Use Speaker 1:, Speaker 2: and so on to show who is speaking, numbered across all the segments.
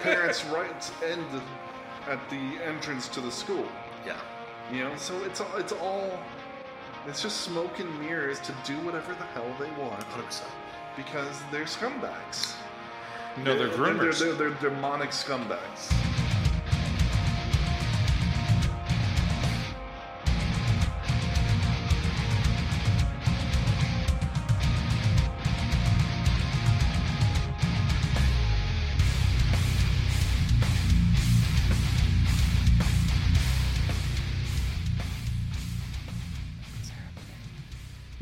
Speaker 1: parents' rights ended at the entrance to the school.
Speaker 2: Yeah.
Speaker 1: You know, so it's all, it's all it's just smoke and mirrors to do whatever the hell they want
Speaker 2: 100%.
Speaker 1: because they're scumbags.
Speaker 3: No, they're groomers.
Speaker 1: They're, they're, they're demonic scumbags.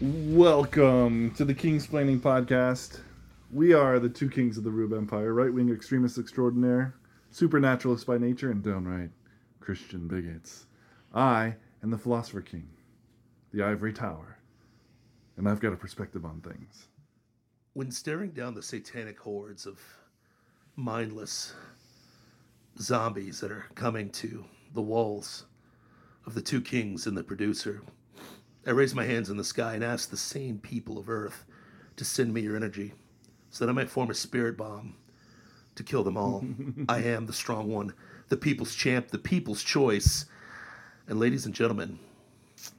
Speaker 1: Welcome to the King's Planning Podcast. We are the two kings of the Rube Empire, right wing extremists extraordinaire, supernaturalists by nature, and downright Christian bigots. I am the Philosopher King, the Ivory Tower, and I've got a perspective on things.
Speaker 2: When staring down the satanic hordes of mindless zombies that are coming to the walls of the two kings and the producer, I raise my hands in the sky and ask the sane people of Earth to send me your energy so that I might form a spirit bomb to kill them all. I am the strong one, the people's champ, the people's choice. And ladies and gentlemen,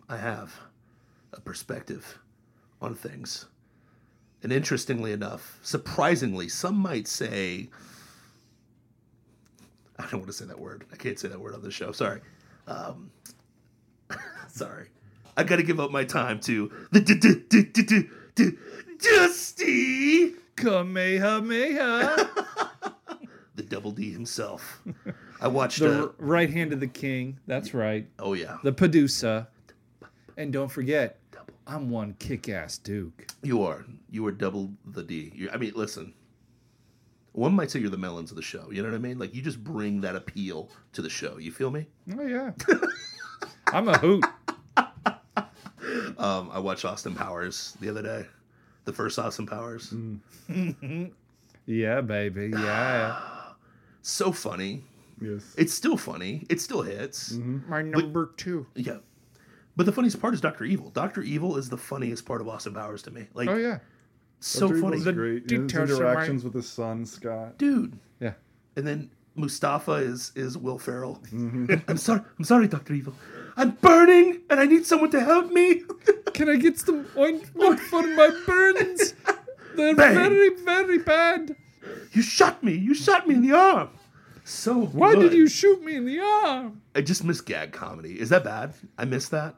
Speaker 2: I have a perspective on things. And interestingly enough, surprisingly, some might say, I don't want to say that word. I can't say that word on this show. Sorry. Um, sorry. I got to give up my time to the d- d- d- d- d- d- Dusty,
Speaker 3: Kamehameha.
Speaker 2: the double D himself. I watched.
Speaker 3: the
Speaker 2: Uh,
Speaker 3: r- right hand of the king. That's right.
Speaker 2: oh yeah,
Speaker 3: The Padusa. And don't forget, I'm one kick ass Duke.
Speaker 2: you are. You are double the D. You, I mean, listen. One might say you're the melons of the show. You know what I mean? Like you just bring that appeal to the show. You feel me?
Speaker 3: Oh, yeah. I'm a hoot.
Speaker 2: Um, I watched Austin Powers the other day, the first Austin Powers.
Speaker 3: Hmm. Yeah, baby. Yeah.
Speaker 2: So funny.
Speaker 1: Yes.
Speaker 2: It's still funny. It still hits.
Speaker 3: My number two.
Speaker 2: Yeah. But the funniest part is Doctor Evil. Doctor Evil is the funniest part of Austin Powers to me. Like
Speaker 3: Oh, yeah.
Speaker 2: so
Speaker 1: Dr.
Speaker 2: funny,
Speaker 1: Evil's great.
Speaker 3: The
Speaker 1: You know, his
Speaker 3: details are
Speaker 1: interactions with his son, Scott.
Speaker 2: dude.
Speaker 3: Yeah.
Speaker 2: And then Mustafa is is Will Ferrell.
Speaker 3: Mm-hmm.
Speaker 2: I'm sorry. I'm sorry, Doctor Evil. I'm burning, and I need someone to help me.
Speaker 3: Can I get some ointment for my burns? They're
Speaker 2: Bang.
Speaker 3: very, very bad.
Speaker 2: you shot me. You shot me in the arm. So
Speaker 3: Why did
Speaker 2: good.
Speaker 3: you shoot me in the arm?
Speaker 2: I just miss gag comedy. Is that bad? I miss that.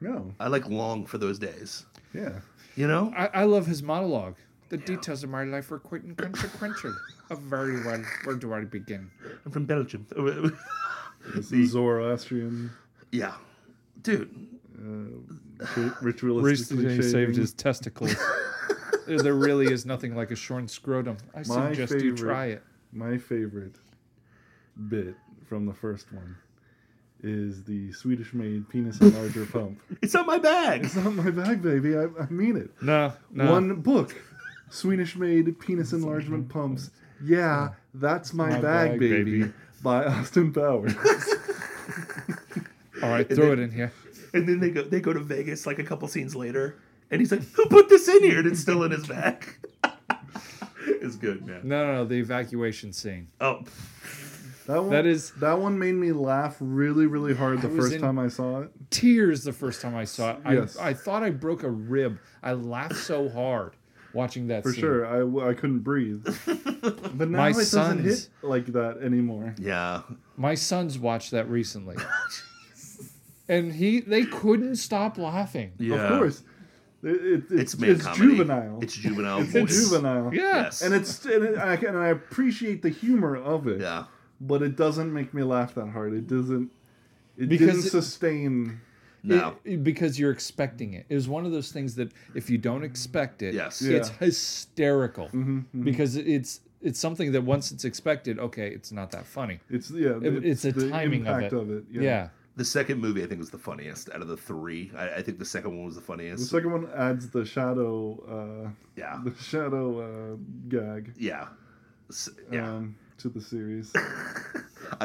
Speaker 1: No.
Speaker 2: I like long for those days.
Speaker 1: Yeah.
Speaker 2: You know.
Speaker 3: I, I love his monologue. The details of my life were quite inconsequential. oh, very well. Where do I begin?
Speaker 2: I'm from Belgium.
Speaker 1: This is Zoroastrian
Speaker 2: yeah, dude.
Speaker 1: ri- ritualistic
Speaker 3: Recently
Speaker 1: shaving.
Speaker 3: saved his testicles. there there really is nothing like a shorn scrotum. I
Speaker 1: My
Speaker 3: suggest you
Speaker 1: favorite.
Speaker 3: try it.
Speaker 1: My favorite bit from the first one is the Swedish made penis enlarger pump.
Speaker 2: It's not my bag.
Speaker 1: It's not my bag, baby. I, I mean it.
Speaker 3: No, no.
Speaker 1: One book Swedish made penis enlargement pumps. Yeah, that's my, bag,
Speaker 3: bag,
Speaker 1: baby.
Speaker 3: baby.
Speaker 1: By Austin Powers.
Speaker 3: All right, throw it in here.
Speaker 2: And then they go they go to Vegas like a couple scenes later, and he's like, "Who put this in here?" And it's still in his bag. it's good, man.
Speaker 3: No, no, no. The evacuation scene.
Speaker 2: Oh,
Speaker 1: That one,
Speaker 3: That is-
Speaker 1: that one made me laugh really, really hard the
Speaker 3: was
Speaker 1: first
Speaker 3: in-
Speaker 1: time I saw it.
Speaker 3: Tears the first time I saw it. I,
Speaker 1: Yes.
Speaker 3: I thought I broke a rib. I laughed so hard watching that
Speaker 1: For
Speaker 3: scene.
Speaker 1: sure, I, w- I couldn't breathe. But now
Speaker 3: My
Speaker 1: it doesn't hit
Speaker 3: sons-
Speaker 1: like that anymore.
Speaker 2: yeah.
Speaker 3: My sons watched that recently. and he they couldn't stop laughing.
Speaker 2: yeah.
Speaker 1: Of course, It- it- it's
Speaker 2: it's man
Speaker 1: it's
Speaker 2: comedy.
Speaker 1: juvenile.
Speaker 2: It's juvenile.
Speaker 1: It's
Speaker 2: voice.
Speaker 1: juvenile.
Speaker 3: Yeah.
Speaker 2: Yes.
Speaker 1: And it's and, it, I, can- and I appreciate the humor of it,
Speaker 2: yeah.
Speaker 1: but it doesn't make me laugh that hard. It doesn't. It
Speaker 3: Because
Speaker 1: didn't
Speaker 3: it-
Speaker 1: sustain.
Speaker 2: No.
Speaker 3: It- because you're expecting it. It was one of those things that if you don't expect it,
Speaker 2: Yes. Mm-hmm,
Speaker 3: it's
Speaker 1: Yeah.
Speaker 3: hysterical because it's it's something that once it's expected, okay, it's not that funny.
Speaker 1: It's yeah.
Speaker 3: It- it's the timing of
Speaker 1: impact
Speaker 3: it.
Speaker 1: of it.
Speaker 3: Yeah.
Speaker 1: Yeah.
Speaker 2: the second movie I think was the funniest out of the three. I, I think the second one was the
Speaker 1: The
Speaker 2: funniest.
Speaker 1: second one adds the shadow,
Speaker 2: yeah.
Speaker 1: uh, the shadow uh, gag,
Speaker 2: Yeah. S- yeah.
Speaker 1: um, to the series.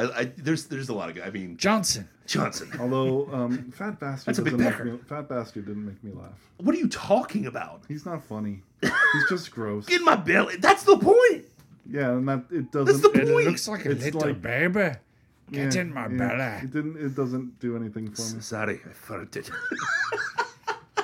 Speaker 2: I, I, there's there's a lot of. good- I mean,
Speaker 3: Johnson.
Speaker 2: Johnson.
Speaker 1: Although um, Fat Bastard
Speaker 2: That's a big
Speaker 1: doesn't make
Speaker 2: pecker.
Speaker 1: me, Fat Bastard didn't make me laugh.
Speaker 2: What are you talking about?
Speaker 1: He's not funny. He's just gross.
Speaker 2: Get in my belly. That's the point.
Speaker 1: Yeah, and that it
Speaker 2: That's
Speaker 1: doesn't.
Speaker 2: the
Speaker 3: It
Speaker 2: point.
Speaker 3: looks like a
Speaker 1: It's
Speaker 3: little
Speaker 1: like-
Speaker 3: baby. Get
Speaker 1: yeah,
Speaker 3: in my
Speaker 1: yeah,
Speaker 3: belly.
Speaker 1: It didn't. It doesn't do anything for me.
Speaker 2: Sorry, I farted.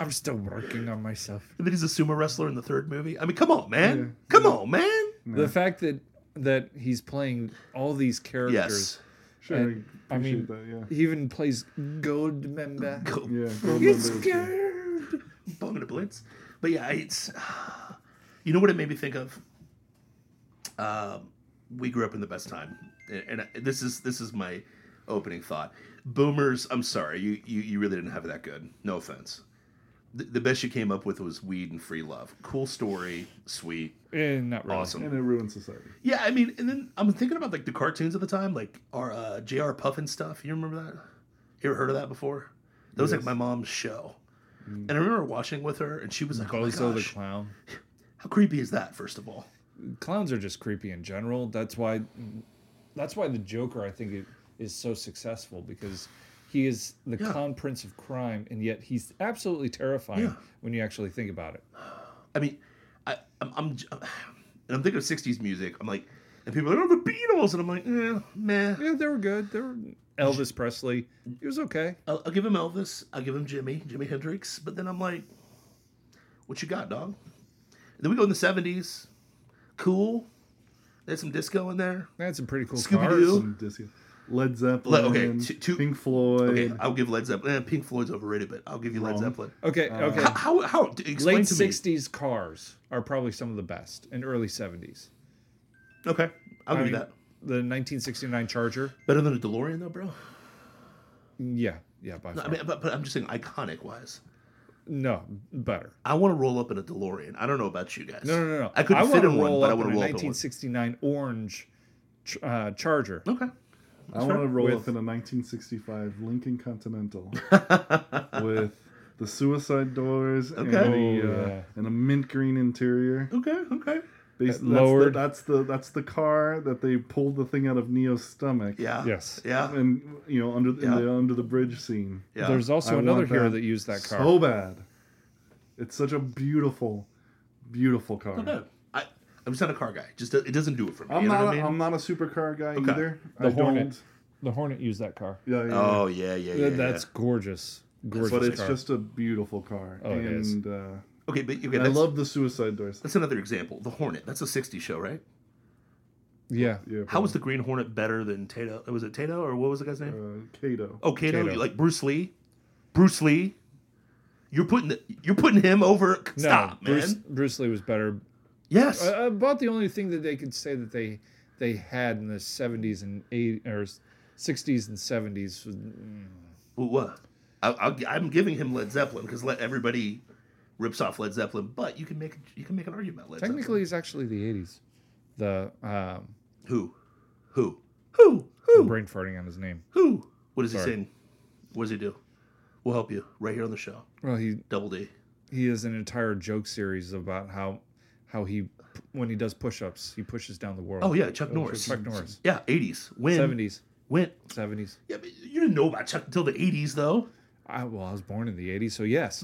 Speaker 3: I'm still working on myself.
Speaker 2: and then he's a sumo wrestler in the third movie. I mean, come on, man.
Speaker 1: Yeah.
Speaker 2: Come on, man.
Speaker 3: The fact that that he's playing all these characters.
Speaker 2: Yes.
Speaker 1: Sure,
Speaker 3: And,
Speaker 1: I
Speaker 3: I mean-
Speaker 1: appreciate that.
Speaker 3: He even plays gold member.
Speaker 2: Go
Speaker 1: Yeah, yeah. Gold
Speaker 3: Get
Speaker 1: member is good.
Speaker 3: scared.
Speaker 2: bung in a blitz. But yeah, it's you know what it made me think of. Um, we grew up in the best time, and, and this is this is my opening thought. Boomers, I'm sorry, you you, you really didn't have it that good. No offense. The, the best you came up with was weed and free love. Cool story, sweet,
Speaker 3: Eh, not really.
Speaker 2: awesome.
Speaker 1: and it ruins society.
Speaker 2: Yeah, I mean, and then I'm thinking about like the cartoons of the time, like our uh, J.R. Puffin stuff. You remember that? You ever heard of that before? That was like
Speaker 1: Yes.
Speaker 2: my mom's show, and I remember watching with her, and she was like, "Oh my
Speaker 3: Bozo the
Speaker 2: gosh,
Speaker 3: clown.
Speaker 2: how creepy is that?" First of all,
Speaker 3: Clowns are just creepy in general. That's why. That's why the Joker, I think, i- is so successful because he is the
Speaker 2: Yeah.
Speaker 3: clown prince of crime, and yet he's absolutely terrifying
Speaker 2: Yeah.
Speaker 3: when you actually think about it.
Speaker 2: I mean, I, I'm, I'm, j- and I'm thinking of '60s music. I'm like, and people are like, "Oh, the Beatles," and I'm like, eh, "Meh."
Speaker 3: Yeah, they were good. They were Elvis Presley. He was okay.
Speaker 2: I'll, I'll give him Elvis. I'll give him Jimmy, Jimi Hendrix. But then I'm like, what you got, dog? And then we go in the 70s. Cool. There's some disco in there.
Speaker 3: They had some pretty cool
Speaker 2: Scooby-Doo.
Speaker 3: cars.
Speaker 1: Some disco. Led Zeppelin.
Speaker 2: okay, two- two-
Speaker 1: Pink Floyd.
Speaker 2: Okay, I'll give Led Zeppelin. Eh, Pink Floyd's overrated, but I'll give you Led
Speaker 1: Wrong.
Speaker 2: Zeppelin.
Speaker 3: Okay, okay.
Speaker 2: How, how, d- Uh, explain
Speaker 3: Late
Speaker 2: to
Speaker 3: '60s cars are probably some of the best, and early '70s.
Speaker 2: me. Okay, I'll
Speaker 3: I
Speaker 2: give you
Speaker 3: mean,
Speaker 2: that.
Speaker 3: The 1969 Charger.
Speaker 2: Better than a DeLorean, though, bro.
Speaker 3: Yeah, yeah, by
Speaker 2: No,
Speaker 3: far.
Speaker 2: I mean, but, but I'm just saying, iconic wise.
Speaker 3: no, better.
Speaker 2: I want to roll up in a DeLorean. I don't know about you guys.
Speaker 3: No, no, no, no.
Speaker 2: I couldn't
Speaker 3: I
Speaker 2: fit
Speaker 3: wanna
Speaker 2: in one,
Speaker 3: roll
Speaker 2: but I
Speaker 3: up
Speaker 2: want
Speaker 3: in
Speaker 2: to
Speaker 3: a
Speaker 2: roll up in one.
Speaker 3: 1969 orange ch- uh, Charger.
Speaker 2: Okay.
Speaker 1: I want to roll
Speaker 3: With-
Speaker 1: up in a 1965 Lincoln Continental with the suicide doors and,
Speaker 2: Okay.
Speaker 1: the,
Speaker 3: Oh,
Speaker 1: uh,
Speaker 3: yeah.
Speaker 1: and a mint green interior.
Speaker 2: Okay, okay.
Speaker 1: They,
Speaker 3: That
Speaker 1: that's,
Speaker 3: lowered-
Speaker 1: The, that's the that's the car that they pulled the thing out of Neo's stomach.
Speaker 2: Yeah.
Speaker 3: Yes.
Speaker 2: Yeah.
Speaker 1: And you know under
Speaker 2: Yeah.
Speaker 1: in the under the bridge scene.
Speaker 2: Yeah.
Speaker 3: There's also
Speaker 1: I
Speaker 3: another
Speaker 1: want
Speaker 3: hero
Speaker 1: that
Speaker 3: that used that car.
Speaker 1: So bad. It's such a beautiful, beautiful car.
Speaker 2: No, I, I'm just not a car guy. Just it doesn't do it for me.
Speaker 1: I'm
Speaker 2: you know
Speaker 1: not.
Speaker 2: what I
Speaker 1: a,
Speaker 2: mean?
Speaker 1: I'm not a supercar guy
Speaker 2: Okay.
Speaker 1: either.
Speaker 3: The
Speaker 1: I
Speaker 3: Hornet. the Hornet used that car.
Speaker 1: Don't, yeah, yeah, yeah.
Speaker 2: oh yeah, yeah, yeah.
Speaker 3: That's
Speaker 2: yeah.
Speaker 3: gorgeous. Gorgeous
Speaker 1: but it's
Speaker 3: car.
Speaker 1: just a beautiful car.
Speaker 3: Oh,
Speaker 1: and,
Speaker 3: it is.
Speaker 1: Uh,
Speaker 2: okay, but okay,
Speaker 1: I
Speaker 2: that's,
Speaker 1: love the suicide doors.
Speaker 2: that's another example. The Hornet. That's a '60s show, right?
Speaker 3: yeah.
Speaker 1: Yeah.
Speaker 2: How was the Green Hornet better than Tato? Was it Tato or what was the guy's name?
Speaker 1: uh, Kato?
Speaker 2: oh, Kato.
Speaker 3: Tato.
Speaker 2: You like Bruce Lee? Bruce Lee. You're putting the, you're putting him over.
Speaker 3: No,
Speaker 2: Stop,
Speaker 3: Bruce,
Speaker 2: man.
Speaker 3: Bruce Lee was better.
Speaker 2: Yes.
Speaker 3: Uh, about the only thing that they could say that they they had in the 70s and 80s or 60s and 70s was
Speaker 2: Well, what? uh, I, I'll, I'm giving him Led Zeppelin because let everybody rips off Led Zeppelin, but you can make you can make an argument. about Led
Speaker 3: technically it's actually the 80s. The um,
Speaker 2: Zeppelin. who, who, who, who?
Speaker 3: I'm brain farting on his name.
Speaker 2: Who? What does he
Speaker 3: Sorry.
Speaker 2: sing? What does he do? We'll help you right here on the show.
Speaker 3: Well, he
Speaker 2: Double D.
Speaker 3: he has an entire joke series about how how he when he does push-ups he pushes down the world
Speaker 2: Oh yeah, Chuck Norris.
Speaker 3: Chuck Norris
Speaker 2: Yeah, eighties. When?
Speaker 3: 70s
Speaker 2: When?
Speaker 3: 70s
Speaker 2: Yeah, but you didn't know about Chuck until the eighties, though.
Speaker 3: I, well I was born in the 80s so yes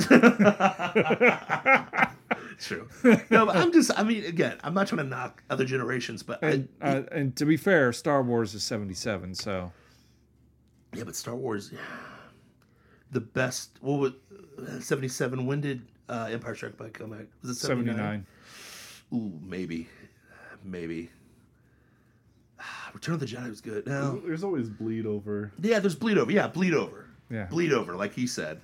Speaker 2: True. no, but I'm just. I mean, again, I'm not trying to knock other generations, but I,
Speaker 3: and, uh, and to be fair Star Wars is 77 so
Speaker 2: yeah, but Star Wars, the best. What was seventy seven? When did uh, Empire Strikes Back come out? Was it 79?
Speaker 3: 79
Speaker 2: Ooh, maybe, maybe. Return of the Jedi was good. No.
Speaker 1: There's always bleed over.
Speaker 2: Yeah, there's bleed over. Yeah, bleed over.
Speaker 3: Yeah.
Speaker 2: Bleed over, like he said.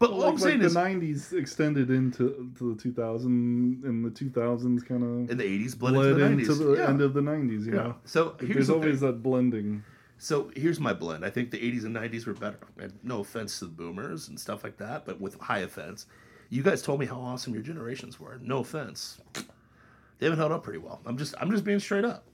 Speaker 2: But all I'm
Speaker 1: Like, like
Speaker 2: saying
Speaker 1: the
Speaker 2: is,
Speaker 1: '90s extended into to the 2000 and the 2000s kind
Speaker 2: in
Speaker 1: of
Speaker 2: the 80s, bled,
Speaker 1: bled
Speaker 2: into the 90s.
Speaker 1: into the
Speaker 2: yeah.
Speaker 1: end of the '90s. You
Speaker 2: yeah.
Speaker 1: know,
Speaker 2: So here's
Speaker 1: there's
Speaker 2: the
Speaker 1: always
Speaker 2: thing.
Speaker 1: that blending.
Speaker 2: So here's my blend. I think the 80s and 90s were better. And no offense to the boomers and stuff like that, but with high offense. You guys told me how awesome your generations were. No offense. They haven't held up pretty well. I'm just I'm just being straight up.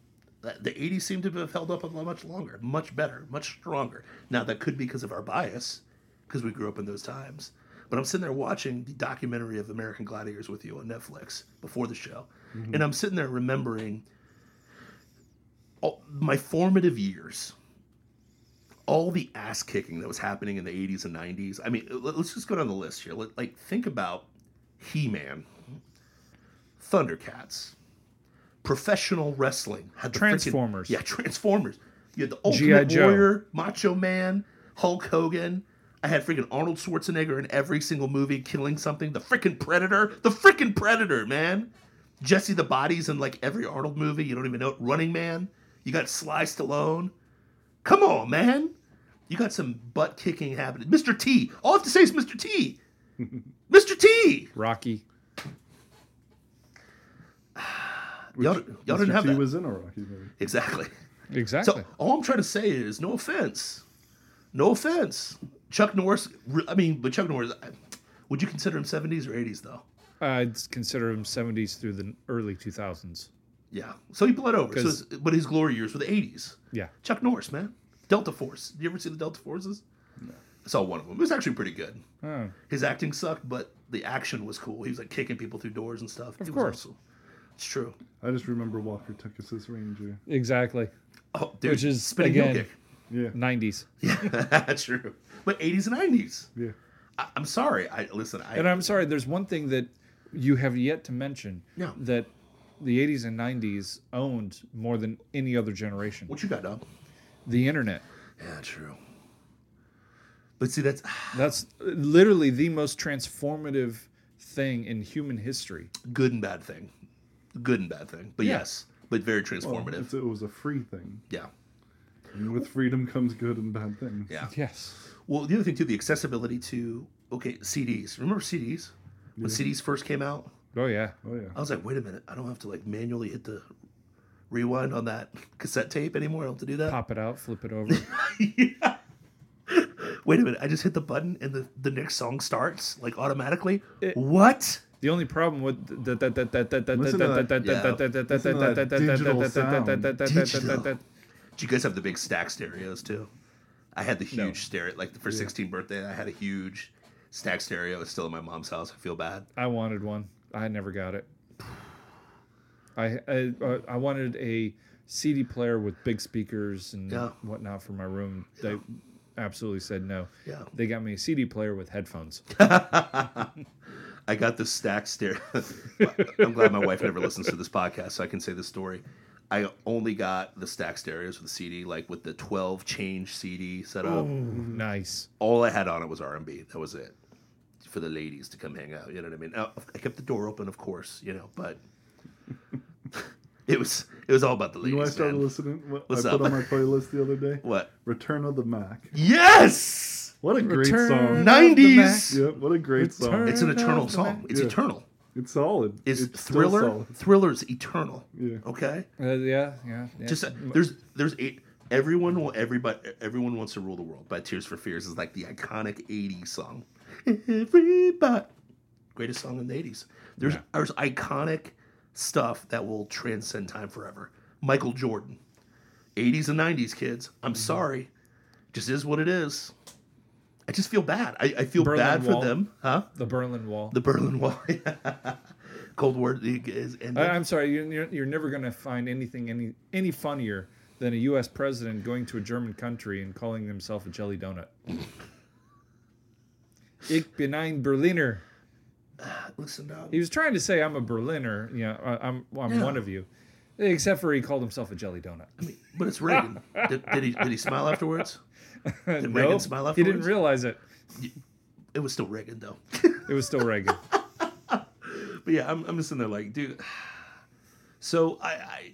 Speaker 2: The the 80s seem to have held up a lot much longer, much better, much stronger. Now that could be because of our bias, because we grew up in those times. But I'm sitting there watching the documentary of American Gladiators with you on Netflix before the show, and I'm sitting there remembering all, my formative years, all the ass kicking that was happening in the 80s and 90s. I mean, let- let's just go down the list here. Let, like, think about He Man, Thundercats, professional wrestling. Had the freaking-
Speaker 3: Transformers.
Speaker 2: yeah, Transformers. You had the
Speaker 3: G.I.
Speaker 2: Ultimate
Speaker 3: Joe.
Speaker 2: Warrior, Macho Man, Hulk Hogan. I had freaking Arnold Schwarzenegger in every single movie killing something. The freaking Predator. The freaking Predator, man. Jesse the Body's in like every Arnold movie. You don't even know it. Running Man. You got Sly Stallone. Come on, man. You got some butt kicking happening. Mr. T. All I have to say is Mr. T. Mr. T.
Speaker 3: Rocky.
Speaker 2: Y'all, y'all didn't
Speaker 1: Mr.
Speaker 2: have
Speaker 1: T
Speaker 2: that.
Speaker 1: was in a Rocky movie.
Speaker 2: exactly.
Speaker 3: Exactly.
Speaker 2: So all I'm trying to say is, no offense, no offense. Chuck Norris. re- I mean, but Chuck Norris. I- Would you consider him 70s or 80s though?
Speaker 3: I'd consider him 70s through the early 2000s.
Speaker 2: Yeah. So he bled over. So
Speaker 3: 'Cause-
Speaker 2: his, but his glory years were the 80s.
Speaker 3: Yeah.
Speaker 2: Chuck Norris, man. Delta Force. You ever see the Delta Forces? I saw one of them. It was actually pretty good.
Speaker 3: Oh,
Speaker 2: His acting sucked, but the action was cool. He was like kicking people through doors and stuff. Of
Speaker 3: course.
Speaker 2: it's true.
Speaker 1: I just remember Walker Texas Ranger.
Speaker 3: exactly.
Speaker 2: Oh, dude,
Speaker 3: Which is,
Speaker 2: spinning heel
Speaker 3: again-
Speaker 2: kick.
Speaker 1: Yeah,
Speaker 3: 90s.
Speaker 2: true. But 80s and 90s.
Speaker 1: yeah.
Speaker 2: I, I'm sorry. I listen. I,
Speaker 3: And I'm sorry, there's one thing that you have yet to mention
Speaker 2: No.
Speaker 3: that the 80s and 90s owned more than any other generation
Speaker 2: what you got, Dom?
Speaker 3: the internet.
Speaker 2: Yeah, true. But see, that's
Speaker 3: That's literally the most transformative thing in human history.
Speaker 2: good and bad thing. Good and bad thing. But
Speaker 3: Yeah.
Speaker 2: yes, but very
Speaker 1: Well,
Speaker 2: transformative.
Speaker 1: it's- it was a free thing.
Speaker 2: yeah,
Speaker 1: And with freedom comes good and bad things.
Speaker 2: yeah.
Speaker 3: Yes.
Speaker 2: Well, the other thing too, the accessibility to okay CDs. Remember CDs? When CDs first came out,
Speaker 3: Oh, yeah.
Speaker 1: Oh yeah.
Speaker 2: I was like, wait a minute, I don't have to like manually hit the rewind on that cassette tape anymore. I don't have to do that.
Speaker 3: Pop it out, flip it over.
Speaker 2: Yeah. Wait a minute, I just hit the button and the, the next song starts like automatically.
Speaker 3: It-
Speaker 2: what?
Speaker 3: The only problem with that that that that that that
Speaker 1: Listen to
Speaker 3: that
Speaker 1: that-
Speaker 3: that
Speaker 2: yeah.
Speaker 3: that that that
Speaker 1: Listen to that
Speaker 3: that that
Speaker 1: digital
Speaker 3: that that
Speaker 1: sound.
Speaker 3: that that that
Speaker 2: Digital.
Speaker 3: that that
Speaker 2: Did you guys have the big stack stereos too? I had the huge
Speaker 3: No.
Speaker 2: stereo. Like for 16th birthday, I had a huge stack stereo. It's still in my mom's house. I feel bad.
Speaker 3: I wanted one. I never got it. I I, uh, I wanted a CD player with big speakers and
Speaker 2: Yeah.
Speaker 3: whatnot for my room. They absolutely said no.
Speaker 2: Yeah.
Speaker 3: They got me a CD player with headphones.
Speaker 2: I got the stack stereo. I'm glad my wife never listens to this podcast, so I can say this story. I only got the stack stereos with the CD, like with the 12 change CD setup.
Speaker 3: nice.
Speaker 2: All I had on it was R and B. That was it for the ladies to come hang out. You know what I mean? Now, I kept the door open, of course. You know, but it was it was all about the
Speaker 1: You know what I
Speaker 2: ladies.
Speaker 1: started
Speaker 2: man.
Speaker 1: listening? What
Speaker 2: What's
Speaker 1: I
Speaker 2: up?
Speaker 1: put on my playlist the other day?
Speaker 2: What?
Speaker 1: Return of the Mac.
Speaker 2: Yes.
Speaker 1: What a great
Speaker 3: Return of
Speaker 1: song.
Speaker 3: the
Speaker 2: 90s.
Speaker 3: Mac.
Speaker 1: Yeah, what a great
Speaker 3: Return-
Speaker 1: song.
Speaker 2: It's an
Speaker 3: Turn
Speaker 2: eternal
Speaker 3: off Mm-hmm. the
Speaker 2: song.
Speaker 3: light.
Speaker 2: It's
Speaker 1: Yeah.
Speaker 2: eternal.
Speaker 1: It's solid.
Speaker 2: Is
Speaker 1: still
Speaker 2: thriller?
Speaker 1: solid.
Speaker 2: Thriller's eternal.
Speaker 1: Yeah.
Speaker 2: Okay.
Speaker 3: Uh, yeah, yeah. yeah.
Speaker 2: Just uh, there's there's eight. Everyone will everybody everyone wants to rule the world by Tears for Fears is like the iconic '80s song. Everybody, greatest song in the '80s. There's
Speaker 3: Yeah.
Speaker 2: there's iconic stuff that will transcend time forever. Michael Jordan, '80s and '90s kids.
Speaker 1: Mm-hmm.
Speaker 2: I'm sorry, just is what it is. I just feel bad. I, I feel
Speaker 3: Berlin
Speaker 2: bad
Speaker 3: Wall.
Speaker 2: for them, huh?
Speaker 3: the Berlin Wall.
Speaker 2: The Berlin Wall, Cold War is and
Speaker 3: I, I'm sorry, you're, you're, you're never going to find anything any any funnier than a U.S. president going to a German country and calling himself a jelly donut. ich bin ein Berliner.
Speaker 2: listen uh, up.
Speaker 3: He was trying to say I'm a Berliner. You know, I, I'm I'm
Speaker 2: Yeah.
Speaker 3: one of you, except for he called himself a jelly donut.
Speaker 2: But it's Reagan. did, did he did he smile afterwards? Did
Speaker 3: No,
Speaker 2: Reagan smile afterwards?
Speaker 3: he didn't realize it.
Speaker 2: It was still Reagan though.
Speaker 3: It was still Reagan.
Speaker 2: But yeah, I'm I'm just in there like, dude. So I, I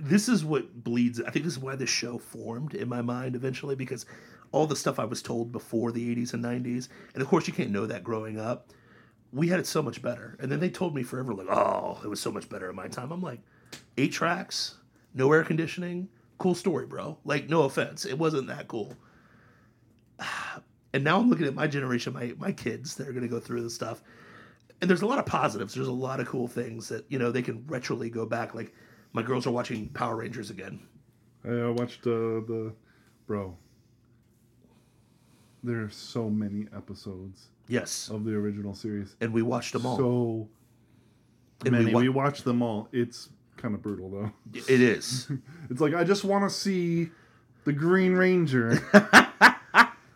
Speaker 2: this is what bleeds. I think this is why this show formed in my mind eventually because all the stuff I was told before the 80s and 90s, and of course you can't know that growing up. We had it so much better, and then they told me forever like, oh, it was so much better in my time. I'm like, eight tracks, no air conditioning, cool story, bro. Like, no offense, it wasn't that cool. And now I'm looking at my generation, my my kids that are gonna go through this stuff, and there's a lot of positives. There's a lot of cool things that you know they can retroly go back. Like my girls are watching Power Rangers again.
Speaker 1: I uh, watched uh, the bro. There are so many episodes
Speaker 2: Yes,
Speaker 1: of the original series.
Speaker 2: and we watched them all.
Speaker 1: So
Speaker 2: and
Speaker 1: many.
Speaker 2: wa-
Speaker 1: We watched them all. It's kind of brutal though.
Speaker 2: it is.
Speaker 1: It's like I just want to see the Green Ranger.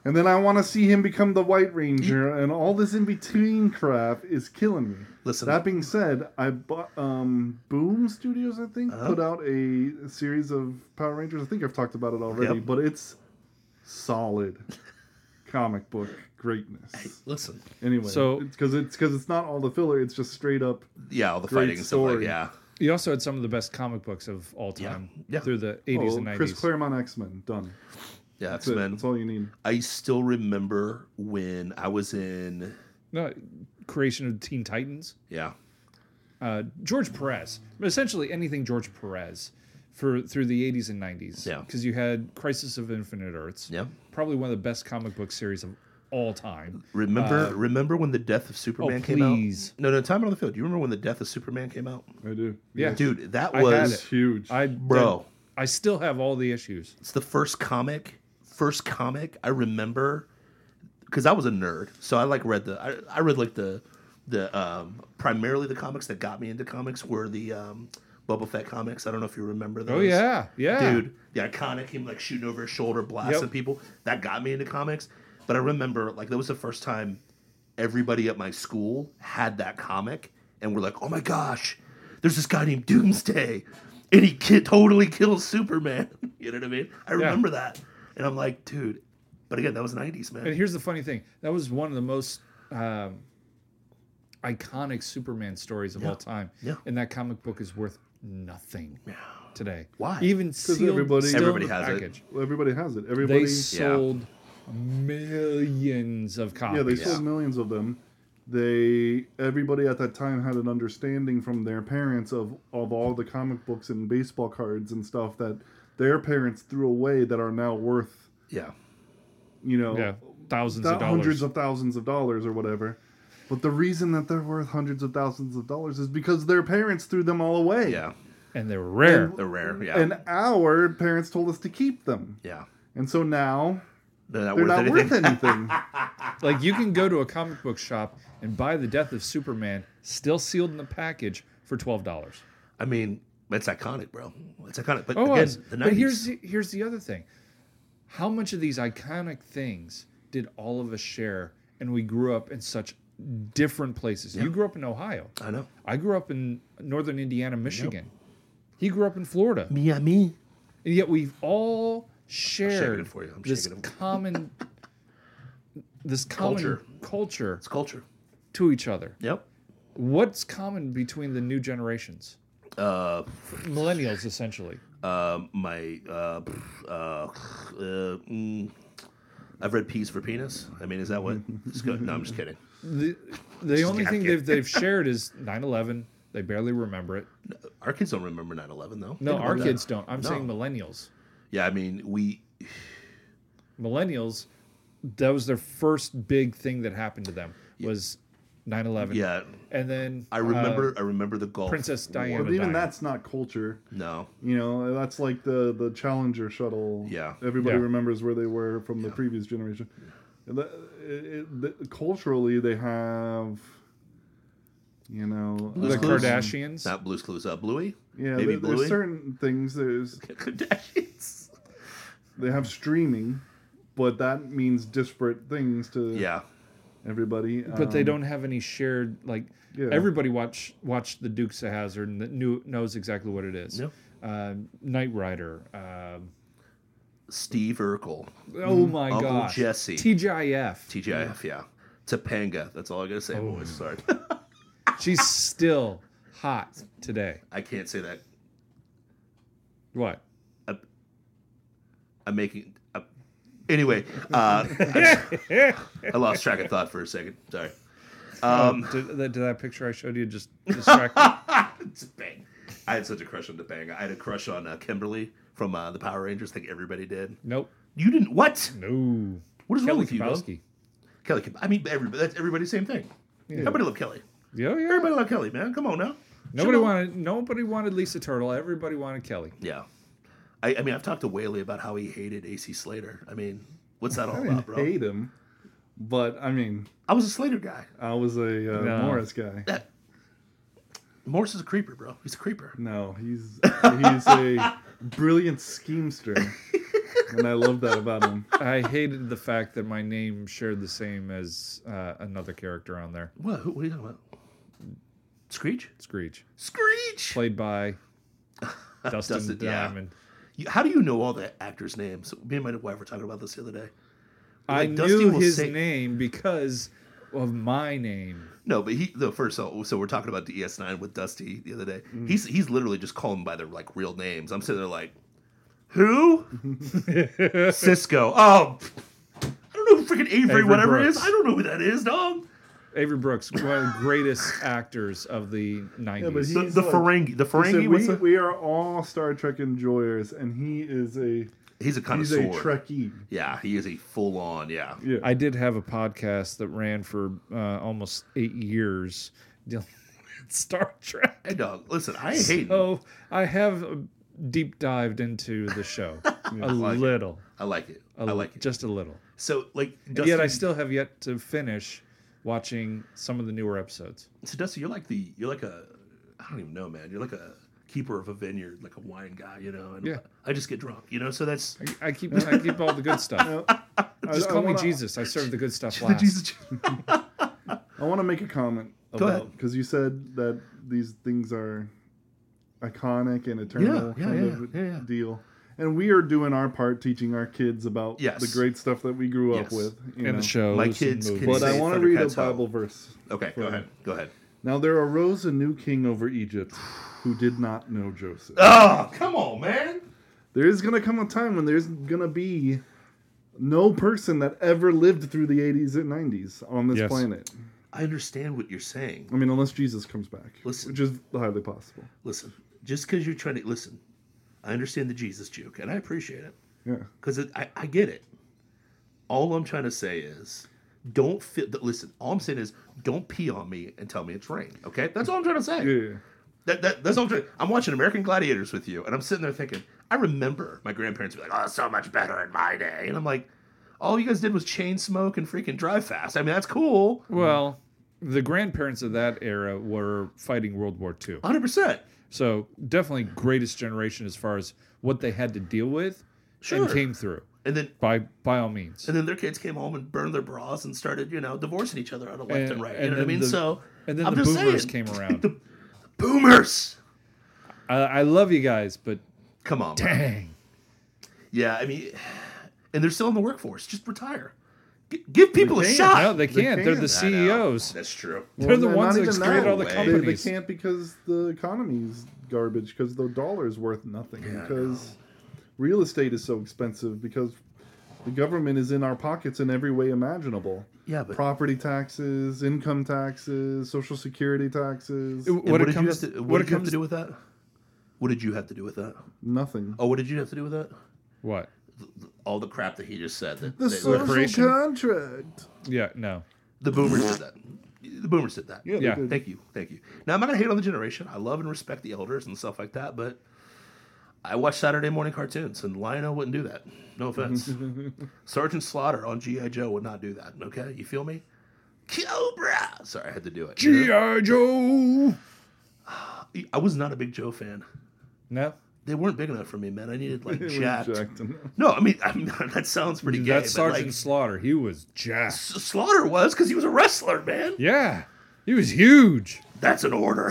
Speaker 1: And then I want to see him become the White Ranger, and all this in between crap is killing me.
Speaker 2: Listen.
Speaker 1: That being said, I bought um, Boom Studios. I think
Speaker 2: Uh-huh.
Speaker 1: put out a series of Power Rangers. I think I've talked about it already,
Speaker 2: Yep.
Speaker 1: but it's solid comic book greatness.
Speaker 2: Hey, listen.
Speaker 1: Anyway,
Speaker 3: So-
Speaker 1: because it's because it's, not all the filler; it's just straight up.
Speaker 2: Yeah, all the
Speaker 1: Great
Speaker 2: fighting and stuff like
Speaker 1: story.
Speaker 2: yeah.
Speaker 3: You also had some of the best comic books of all
Speaker 2: Yeah,
Speaker 3: time
Speaker 2: yeah.
Speaker 3: through the 80s
Speaker 1: Oh,
Speaker 3: and 90s.
Speaker 1: Chris Claremont X Men done.
Speaker 2: Yeah,
Speaker 1: That's, it.
Speaker 2: X-Men.
Speaker 1: That's all you need.
Speaker 2: I still remember when I was in
Speaker 3: No, creation of Teen Titans.
Speaker 2: yeah.
Speaker 3: Uh, George Perez, but essentially anything George Perez for through the 80s and 90s.
Speaker 2: Yeah.
Speaker 3: Because you had Crisis of Infinite Earths.
Speaker 2: Yeah.
Speaker 3: Probably one of the best comic book series of all time.
Speaker 1: Uh,
Speaker 2: Remember remember when the death
Speaker 1: oh,
Speaker 2: of Superman came
Speaker 3: please.
Speaker 2: out? No, no, time out on the field. You remember when the death of Superman came out?
Speaker 1: I do.
Speaker 3: Yeah.
Speaker 2: Dude, that
Speaker 3: I had
Speaker 1: it's
Speaker 2: was
Speaker 3: it.
Speaker 1: huge.
Speaker 3: I
Speaker 2: bro.
Speaker 3: I still have all the issues.
Speaker 2: It's the first comic, first comic I remember because I was a nerd. So I like read the I, I read like the the um primarily the comics that got me into comics were the um Boba Fett comics. I don't know if you remember those.
Speaker 3: Oh yeah, yeah.
Speaker 2: dude. The iconic him like shooting over his shoulder, blasting
Speaker 3: Yep.
Speaker 2: people. That got me into comics. But I remember like that was the first time everybody at my school had that comic, and we're like, oh my gosh, there's this guy named Doomsday, and he ki- totally kills Superman. you know what I mean? I remember that, and I'm like, dude. But again, that was '90s, man.
Speaker 3: And here's the funny thing: that was one of the most um, iconic Superman stories of all time.
Speaker 2: Yeah.
Speaker 3: And that comic book is worth nothing today.
Speaker 2: Why?
Speaker 3: Even sealed,
Speaker 1: everybody-
Speaker 3: still in
Speaker 2: Everybody
Speaker 3: the
Speaker 2: has it.
Speaker 3: package.
Speaker 1: Everybody has it. Everybody.
Speaker 3: They sold millions of copies.
Speaker 1: Yeah, they sold millions of them. They everybody at that time had an understanding from their parents of of all the comic books and baseball cards and stuff that their parents threw away that are now worth
Speaker 2: Yeah,
Speaker 1: you know
Speaker 3: Yeah, thousands
Speaker 1: thou-
Speaker 3: of dollars.
Speaker 1: hundreds of thousands of dollars or whatever. But the reason that they're worth hundreds of thousands of dollars is because their parents threw them all away.
Speaker 2: yeah,
Speaker 3: and they were rare.
Speaker 2: they're rare. Yeah,
Speaker 1: And our parents told us to keep them.
Speaker 2: yeah.
Speaker 1: And so now
Speaker 2: They're not
Speaker 1: they're
Speaker 2: worth
Speaker 1: not
Speaker 2: anything.
Speaker 1: worth anything.
Speaker 3: like you can go to a comic book shop and buy the death of Superman still sealed in the package for twelve dollars.
Speaker 2: I mean, it's iconic, bro. It's iconic. But
Speaker 3: Oh,
Speaker 2: again,
Speaker 3: us.
Speaker 2: the 90s.
Speaker 3: but here's the, here's the other thing: how much of these iconic things did all of us share? And we grew up in such different places. You grew up in Ohio.
Speaker 2: I know.
Speaker 3: I grew up in northern Indiana, Michigan. He grew up in Florida,
Speaker 2: Miami.
Speaker 3: and yet we've all shared
Speaker 2: for you. I'm
Speaker 3: this
Speaker 2: shaking it.
Speaker 3: common, this common
Speaker 2: Culture.
Speaker 3: culture
Speaker 2: It's culture.
Speaker 3: to each other.
Speaker 2: Yep.
Speaker 3: What's common between the new generations?
Speaker 2: Uh,
Speaker 3: Millennials, essentially.
Speaker 2: uh, my uh, uh, uh, mm, I've read Peas for Penis. I mean, is that what? it's good? No, I'm just kidding.
Speaker 3: The, the only
Speaker 2: got
Speaker 3: thing
Speaker 2: you.
Speaker 3: they've, they've shared is 9 11. They barely remember it.
Speaker 2: Our kids don't remember 9/11 though.
Speaker 3: No,
Speaker 2: Think
Speaker 3: our
Speaker 2: about that.
Speaker 3: kids don't. I'm
Speaker 2: No.
Speaker 3: saying millennials.
Speaker 2: Yeah, I mean, we.
Speaker 3: Millennials, that was their first big thing that happened to them was 9 11.
Speaker 2: Yeah,
Speaker 3: And then
Speaker 2: I
Speaker 3: uh,
Speaker 2: remember. I remember the Gulf.
Speaker 3: Princess Diana.
Speaker 1: but even
Speaker 3: dying.
Speaker 1: that's not culture.
Speaker 2: No.
Speaker 1: You know, that's like the the Challenger shuttle.
Speaker 2: Yeah.
Speaker 1: everybody
Speaker 3: Yeah.
Speaker 1: remembers where they were from the previous generation. And the- it- it- the- culturally, they have, you know,
Speaker 3: the
Speaker 2: Blue's Clues.
Speaker 3: Kardashians.
Speaker 2: Not Blue's Clues. Uh, Bluey.
Speaker 1: Yeah, there,
Speaker 2: Maybe
Speaker 1: there's
Speaker 2: Bluey.
Speaker 1: certain things. There's
Speaker 2: Kardashians.
Speaker 1: they have streaming, but that means disparate things to
Speaker 2: Yeah.
Speaker 1: everybody.
Speaker 3: but they
Speaker 1: um,
Speaker 3: don't have any shared like
Speaker 1: Yeah.
Speaker 3: everybody watch watched the Dukes of Hazard and knew knows exactly what it is.
Speaker 2: Yeah.
Speaker 3: Uh, Knight Rider. Um,
Speaker 2: Steve Urkel.
Speaker 1: Mm-hmm.
Speaker 3: oh my
Speaker 2: Uncle
Speaker 3: gosh.
Speaker 2: Jesse.
Speaker 3: TGIF.
Speaker 2: TGIF. Yeah. Topanga. That's all I gotta say,
Speaker 1: Oh.
Speaker 2: boys. Sorry.
Speaker 3: She's still hot today.
Speaker 2: I can't say that.
Speaker 3: What?
Speaker 2: I'm making. i anyway, uh, I, I lost track of thought for a second. Sorry. Um,
Speaker 3: Oh, Did, that- did that picture I showed you just distract? you?
Speaker 2: it's bang. I had such a crush on the bang. I had a crush on uh, Kimberly from uh, the Power Rangers. I think everybody did.
Speaker 3: nope.
Speaker 2: You didn't. What?
Speaker 3: No.
Speaker 2: What is wrong
Speaker 3: Kelly
Speaker 2: with you, bro?
Speaker 3: Kapowski.
Speaker 2: Kelly. Kim- I mean, everybody. That's everybody. Same thing. Everybody love Kelly.
Speaker 3: Yeah, yeah.
Speaker 2: Everybody love Kelly, man. Come on now.
Speaker 3: Nobody
Speaker 2: Chill.
Speaker 3: wanted. Nobody wanted Lisa Turtle. Everybody wanted Kelly.
Speaker 2: Yeah. I, I mean, I've talked to Whaley about how he hated AC Slater. I mean, what's that all
Speaker 1: I
Speaker 2: about,
Speaker 1: didn't
Speaker 2: bro?
Speaker 1: hate him, but I mean,
Speaker 2: I was a Slater guy.
Speaker 1: I was a uh,
Speaker 3: No.
Speaker 1: Morris guy.
Speaker 2: That Morris is a creeper, bro. He's a creeper.
Speaker 1: No, he's he's a brilliant schemester and I love that about him.
Speaker 3: I hated the fact that my name shared the same as uh, another character on there,
Speaker 2: What? Who, what are you talking about? Screech?
Speaker 3: Screech,
Speaker 2: Screech!
Speaker 3: played by Dustin,
Speaker 2: Dustin, yeah.
Speaker 3: Diamond.
Speaker 2: You- How do you know all the actors' names? Me and my wife were talking about this the other day.
Speaker 3: I
Speaker 2: Like, Dusty
Speaker 3: knew
Speaker 2: will
Speaker 3: his
Speaker 2: say-
Speaker 3: name because of my name.
Speaker 2: No, but he the first so, so we're talking about DS9 with Dusty the other day.
Speaker 1: Mm-hmm.
Speaker 2: He's he's literally just calling them by their like real names. I'm sitting there like, who? Cisco. Oh, I don't know who freaking Avery
Speaker 3: Avery
Speaker 2: whatever it is.
Speaker 3: Brooks.
Speaker 2: I don't know who that is, dog.
Speaker 3: Avery Brooks, one of the greatest actors of the '90s.
Speaker 1: but he-
Speaker 2: The,
Speaker 1: He's
Speaker 2: the
Speaker 1: like-
Speaker 2: Ferengi. The
Speaker 1: He said,
Speaker 2: Ferengi.
Speaker 1: we,
Speaker 2: what's the-
Speaker 1: we are all Star Trek enjoyers, and he is a
Speaker 2: he's
Speaker 1: he's
Speaker 2: a connoisseur.
Speaker 1: a Trekkie.
Speaker 2: Yeah, he is a full on. Yeah.
Speaker 1: Yeah,
Speaker 3: I did have a podcast that ran for uh, almost eight years dealing with Star Trek.
Speaker 2: Hey, dog. Listen, I hate.
Speaker 3: So I have uh, deep dived into the show a
Speaker 2: like it.
Speaker 3: little,
Speaker 2: I like it. I
Speaker 3: a
Speaker 2: like it.
Speaker 3: just a little.
Speaker 2: So like,
Speaker 3: um, And yet I
Speaker 2: Dusty-
Speaker 3: still have yet to finish watching some of the newer episodes.
Speaker 2: So Dusty, you're like the you're like a I don't even know, man. You're like a keeper of a vineyard, like a wine guy, you know. And
Speaker 3: Yeah.
Speaker 2: I just get drunk, you know. So that's
Speaker 3: I, I keep I keep all the good stuff. Just
Speaker 1: I
Speaker 3: call me
Speaker 1: wanna-
Speaker 3: Jesus. I serve the good stuff last.
Speaker 2: Jesus.
Speaker 1: I want to make a comment
Speaker 2: Go
Speaker 1: about
Speaker 2: ahead.
Speaker 1: because you said that these things are iconic and eternal
Speaker 2: Yeah, yeah,
Speaker 1: kind
Speaker 2: yeah,
Speaker 1: of
Speaker 2: yeah, yeah.
Speaker 1: deal, and we are doing our part teaching our kids about
Speaker 2: Yes.
Speaker 1: the great stuff that we grew up
Speaker 2: Yes.
Speaker 1: with. you
Speaker 3: and
Speaker 1: know.
Speaker 3: the shows.
Speaker 2: My
Speaker 3: and
Speaker 2: kids can
Speaker 3: movies.
Speaker 1: But I
Speaker 2: Say
Speaker 1: want to read a
Speaker 2: Thundercats how.
Speaker 1: Bible verse.
Speaker 2: Okay, go
Speaker 1: Right.
Speaker 2: ahead. Go ahead.
Speaker 1: Now there arose a new king over Egypt, who did not know Joseph.
Speaker 2: Oh, come on, man.
Speaker 1: There is gonna come a time when there's gonna be no person that ever lived through the 80s and 90s on this
Speaker 3: Yes.
Speaker 1: planet.
Speaker 2: I understand what you're saying.
Speaker 1: I mean, unless Jesus comes back,
Speaker 2: Listen.
Speaker 1: which is highly possible.
Speaker 2: Listen, just because you're trying to listen, I understand the Jesus joke, and I appreciate it
Speaker 1: Yeah.
Speaker 2: because I, I get it. All I'm trying to say is. Don't fit. The, listen, all I'm saying is, don't pee on me and tell me it's rain. Okay, that's all I'm trying to say.
Speaker 1: Yeah, yeah, yeah.
Speaker 2: That, that, that's all I'm, trying- I'm watching American Gladiators with you, and I'm sitting there thinking, I remember my grandparents were like, "Oh, so much better in my day," and I'm like, "All you guys did was chain smoke and freaking drive fast. I mean, that's cool,
Speaker 3: Well, the grandparents of that era were fighting World War II.
Speaker 2: 100." percent
Speaker 3: So definitely greatest generation as far as what they had to deal with
Speaker 2: Sure.
Speaker 3: and came through
Speaker 2: And then
Speaker 3: by by all means.
Speaker 2: and then their kids came home and burned their bras and started, you know, divorcing each other out of left and,
Speaker 3: And-
Speaker 2: right. you
Speaker 3: and
Speaker 2: know what I
Speaker 3: then
Speaker 2: mean?
Speaker 3: the-
Speaker 2: so
Speaker 3: and then
Speaker 2: I'm
Speaker 3: the
Speaker 2: just
Speaker 3: boomers
Speaker 2: saying,
Speaker 3: came around.
Speaker 2: the boomers.
Speaker 3: I, I love you guys, but
Speaker 2: Come on, bro.
Speaker 3: dang,
Speaker 2: yeah. I mean, and they're still in the workforce. Just retire. G- give people a shot.
Speaker 3: no, they
Speaker 1: Ah, They
Speaker 3: can't. They are
Speaker 1: can't. I know.
Speaker 3: the CEOs.
Speaker 2: That's true.
Speaker 3: They're the
Speaker 1: not
Speaker 3: ones that
Speaker 1: even
Speaker 3: extradite
Speaker 1: now.
Speaker 3: all the
Speaker 1: They-
Speaker 3: companies.
Speaker 1: They, can't because the economy's garbage, because the dollar's worth nothing,
Speaker 2: Yeah, I
Speaker 1: because real estate is so expensive, because the government is in our pockets in every way imaginable.
Speaker 2: Yeah, Uh, but
Speaker 1: Property taxes, income taxes, social security taxes,
Speaker 3: It-
Speaker 2: And
Speaker 3: What
Speaker 2: did
Speaker 3: it
Speaker 2: you
Speaker 3: comes
Speaker 2: have to- what
Speaker 3: what it
Speaker 2: did you have to
Speaker 3: comes
Speaker 2: do with that? What did you have to do with that?
Speaker 1: nothing.
Speaker 2: Oh, what did you have to do with that?
Speaker 3: what?
Speaker 2: All the crap that he just said. That
Speaker 1: The
Speaker 2: they-
Speaker 1: social
Speaker 3: creation?
Speaker 1: contract.
Speaker 3: Yeah, no.
Speaker 2: the boomers did that. The boomers did that.
Speaker 1: they
Speaker 3: Yeah.
Speaker 1: did.
Speaker 2: Thank you, thank you. Now I'm not gonna hate on the generation. I love and respect the elders and stuff like that, but I watch Saturday morning cartoons, and Lionel wouldn't do that. No offense. Sergeant Slaughter on GI Joe would not do that. Okay, you feel me? Cobra. Sorry, I had to do it. You know?
Speaker 3: G.I. Joe.
Speaker 2: I was not a big Joe fan.
Speaker 3: No,
Speaker 2: They weren't big enough for me, man. I needed like jacked.
Speaker 1: Jacked him.
Speaker 2: No, I mean, I mean that sounds pretty gay.
Speaker 3: that's
Speaker 2: That's
Speaker 3: Sergeant
Speaker 2: Like, S-
Speaker 3: Slaughter. He was jacked.
Speaker 2: Slaughter was because he was a wrestler, man.
Speaker 3: Yeah, he was huge.
Speaker 2: That's an order.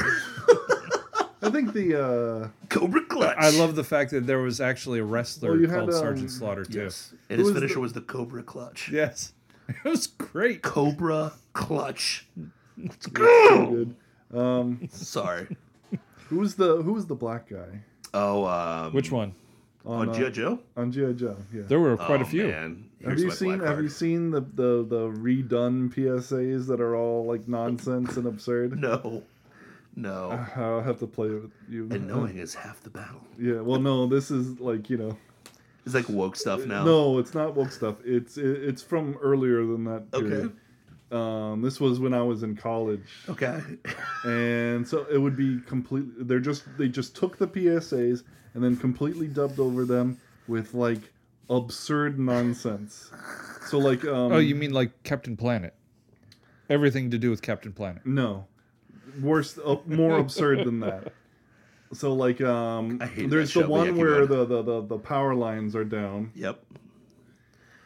Speaker 1: I think the uh,
Speaker 2: Cobra Clutch.
Speaker 3: I love the fact that there was actually a wrestler
Speaker 1: Well, you had,
Speaker 3: called
Speaker 1: um,
Speaker 3: Sergeant Slaughter too.
Speaker 2: Yes, and his
Speaker 1: Who was
Speaker 2: finisher
Speaker 1: the-
Speaker 2: was the Cobra Clutch.
Speaker 3: Yes. It was great.
Speaker 2: Cobra Clutch. Let's
Speaker 1: pretty
Speaker 2: go.
Speaker 1: uh, good. Um,
Speaker 2: Sorry.
Speaker 1: who's the who's the black guy
Speaker 2: Oh, um,
Speaker 3: Which one?
Speaker 2: on
Speaker 1: on uh,
Speaker 2: GI Joe?
Speaker 1: on GI Joe? Yeah.
Speaker 3: There were quite
Speaker 2: Oh,
Speaker 3: a few.
Speaker 2: Man.
Speaker 1: Have
Speaker 2: Here's
Speaker 1: you
Speaker 2: my
Speaker 1: seen
Speaker 2: black
Speaker 1: Have you
Speaker 2: card.
Speaker 1: seen the, the the redone PSAs that are all like nonsense and absurd? Uh,
Speaker 2: No, no.
Speaker 1: I'll have to play it with you. Uh,
Speaker 2: and knowing is half the battle.
Speaker 1: Yeah. Well, no, this is like you know.
Speaker 2: It's like woke stuff now.
Speaker 1: No, it's not woke stuff. It's it, it's from earlier than that.
Speaker 2: Okay.
Speaker 1: Period. Um, this was when I was in college,
Speaker 2: Okay.
Speaker 1: and so it would be completely. They're just they just took the PSAs and then completely dubbed over them with like absurd nonsense. So like um,
Speaker 3: Oh, you mean like Captain Planet? Everything to do with Captain Planet.
Speaker 1: No, worse, uh, more absurd than that. So like um
Speaker 2: I hated
Speaker 1: there's
Speaker 2: that
Speaker 1: the
Speaker 2: show, but yeah,
Speaker 1: one
Speaker 2: keep
Speaker 1: where
Speaker 2: going.
Speaker 1: the, the, the, the power lines are down
Speaker 2: Yep.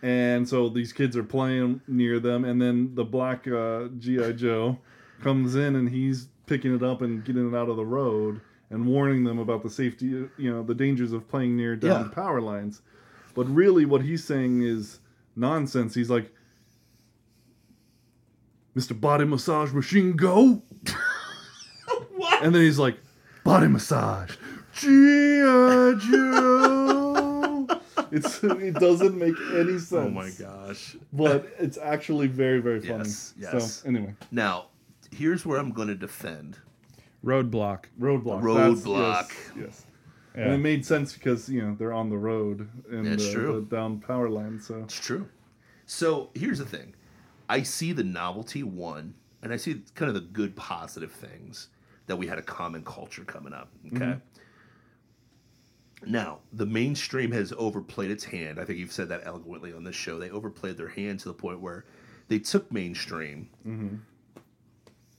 Speaker 1: and so these kids are playing near them and then the black uh, GI Joe comes in and he's picking it up and getting it out of the road and warning them about the safety you know the dangers of playing near down
Speaker 2: Yeah.
Speaker 1: power lines. But really what he's saying is nonsense. He's like Mr. Body Massage Machine Go
Speaker 2: What?
Speaker 1: and then he's like, body massage, G.I. Joe. it's it doesn't make any sense.
Speaker 2: Oh my gosh.
Speaker 1: But it's actually very very funny.
Speaker 2: Yes, yes.
Speaker 1: So anyway,
Speaker 2: Now, here's where I'm going to defend.
Speaker 3: Roadblock.
Speaker 1: roadblock.
Speaker 2: Roadblock.
Speaker 1: That's- Yes. yes. And
Speaker 3: Yeah.
Speaker 1: it made sense because you know they're on the road and
Speaker 2: That's
Speaker 1: the,
Speaker 2: true.
Speaker 1: the down power line. So
Speaker 2: It's true. So here's the thing I see the novelty one, and I see kind of the good positive things that we had a common culture coming up. Okay.
Speaker 1: Mm-hmm.
Speaker 2: Now, the mainstream has overplayed its hand. I think you've said that eloquently on this show. They overplayed their hand to the point where they took mainstream,
Speaker 1: Mm-hmm.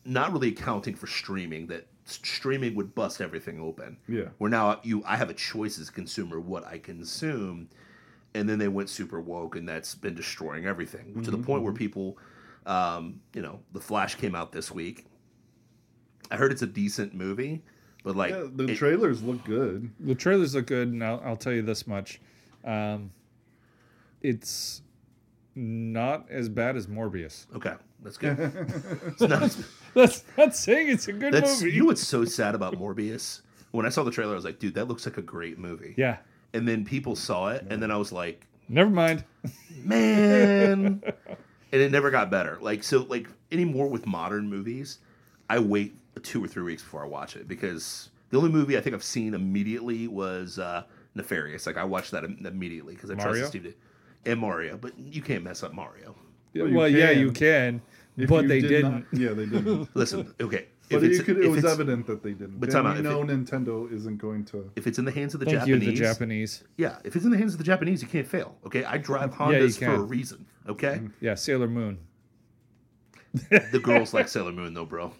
Speaker 2: not really accounting for streaming, that s- streaming would bust everything open.
Speaker 1: Yeah.
Speaker 2: Where now uh, you I have a choice as a consumer what I consume. And then they went super woke, and that's been destroying everything to
Speaker 1: Mm-hmm.
Speaker 2: the point where people, um, you know, The Flash came out this week. I heard it's a decent movie, but like
Speaker 1: yeah, the
Speaker 2: it-
Speaker 1: trailers look good.
Speaker 3: The trailers look good, and I'll, I'll tell you this much: um, it's not as bad as Morbius.
Speaker 2: Okay, that's good. It's not-
Speaker 3: That's not saying it's a good
Speaker 2: that's
Speaker 3: movie.
Speaker 2: you know what's so sad about Morbius? When I saw the trailer, I was like, dude, that looks like a great movie.
Speaker 3: yeah.
Speaker 2: And then people saw it, and then I was like,
Speaker 3: Never mind.
Speaker 2: man. and it never got better. Like so, like anymore with modern movies, I wait two or three weeks before I watch it because the only movie I think I've seen immediately was uh, Nefarious. Like I watched that im- immediately because I
Speaker 3: Mario?
Speaker 2: trusted Steve to- and Mario, but you can't mess up Mario.
Speaker 1: Well,
Speaker 3: Well,
Speaker 1: you
Speaker 3: yeah,
Speaker 1: can.
Speaker 3: you can,
Speaker 1: If
Speaker 3: but
Speaker 1: you
Speaker 3: they
Speaker 1: did
Speaker 3: did not
Speaker 1: not- yeah, they didn't.
Speaker 2: Listen, okay.
Speaker 1: but
Speaker 2: if it's-
Speaker 1: you could, it
Speaker 2: if
Speaker 1: was
Speaker 2: it's-
Speaker 1: evident that they didn't.
Speaker 2: But
Speaker 1: But
Speaker 2: time
Speaker 1: we
Speaker 2: out, if
Speaker 1: know Nintendo isn't going to.
Speaker 2: if it's in the hands of the
Speaker 3: Thank
Speaker 2: Japanese,
Speaker 3: you, the Japanese.
Speaker 2: yeah, if it's in the hands of the Japanese, you can't fail. Okay, I drive Hondas for a
Speaker 3: can.
Speaker 2: reason. Okay,
Speaker 1: Mm-hmm.
Speaker 3: Yeah, Sailor Moon.
Speaker 2: the girls like Sailor Moon though, bro.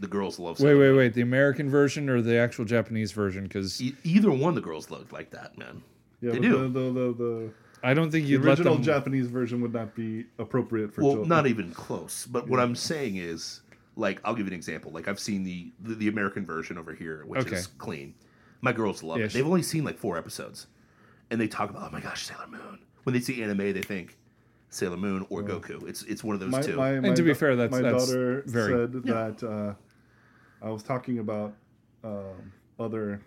Speaker 2: The girls love
Speaker 3: Wait,
Speaker 2: Sailor
Speaker 3: wait, wait. The American version or the actual Japanese version? Because
Speaker 2: Moon. E- either one of the girls looked like that, man.
Speaker 1: Yeah,
Speaker 2: They
Speaker 1: but
Speaker 2: do.
Speaker 1: The, the, the, the,
Speaker 3: I don't think
Speaker 1: the
Speaker 3: you'd let
Speaker 1: original
Speaker 3: them.
Speaker 1: Japanese version would not be appropriate for
Speaker 2: well,
Speaker 1: children.
Speaker 2: not even close. But what I'm saying is, like, I'll give you an example. Like, I've seen the the, the American version over here, which
Speaker 3: Okay.
Speaker 2: is clean. My girls love
Speaker 3: Yeah,
Speaker 2: it.
Speaker 3: sh-
Speaker 2: They've only seen like four episodes, and they talk about, oh my gosh, Sailor Moon. When they see anime, they think Sailor Moon or Goku. It's it's one of those
Speaker 1: my,
Speaker 2: two.
Speaker 1: my, my
Speaker 3: to be
Speaker 1: da-
Speaker 3: fair, that's-
Speaker 1: my
Speaker 3: that's
Speaker 1: daughter
Speaker 3: very-
Speaker 1: said that uh, I was talking about um, other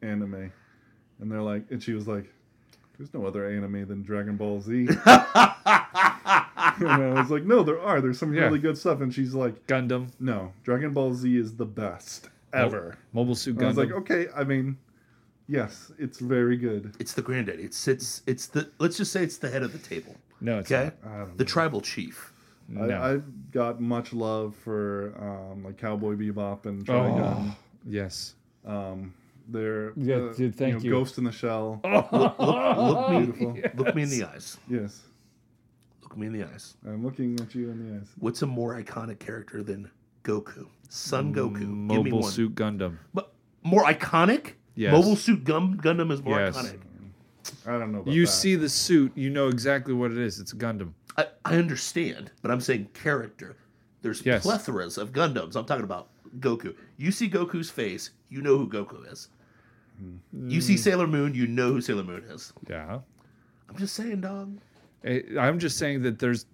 Speaker 1: anime, and they're like, and she was like, "There's no other anime than Dragon Ball Z." and I was like, "No, there are. There's some
Speaker 3: Yeah.
Speaker 1: really good stuff." And she's like,
Speaker 3: Gundam.
Speaker 1: "No, Dragon Ball Z is the best ever."
Speaker 3: Mobile Suit
Speaker 1: And I
Speaker 3: Gundam.
Speaker 1: was like, "Okay, I mean, yes, it's very good."
Speaker 2: It's the granddaddy. It's it's it's the let's just say it's the head of the table.
Speaker 3: no, it's
Speaker 2: Okay,
Speaker 1: I don't
Speaker 2: the tribal chief.
Speaker 3: not. No.
Speaker 1: Um, I, I got much love for um, like Cowboy Bebop and Trigun.
Speaker 3: oh, yes.
Speaker 1: Um, they're
Speaker 3: Yeah,
Speaker 1: uh,
Speaker 3: dude, thank
Speaker 1: know,
Speaker 3: you.
Speaker 1: Ghost in the Shell.
Speaker 2: Look, look, look
Speaker 1: Beautiful.
Speaker 2: me, look me in the eyes.
Speaker 1: Yes,
Speaker 2: Look me in the eyes.
Speaker 1: I'm looking at you in the eyes.
Speaker 2: What's a more iconic character than Goku? Son Goku. Give me
Speaker 3: Mm, Mobile
Speaker 2: one.
Speaker 3: Suit Gundam.
Speaker 2: But more iconic?
Speaker 3: Yes.
Speaker 2: Mobile Suit Gum- Gundam is more
Speaker 3: Yes.
Speaker 2: iconic.
Speaker 1: I don't know. About
Speaker 3: You
Speaker 1: that.
Speaker 3: see the suit, you know exactly what it is. It's a Gundam.
Speaker 2: I, I understand, but I'm saying character. There's
Speaker 3: Yes.
Speaker 2: plethoras of Gundams. I'm talking about Goku. You see Goku's face, you know who Goku is. You
Speaker 3: Mm.
Speaker 2: see Sailor Moon, you know who Sailor Moon is.
Speaker 3: Yeah.
Speaker 2: I'm just saying, dog.
Speaker 3: I- Eh, I'm just saying that there's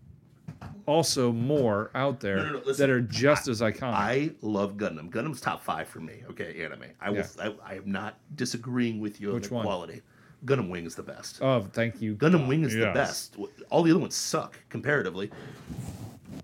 Speaker 3: also more out there
Speaker 2: no, no, listen.
Speaker 3: that are just as iconic.
Speaker 2: I love Gundam. Gundam's top five for me. Okay, anime. I will. I, I am not disagreeing with you on
Speaker 3: Which
Speaker 2: the
Speaker 3: one?
Speaker 2: quality. Gundam Wing is the best.
Speaker 3: oh, thank you.
Speaker 2: Gundam Wing is the
Speaker 3: Yes.
Speaker 2: best. All the other ones suck comparatively.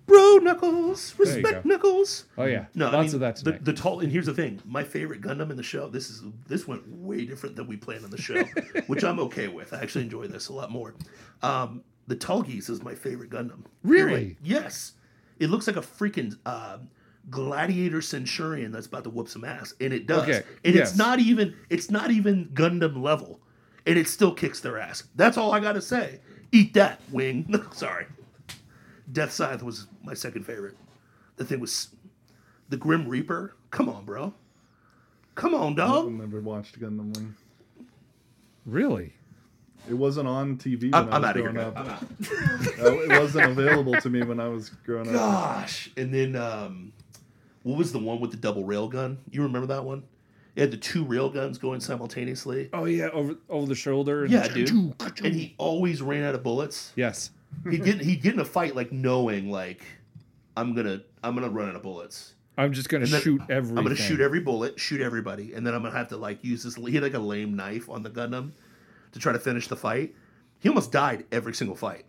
Speaker 2: Bro, Knuckles,
Speaker 3: you
Speaker 2: respect
Speaker 3: go.
Speaker 2: Knuckles.
Speaker 3: Oh yeah,
Speaker 2: No,
Speaker 3: lots
Speaker 2: I mean,
Speaker 3: of that
Speaker 2: the,
Speaker 3: tonight.
Speaker 2: the tall. And here's the thing: my favorite Gundam in the show. This is this went way different than we planned on the show, which I'm okay with. I actually enjoy this a lot more. Um, the tall geese is my favorite Gundam.
Speaker 3: Really?
Speaker 2: Period. Yes. It looks like a freaking uh, gladiator centurion that's about to whoop some ass, and it does.
Speaker 3: Okay,
Speaker 2: And
Speaker 3: yes.
Speaker 2: it's not even it's not even Gundam level, and it still kicks their ass. That's all I gotta say. Eat that wing. Sorry. Death Scythe was my second favorite. The thing was the Grim Reaper. Come on, bro. Come on,
Speaker 1: I've
Speaker 2: dog.
Speaker 1: never watched Gundam Wing.
Speaker 3: Really?
Speaker 1: It wasn't on TV when
Speaker 2: I'm-
Speaker 1: I
Speaker 2: Ah, I'm
Speaker 1: was
Speaker 2: outta here,
Speaker 1: growing
Speaker 2: guys.
Speaker 1: up. Uh, it wasn't available to me when I was growing up.
Speaker 2: Gosh. And then um, what was the one with the double rail gun? You remember that one? It had the two rail guns going simultaneously.
Speaker 3: Oh yeah, over over the shoulder. And
Speaker 2: Yeah, dude. And he always ran out of bullets.
Speaker 3: Yes.
Speaker 2: He'd get he'd get in a fight like knowing like I'm gonna I'm gonna run out of bullets.
Speaker 3: I'm just gonna
Speaker 2: then
Speaker 3: shoot everything.
Speaker 2: I'm gonna shoot every bullet, shoot everybody, and then I'm gonna have to like use this. He had like a lame knife on the Gundam to try to finish the fight. He almost died every single fight.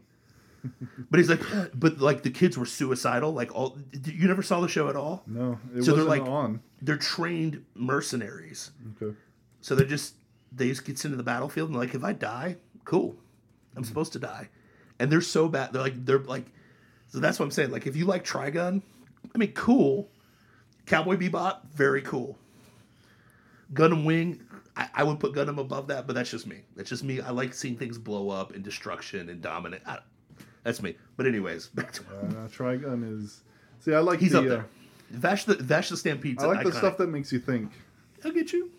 Speaker 2: but he's like, but like the kids were suicidal. Like all, you never saw the show at all.
Speaker 1: No, it
Speaker 2: So they're
Speaker 1: wasn't
Speaker 2: like-
Speaker 1: on.
Speaker 2: They're trained mercenaries,
Speaker 1: Okay.
Speaker 2: so they're just they just gets into the battlefield and like, if I die, cool,
Speaker 1: Mm-hmm.
Speaker 2: I'm supposed to die. And they're so bad. They're like they're like, so that's what I'm saying. Like if you like Trigun, I mean, cool. Cowboy Bebop, very cool. Gundam Wing, I, I would put Gundam above that, but that's just me. That's just me. I like seeing things blow up and destruction and dominant. I, that's me. But anyways, back to
Speaker 1: Uh, Trigun is. See, I like
Speaker 2: he's
Speaker 1: the.
Speaker 2: up
Speaker 1: Uh,
Speaker 2: there. Vash the Vash the Stampede's
Speaker 1: I like the
Speaker 2: iconic.
Speaker 1: stuff that makes you think.
Speaker 2: I'll get you.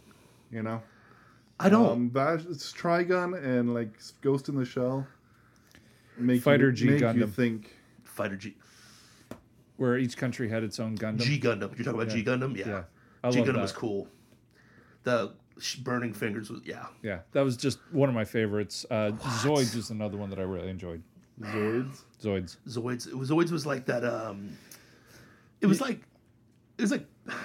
Speaker 1: You know,
Speaker 2: I don't.
Speaker 1: um, Vash, it's Trigun and like Ghost in the Shell. Make
Speaker 3: Fighter
Speaker 1: you,
Speaker 3: G
Speaker 1: make you
Speaker 3: Gundam.
Speaker 1: think.
Speaker 2: Fighter G
Speaker 3: Where each country had its own Gundam.
Speaker 2: G Gundam. You're talking about G Gundam, yeah.
Speaker 3: yeah. I
Speaker 2: G
Speaker 3: love
Speaker 2: Gundam
Speaker 3: that.
Speaker 2: was cool. The sh- burning fingers was yeah.
Speaker 3: Yeah, that was just one of my favorites. Uh, Zoids is another one that I really enjoyed.
Speaker 1: Zoids.
Speaker 3: Zoids.
Speaker 2: Zoids. It was Zoids was like that. Um, it was like it was like. I,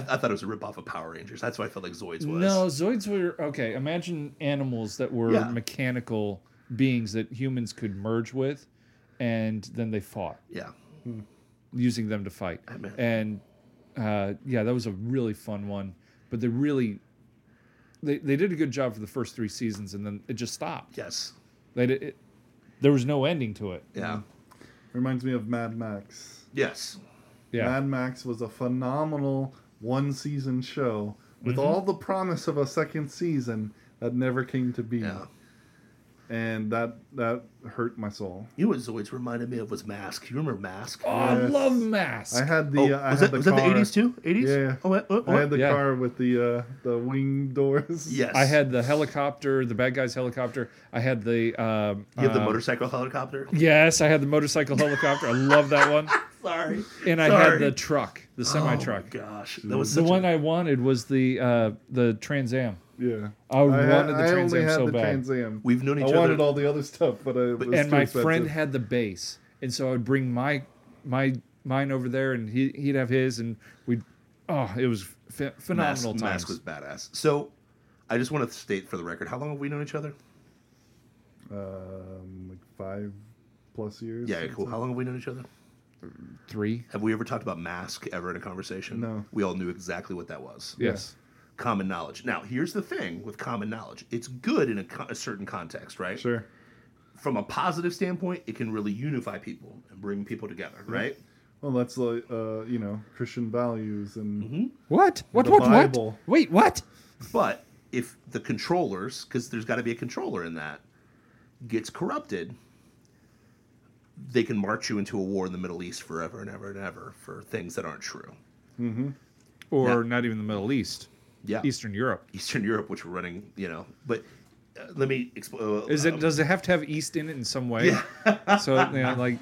Speaker 2: I thought it was a ripoff of Power Rangers. That's why I felt like Zoids was.
Speaker 3: No, Zoids were okay. Imagine animals that were
Speaker 2: Yeah.
Speaker 3: mechanical beings that humans could merge with, and then they fought
Speaker 2: Yeah.
Speaker 3: using them to fight.
Speaker 2: mean-
Speaker 3: And uh, yeah, that was a really fun one. But they really, they they did a good job for the first three seasons, and then it just stopped.
Speaker 2: Yes.
Speaker 3: They did, it, there was no ending to it.
Speaker 2: Yeah.
Speaker 1: Reminds me of Mad Max.
Speaker 2: Yes.
Speaker 3: Yeah,
Speaker 1: Mad Max was a phenomenal one season show with
Speaker 2: Mm-hmm.
Speaker 1: all the promise of a second season that never came to be.
Speaker 2: Yeah.
Speaker 1: And that that hurt my soul.
Speaker 2: You know what Zoids reminded me of was Mask. You remember Mask?
Speaker 3: Oh, I
Speaker 1: Yes.
Speaker 3: love Mask.
Speaker 1: I had the
Speaker 2: Oh,
Speaker 1: uh, I
Speaker 2: was
Speaker 1: had
Speaker 2: that
Speaker 1: the
Speaker 2: was
Speaker 1: car.
Speaker 2: that the eighties too? Eighties?
Speaker 1: Yeah, yeah.
Speaker 2: Oh, what, what,
Speaker 1: I had the
Speaker 3: Yeah.
Speaker 1: car with the uh, the wing doors.
Speaker 2: yes.
Speaker 3: I had the helicopter, the bad guy's helicopter. I had the. Um,
Speaker 2: You have the
Speaker 3: um,
Speaker 2: motorcycle helicopter.
Speaker 3: Yes, I had the motorcycle helicopter. I love that one.
Speaker 2: Sorry.
Speaker 3: And I
Speaker 2: Sorry.
Speaker 3: had the truck, the semi truck.
Speaker 2: Oh my gosh, that was
Speaker 3: the
Speaker 2: such
Speaker 3: one
Speaker 2: A,
Speaker 3: I wanted was the uh, the Trans Am.
Speaker 1: Yeah.
Speaker 3: I wanted
Speaker 1: had-
Speaker 3: the
Speaker 1: I
Speaker 3: Trans
Speaker 1: only
Speaker 3: Am
Speaker 1: had
Speaker 3: so
Speaker 1: the
Speaker 3: bad.
Speaker 1: Trans Am.
Speaker 2: we've known
Speaker 1: I
Speaker 2: each
Speaker 1: wanted
Speaker 2: other.
Speaker 1: all the other stuff, but I, it was
Speaker 3: and
Speaker 1: too
Speaker 3: my
Speaker 1: expensive.
Speaker 3: friend had the bass, and so I would bring my my mine over there, and he he'd have his, and we'd oh, it was ph-
Speaker 2: Mask,
Speaker 3: phenomenal times.
Speaker 2: Mask was badass. So, I just want to state for the record, how long have we known each other?
Speaker 1: um, like five plus years.
Speaker 2: Yeah, cool. How long have we known each other?
Speaker 3: Three.
Speaker 2: Have we ever talked about mask ever in a conversation?
Speaker 1: No.
Speaker 2: We all knew exactly what that was.
Speaker 3: Yes.
Speaker 2: Common knowledge. Now, here's the thing with common knowledge. It's good in a, co- a certain context, right?
Speaker 1: Sure.
Speaker 2: From a positive standpoint, it can really unify people and bring people together, right?
Speaker 1: Well, that's like uh, you know Christian values and
Speaker 2: Mm-hmm.
Speaker 3: What? What?
Speaker 1: The
Speaker 3: what? What?
Speaker 1: Bible.
Speaker 3: Wait, what?
Speaker 2: But if the controllers, because there's got to be a controller in that, gets corrupted, they can march you into a war in the Middle East forever and ever and ever for things that aren't true.
Speaker 3: Or
Speaker 2: Yeah.
Speaker 3: not even the Middle East,
Speaker 2: Yeah.
Speaker 3: Eastern Europe.
Speaker 2: Eastern Europe, which we're running, you know. But uh, um, let me explain.
Speaker 3: Is it? Does it have to have East in it in some way? so you know, like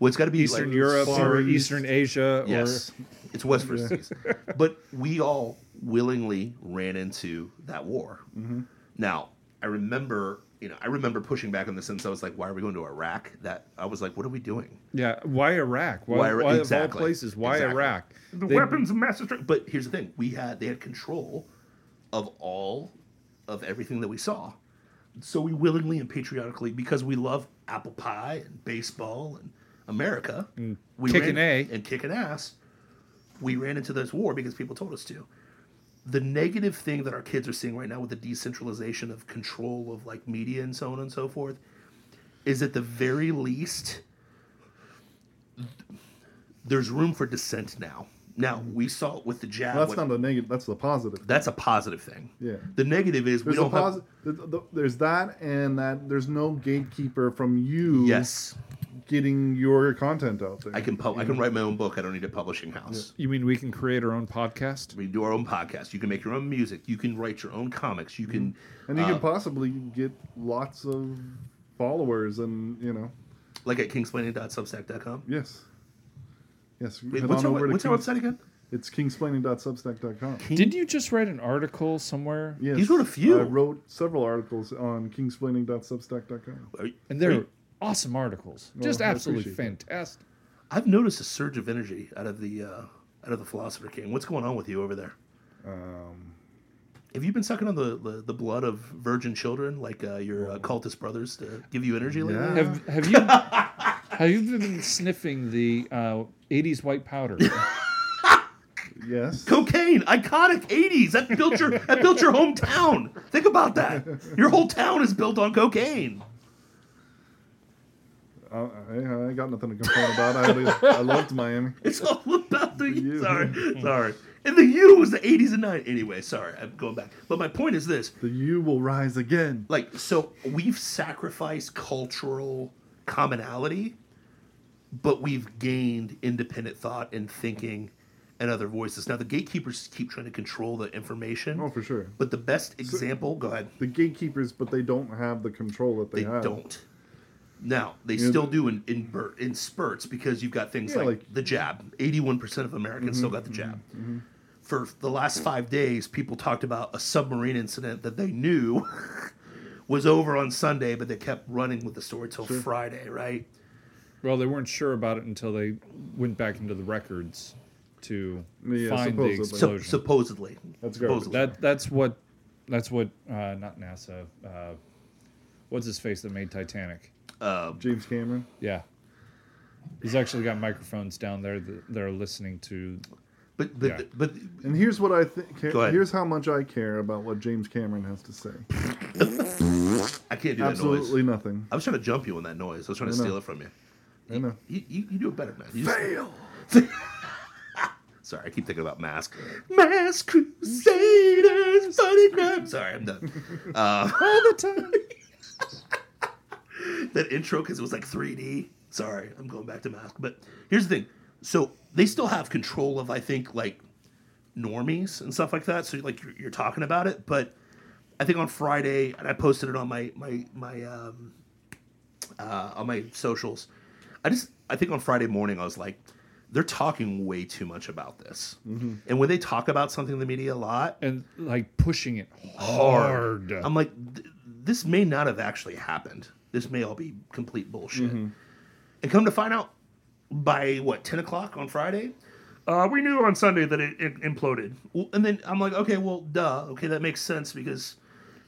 Speaker 2: Well, it's got to be
Speaker 3: Eastern
Speaker 2: like,
Speaker 3: Europe
Speaker 1: Far
Speaker 3: or
Speaker 1: East.
Speaker 3: Eastern Asia
Speaker 2: Yes,
Speaker 3: or
Speaker 2: it's West versus East. But we all willingly ran into that war.
Speaker 3: Mm-hmm.
Speaker 2: Now, I remember, you know, I remember pushing back on this since I was like, "Why are we going to Iraq?" That I was like, "What are we doing?"
Speaker 3: yeah. Why Iraq? Why,
Speaker 2: Why-
Speaker 3: why, of all
Speaker 2: exactly.
Speaker 3: places? Why
Speaker 2: Exactly.
Speaker 3: Iraq?
Speaker 2: The
Speaker 3: They-
Speaker 2: weapons of mass destruction. But here's the thing: we had they had control of all of everything that we saw. So we willingly and patriotically, because we love apple pie and baseball and America, we
Speaker 3: Mm. kicking
Speaker 2: ran-
Speaker 3: A.
Speaker 2: and kicking ass. We ran into this war because people told us to. The negative thing that our kids are seeing right now with the decentralization of control of like media and so on and so forth is at the very least there's room for dissent now. Now we saw it with the jab.
Speaker 1: Well, that's
Speaker 2: what-
Speaker 1: not the negative. That's the positive.
Speaker 2: that's a positive thing.
Speaker 1: Yeah.
Speaker 2: The negative is
Speaker 1: There's
Speaker 2: we
Speaker 1: a
Speaker 2: don't
Speaker 1: posi-
Speaker 2: have
Speaker 1: th- th- there's that and that. There's no gatekeeper from you
Speaker 2: Mm-hmm. yes.
Speaker 1: getting your content out there.
Speaker 2: I can pub- I
Speaker 1: Mm-hmm.
Speaker 2: can write my own book. I don't need a publishing house.
Speaker 3: You mean we can create our own podcast?
Speaker 2: We do our own podcast. You can make your own music. You can write your own comics. You can.
Speaker 1: Mm-hmm.
Speaker 2: uh,
Speaker 1: and you can possibly get lots of followers and, you know,
Speaker 2: like at kingsplaining.substack.com.
Speaker 1: yes. Yes.
Speaker 2: Wait,
Speaker 1: head
Speaker 2: what's
Speaker 1: on
Speaker 2: our,
Speaker 1: over to
Speaker 2: what's our
Speaker 1: Kings-
Speaker 2: website again?
Speaker 1: It's kingsplaining.substack.com.
Speaker 3: Did you just write an article somewhere?
Speaker 1: Yes.
Speaker 2: He's wrote a few.
Speaker 1: I wrote several articles on kingsplaining.substack.com.
Speaker 2: Are you-
Speaker 3: And
Speaker 2: are
Speaker 3: they're
Speaker 2: you-
Speaker 3: awesome articles. just
Speaker 1: I
Speaker 3: absolutely
Speaker 1: appreciate
Speaker 3: fantastic.
Speaker 2: I've noticed a surge of energy out of the uh, out of the Philosopher King. What's going on with you over there?
Speaker 1: Um,
Speaker 2: Have you been sucking on the the, the blood of virgin children like uh, your uh, cultist brothers to give you energy? lately?
Speaker 1: Oh. Yeah.
Speaker 3: Have have you have you been sniffing the uh, 80s white powder?
Speaker 1: yes.
Speaker 2: Cocaine, iconic '80s. That built your that built your hometown. Think about that. Your whole town is built on cocaine.
Speaker 1: I, Uh, I, I got nothing to complain about. I, had a- I loved Miami.
Speaker 2: It's all about the
Speaker 1: you.
Speaker 2: sorry, sorry. And the U was the '80s and '90s. Anyway, sorry, I'm going back. But my point is this:
Speaker 1: The U will rise again.
Speaker 2: like, so we've sacrificed cultural commonality, but we've gained independent thought and thinking, and other voices. Now the gatekeepers keep trying to control the information.
Speaker 1: Oh, for sure.
Speaker 2: But the best example, go ahead.
Speaker 1: The gatekeepers, but they don't have the control that they,
Speaker 2: they
Speaker 1: have.
Speaker 2: don't. Now they
Speaker 1: Yeah,
Speaker 2: still
Speaker 1: the-
Speaker 2: do in in, bur- in spurts because you've got things
Speaker 1: Yeah,
Speaker 2: like,
Speaker 1: like- Mm-hmm,
Speaker 2: the jab. Eighty-one percent of Americans still got the jab. For the last five days, people talked about a submarine incident that they knew was over on Sunday, but they kept running with the story till Friday, right?
Speaker 3: well, they weren't sure about it until they went back into the records to
Speaker 1: Yeah,
Speaker 3: find
Speaker 1: supposedly. So-
Speaker 3: the
Speaker 2: Sup-
Speaker 3: explosion.
Speaker 2: supposedly,
Speaker 1: That's garbage.
Speaker 2: supposedly.
Speaker 3: that that's what that's what uh, not NASA. Uh, what's his face that made Titanic?
Speaker 1: James Cameron.
Speaker 3: Yeah. He's actually got microphones down there that that are listening to.
Speaker 2: but but,
Speaker 3: yeah.
Speaker 2: but
Speaker 1: And here's what I think.
Speaker 2: Go ahead.
Speaker 1: Here's how much I care about what James Cameron has to say.
Speaker 2: I can't do that noise.
Speaker 1: Absolutely nothing.
Speaker 2: I was trying to jump you on that noise. I was trying to
Speaker 1: I know.
Speaker 2: steal it from you.
Speaker 1: I know.
Speaker 2: You, you, you do it better, man. You just-
Speaker 1: Fail.
Speaker 2: Sorry, I keep thinking about Mask. Mask Crusaders, Bunny Grab. Sorry, I'm done. Uh, All the time. that intro, because it was like 3D. Sorry, I'm going back to Mask. But here's the thing. So they still have control of, I think, like normies and stuff like that. So like you're, you're talking about it, but I think on Friday, and I posted it on my my my um, uh, on my socials. I just I think on Friday morning I was like, they're talking way too much about this. And when they talk about something in the media a lot,
Speaker 3: And like pushing it hard.
Speaker 2: I'm like, th- this may not have actually happened. This may all be complete bullshit. And come to find out, by what ten o'clock on Friday, uh, we knew on Sunday that it, it imploded. Well, And then I'm like, okay, well, duh. Okay, that makes sense because,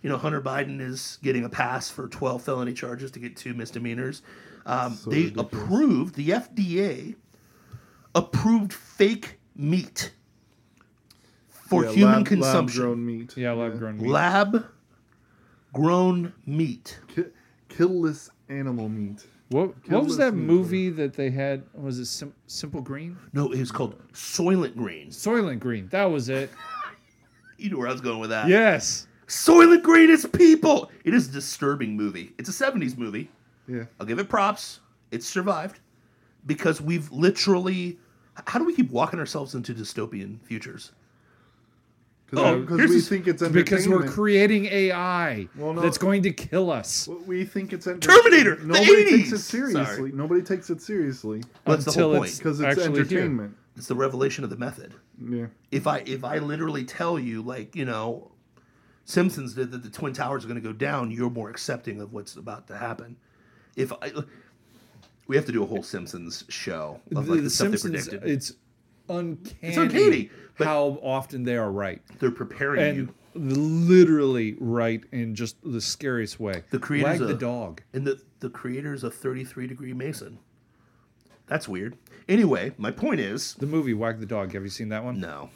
Speaker 2: you know, Hunter Biden is getting a pass for 12 felony charges to get two misdemeanors. Um,
Speaker 1: So
Speaker 2: they
Speaker 1: ridiculous.
Speaker 2: approved the FDA approved fake meat for
Speaker 1: Yeah,
Speaker 2: human
Speaker 1: lab-
Speaker 2: consumption
Speaker 1: Lab-grown meat.
Speaker 3: yeah, lab grown meat.
Speaker 2: lab grown meat.
Speaker 1: Ki- killless animal meat.
Speaker 3: what what was
Speaker 1: Killless
Speaker 3: that
Speaker 1: meat,
Speaker 3: movie that they had? Was it Sim- Simple Green?
Speaker 2: No, it was called Soylent Green.
Speaker 3: Soylent Green. That was it.
Speaker 2: You knew where I was going with that.
Speaker 3: Yes.
Speaker 2: Soylent Green is people. It is a disturbing movie. It's a 70s movie.
Speaker 1: Yeah.
Speaker 2: I'll give it props. It's survived because we've literally. How do we keep walking ourselves into dystopian futures? Oh,
Speaker 1: Because
Speaker 2: here's
Speaker 1: we
Speaker 2: this-
Speaker 1: think it's entertainment.
Speaker 3: Because we're creating AI
Speaker 1: Well, no.
Speaker 3: that's going to kill us
Speaker 1: What we think it's entertainment.
Speaker 2: Terminator, the
Speaker 1: Nobody takes it
Speaker 2: 80s. Sorry.
Speaker 1: seriously. Nobody takes it seriously
Speaker 2: What's the whole
Speaker 3: until
Speaker 2: point?
Speaker 3: it's
Speaker 1: because it's
Speaker 3: actually here.
Speaker 1: entertainment.
Speaker 2: It's the revelation of the method.
Speaker 1: Yeah.
Speaker 2: if I if I literally tell you like you know, Simpsons did that the twin towers are going to go down, you're more accepting of what's about to happen. If I, we have to do a whole Simpsons show of like the,
Speaker 3: the
Speaker 2: stuff
Speaker 3: Simpsons,
Speaker 2: they predicted.
Speaker 3: it's uncanny,
Speaker 2: uncanny, but-
Speaker 3: how often they are right.
Speaker 2: They're preparing
Speaker 3: and
Speaker 2: you,
Speaker 3: literally right in just the scariest way.
Speaker 2: The creators
Speaker 3: Wag the
Speaker 2: of-
Speaker 3: dog.
Speaker 2: and the the creators of Thirty Three Degree Mason. That's weird. Anyway, my point is
Speaker 3: The movie Wag the Dog. Have you seen that one?
Speaker 2: no,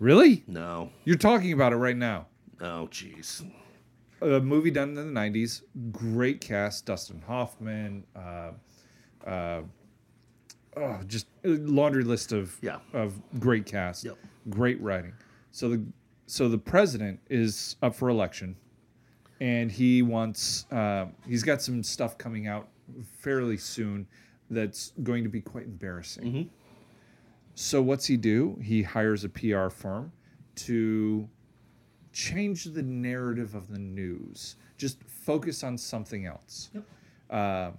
Speaker 3: Really?
Speaker 2: no,
Speaker 3: You're talking about it right now.
Speaker 2: oh jeez,
Speaker 3: A movie done in the '90s. Great cast: Dustin Hoffman. Uh, uh, oh, just a laundry list of
Speaker 2: Yeah.
Speaker 3: of great cast.
Speaker 2: Yep.
Speaker 3: Great writing. So the so the president is um, up for election, and he wants uh, he's got some stuff coming out fairly soon that's going to be quite embarrassing. So what's he do? He hires a PR firm to change the narrative of the news. Just focus on something else. Uh,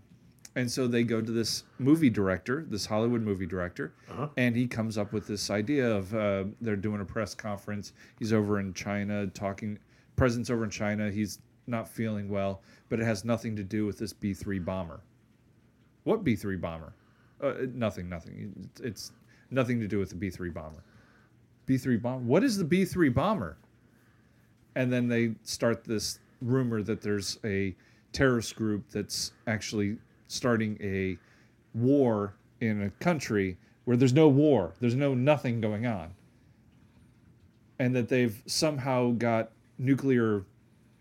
Speaker 3: and so they go to this movie director, this Hollywood movie director, and he comes up with this idea of uh, they're doing a press conference. He's over in China talking, president's over in China. He's not feeling well, but it has nothing to do with this B 3 bomber. What B 3 bomber? Uh, nothing, nothing. It's, it's nothing to do with the B 3 bomber. B 3 bomber? What is the B 3 bomber? and then they start this rumor that there's a terrorist group that's actually starting a war in a country where there's no war, there's no nothing going on, and that they've somehow got nuclear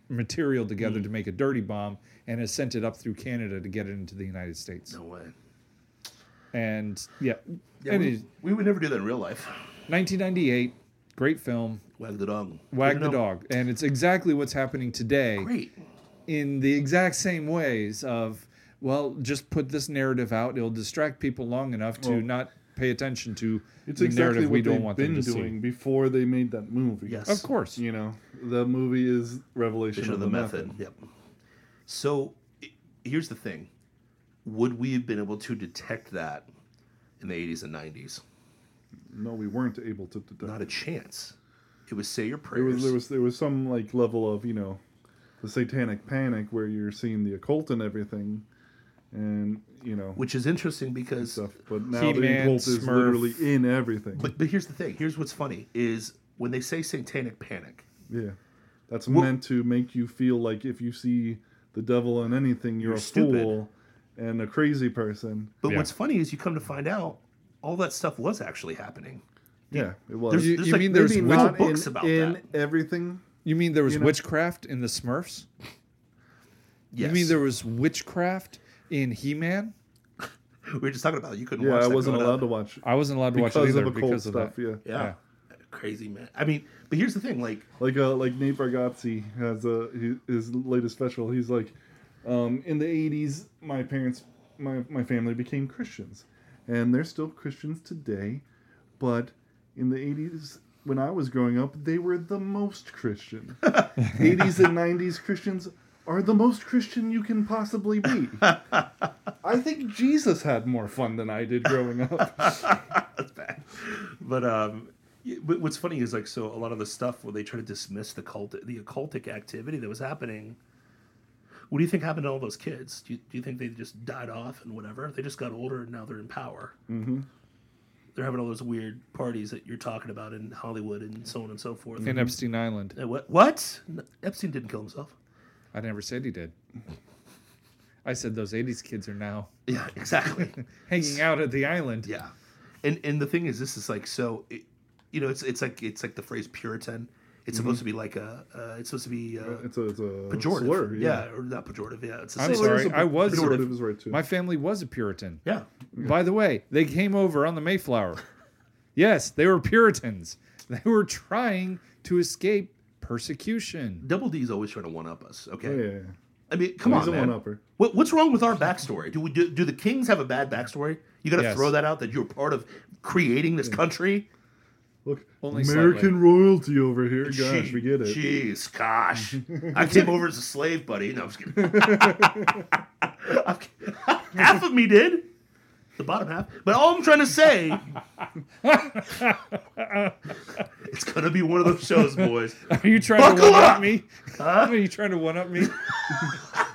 Speaker 3: material together
Speaker 2: Hmm.
Speaker 3: to make a dirty bomb and has sent it up through Canada to get it into the United States.
Speaker 2: No way.
Speaker 3: And yeah,
Speaker 2: Yeah,
Speaker 3: and
Speaker 2: we,
Speaker 3: it's-
Speaker 2: we would never do that in real life.
Speaker 3: 1998, great film,
Speaker 2: Wag the dog.
Speaker 3: Wag
Speaker 2: Put it
Speaker 3: the
Speaker 2: up.
Speaker 3: Dog, and it's exactly what's happening today.
Speaker 2: Great.
Speaker 3: in the exact same ways of well just put this narrative out it'll distract people long enough to
Speaker 1: Well,
Speaker 3: not pay attention to
Speaker 1: It's
Speaker 3: the
Speaker 1: exactly
Speaker 3: narrative
Speaker 1: what
Speaker 3: we
Speaker 1: they've
Speaker 3: don't want
Speaker 1: been
Speaker 3: them to
Speaker 1: doing before they made that movie.
Speaker 2: Yes.
Speaker 3: see of course
Speaker 1: You know, the movie is revelation
Speaker 2: Vision
Speaker 1: of the, method.
Speaker 2: Yep. So i- here's the thing: Would we have been able to detect that in the 80s and 90s?
Speaker 1: No, we weren't able to detect.
Speaker 2: Not a chance. It was say your
Speaker 1: There was
Speaker 2: prayers.
Speaker 1: there was there was some like level of you know, the satanic panic where you're seeing the occult and everything, and you know
Speaker 2: which is interesting because
Speaker 1: stuff. But now the
Speaker 3: He-Man,
Speaker 1: occult is
Speaker 3: Smurf.
Speaker 1: literally in everything.
Speaker 2: but, but here's the thing here's what's funny is when they say satanic panic
Speaker 1: yeah, that's meant to make you feel like if you see the devil in anything, you're, a
Speaker 2: stupid.
Speaker 1: fool and a crazy person.
Speaker 2: but
Speaker 3: Yeah.
Speaker 2: what's funny is you come to find out all that stuff was actually happening
Speaker 1: Yeah, it was.
Speaker 2: There's-
Speaker 3: you,
Speaker 2: there's
Speaker 3: you
Speaker 2: like
Speaker 3: mean there's
Speaker 1: Maybe
Speaker 3: witch,
Speaker 2: not-
Speaker 1: in-
Speaker 2: books about
Speaker 1: in
Speaker 2: that.
Speaker 1: everything.
Speaker 3: you mean there was
Speaker 1: you know-
Speaker 3: witchcraft in the smurfs
Speaker 2: yes
Speaker 3: you mean there was witchcraft in he-man
Speaker 2: we were just talking about it. you couldn't
Speaker 1: Yeah,
Speaker 2: watch
Speaker 1: I
Speaker 2: that
Speaker 1: wasn't
Speaker 2: growing
Speaker 1: allowed
Speaker 2: up.
Speaker 1: to watch
Speaker 3: i wasn't allowed to watch it
Speaker 1: because
Speaker 3: either
Speaker 1: of occult
Speaker 3: because of
Speaker 1: stuff.
Speaker 3: that
Speaker 1: Yeah.
Speaker 2: yeah. crazy man i mean but here's the thing like
Speaker 1: like uh, like Nate Bargatze has a he- his latest special. He's like, um, in the '80s, my parents, my my family became Christians, and they're still Christians today, but in the '80s. When I was growing up, they were the most Christian. 80s and 90s Christians are the most Christian you can possibly be. I think Jesus had more fun than I did growing up.
Speaker 2: that's bad. But um, y- but what's funny is like so a lot of the stuff where they try to dismiss the cult, the occultic activity that was happening. What do you think happened to all those kids? Do you, do you think they just died off and whatever? They just got older and now they're in power. Mm-hmm. They're having all those weird parties that you're talking about in Hollywood and so on and so forth.
Speaker 1: Mm-hmm.
Speaker 3: in epstein island
Speaker 2: And what? What? No, Epstein didn't kill himself.
Speaker 3: i never said he did i said those 80s kids are now
Speaker 2: Yeah, exactly.
Speaker 3: hanging out at the island
Speaker 2: Yeah, and and the thing is, this is like so, it, you know, it's it's like it's like the phrase Puritan. It's supposed to be like a, uh, it's supposed to be uh,
Speaker 1: It's a, it's a
Speaker 2: pejorative,
Speaker 1: slur.
Speaker 2: yeah. or not pejorative, yeah. It's a
Speaker 3: I'm
Speaker 2: same-
Speaker 3: sorry,
Speaker 1: Slur is a-
Speaker 3: I was-
Speaker 1: pejorative is right too.
Speaker 3: my family was a puritan
Speaker 2: yeah.
Speaker 3: By the way, they came over on the Mayflower. yes, they were Puritans. They were trying to escape persecution.
Speaker 2: Double D's always trying to one up us. Okay,
Speaker 1: yeah, Oh, yeah, yeah.
Speaker 2: I mean, come
Speaker 1: He's
Speaker 2: on,
Speaker 1: a
Speaker 2: man.
Speaker 1: one-upper.
Speaker 2: What, what's wrong with our backstory? Do we do, do the Kings have a bad backstory? You got to
Speaker 3: Yes.
Speaker 2: throw that out that you're part of creating this country.
Speaker 1: Look,
Speaker 3: Only
Speaker 1: American
Speaker 3: slightly.
Speaker 1: royalty over here. Gosh,
Speaker 2: Gee-
Speaker 1: we get it.
Speaker 2: Jeez, gosh, I came over as a slave, buddy. No, I'm just kidding. I'm kid- half of me did, the bottom half. But all I'm trying to say, it's gonna be one of those shows, boys.
Speaker 3: Are you trying
Speaker 2: Buckle
Speaker 3: to one
Speaker 2: up!
Speaker 3: up me? Are you trying to one up me?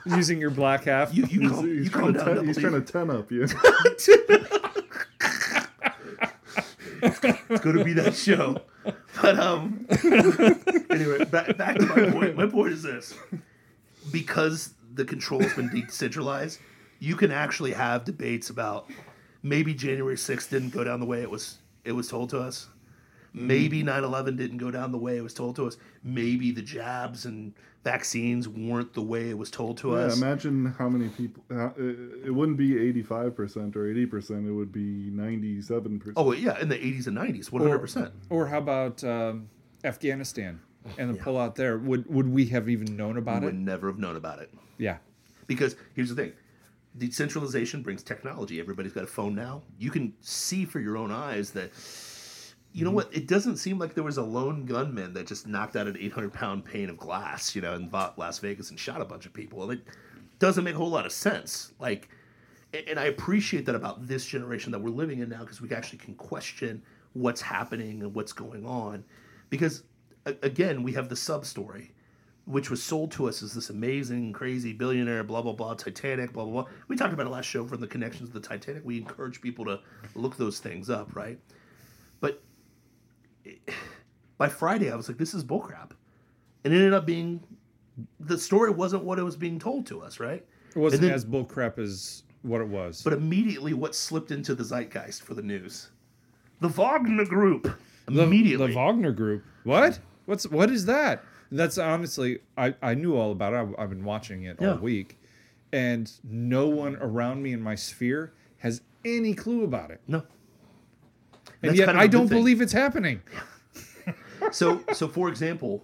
Speaker 3: Using your black half.
Speaker 2: You you calm,
Speaker 1: He's,
Speaker 2: you
Speaker 1: he's
Speaker 2: calm
Speaker 1: trying,
Speaker 2: down.
Speaker 1: to ten, he's
Speaker 2: Double
Speaker 1: trying to
Speaker 2: D.
Speaker 1: ten up you.
Speaker 2: It's gonna be that show. But um, anyway, back, back to my point. My point is this: because the control has been decentralized, you can actually have debates about maybe January 6th didn't go down the way it was it was told to us. Maybe 9/11 didn't go down the way it was told to us. Maybe the jabs and vaccines weren't the way it was told to
Speaker 1: yeah,
Speaker 2: us.
Speaker 1: imagine how many people. How, it, it wouldn't be eighty-five percent or eighty percent. It would be ninety-seven percent.
Speaker 2: Oh yeah, in the 80s and 90s, 100%.
Speaker 3: Or how about um, Afghanistan and the pullout there? Would would we have even known about
Speaker 2: would
Speaker 3: it?
Speaker 2: never have known about it.
Speaker 3: Yeah.
Speaker 2: Because here's the thing decentralization brings technology. Everybody's got a phone now. You can see for your own eyes that. You know what? It doesn't seem like there was a lone gunman that just knocked out an 800 pound pane of glass, you know, in Va- Las Vegas and shot a bunch of people. And it doesn't make a whole lot of sense. Like, a- and I appreciate that about this generation that we're living in now because we actually can question what's happening and what's going on. Because, a- again, we have the sub story which was sold to us as this amazing, crazy billionaire, blah blah blah, Titanic, blah blah blah. We talked about it last show from the connections of the Titanic. We encourage people to look those things up, right? But it- by Friday, I was like, "This is bullcrap," and it ended up being the story wasn't what it was being told to us, right?
Speaker 3: It wasn't
Speaker 2: then-
Speaker 3: as bullcrap as what it was.
Speaker 2: But immediately, what slipped into the zeitgeist for the news? The Wagner Group.
Speaker 3: the,
Speaker 2: Immediately,
Speaker 3: the Wagner Group. What? What's what is that? That's honestly, I, I knew all about it. I've, I've been watching it
Speaker 2: Yeah.
Speaker 3: all week, and no one around me in my sphere has any clue about it.
Speaker 2: no.
Speaker 3: And
Speaker 2: That's
Speaker 3: yet,
Speaker 2: kind of a
Speaker 3: I
Speaker 2: good
Speaker 3: don't
Speaker 2: thing.
Speaker 3: believe it's happening.
Speaker 2: so so for example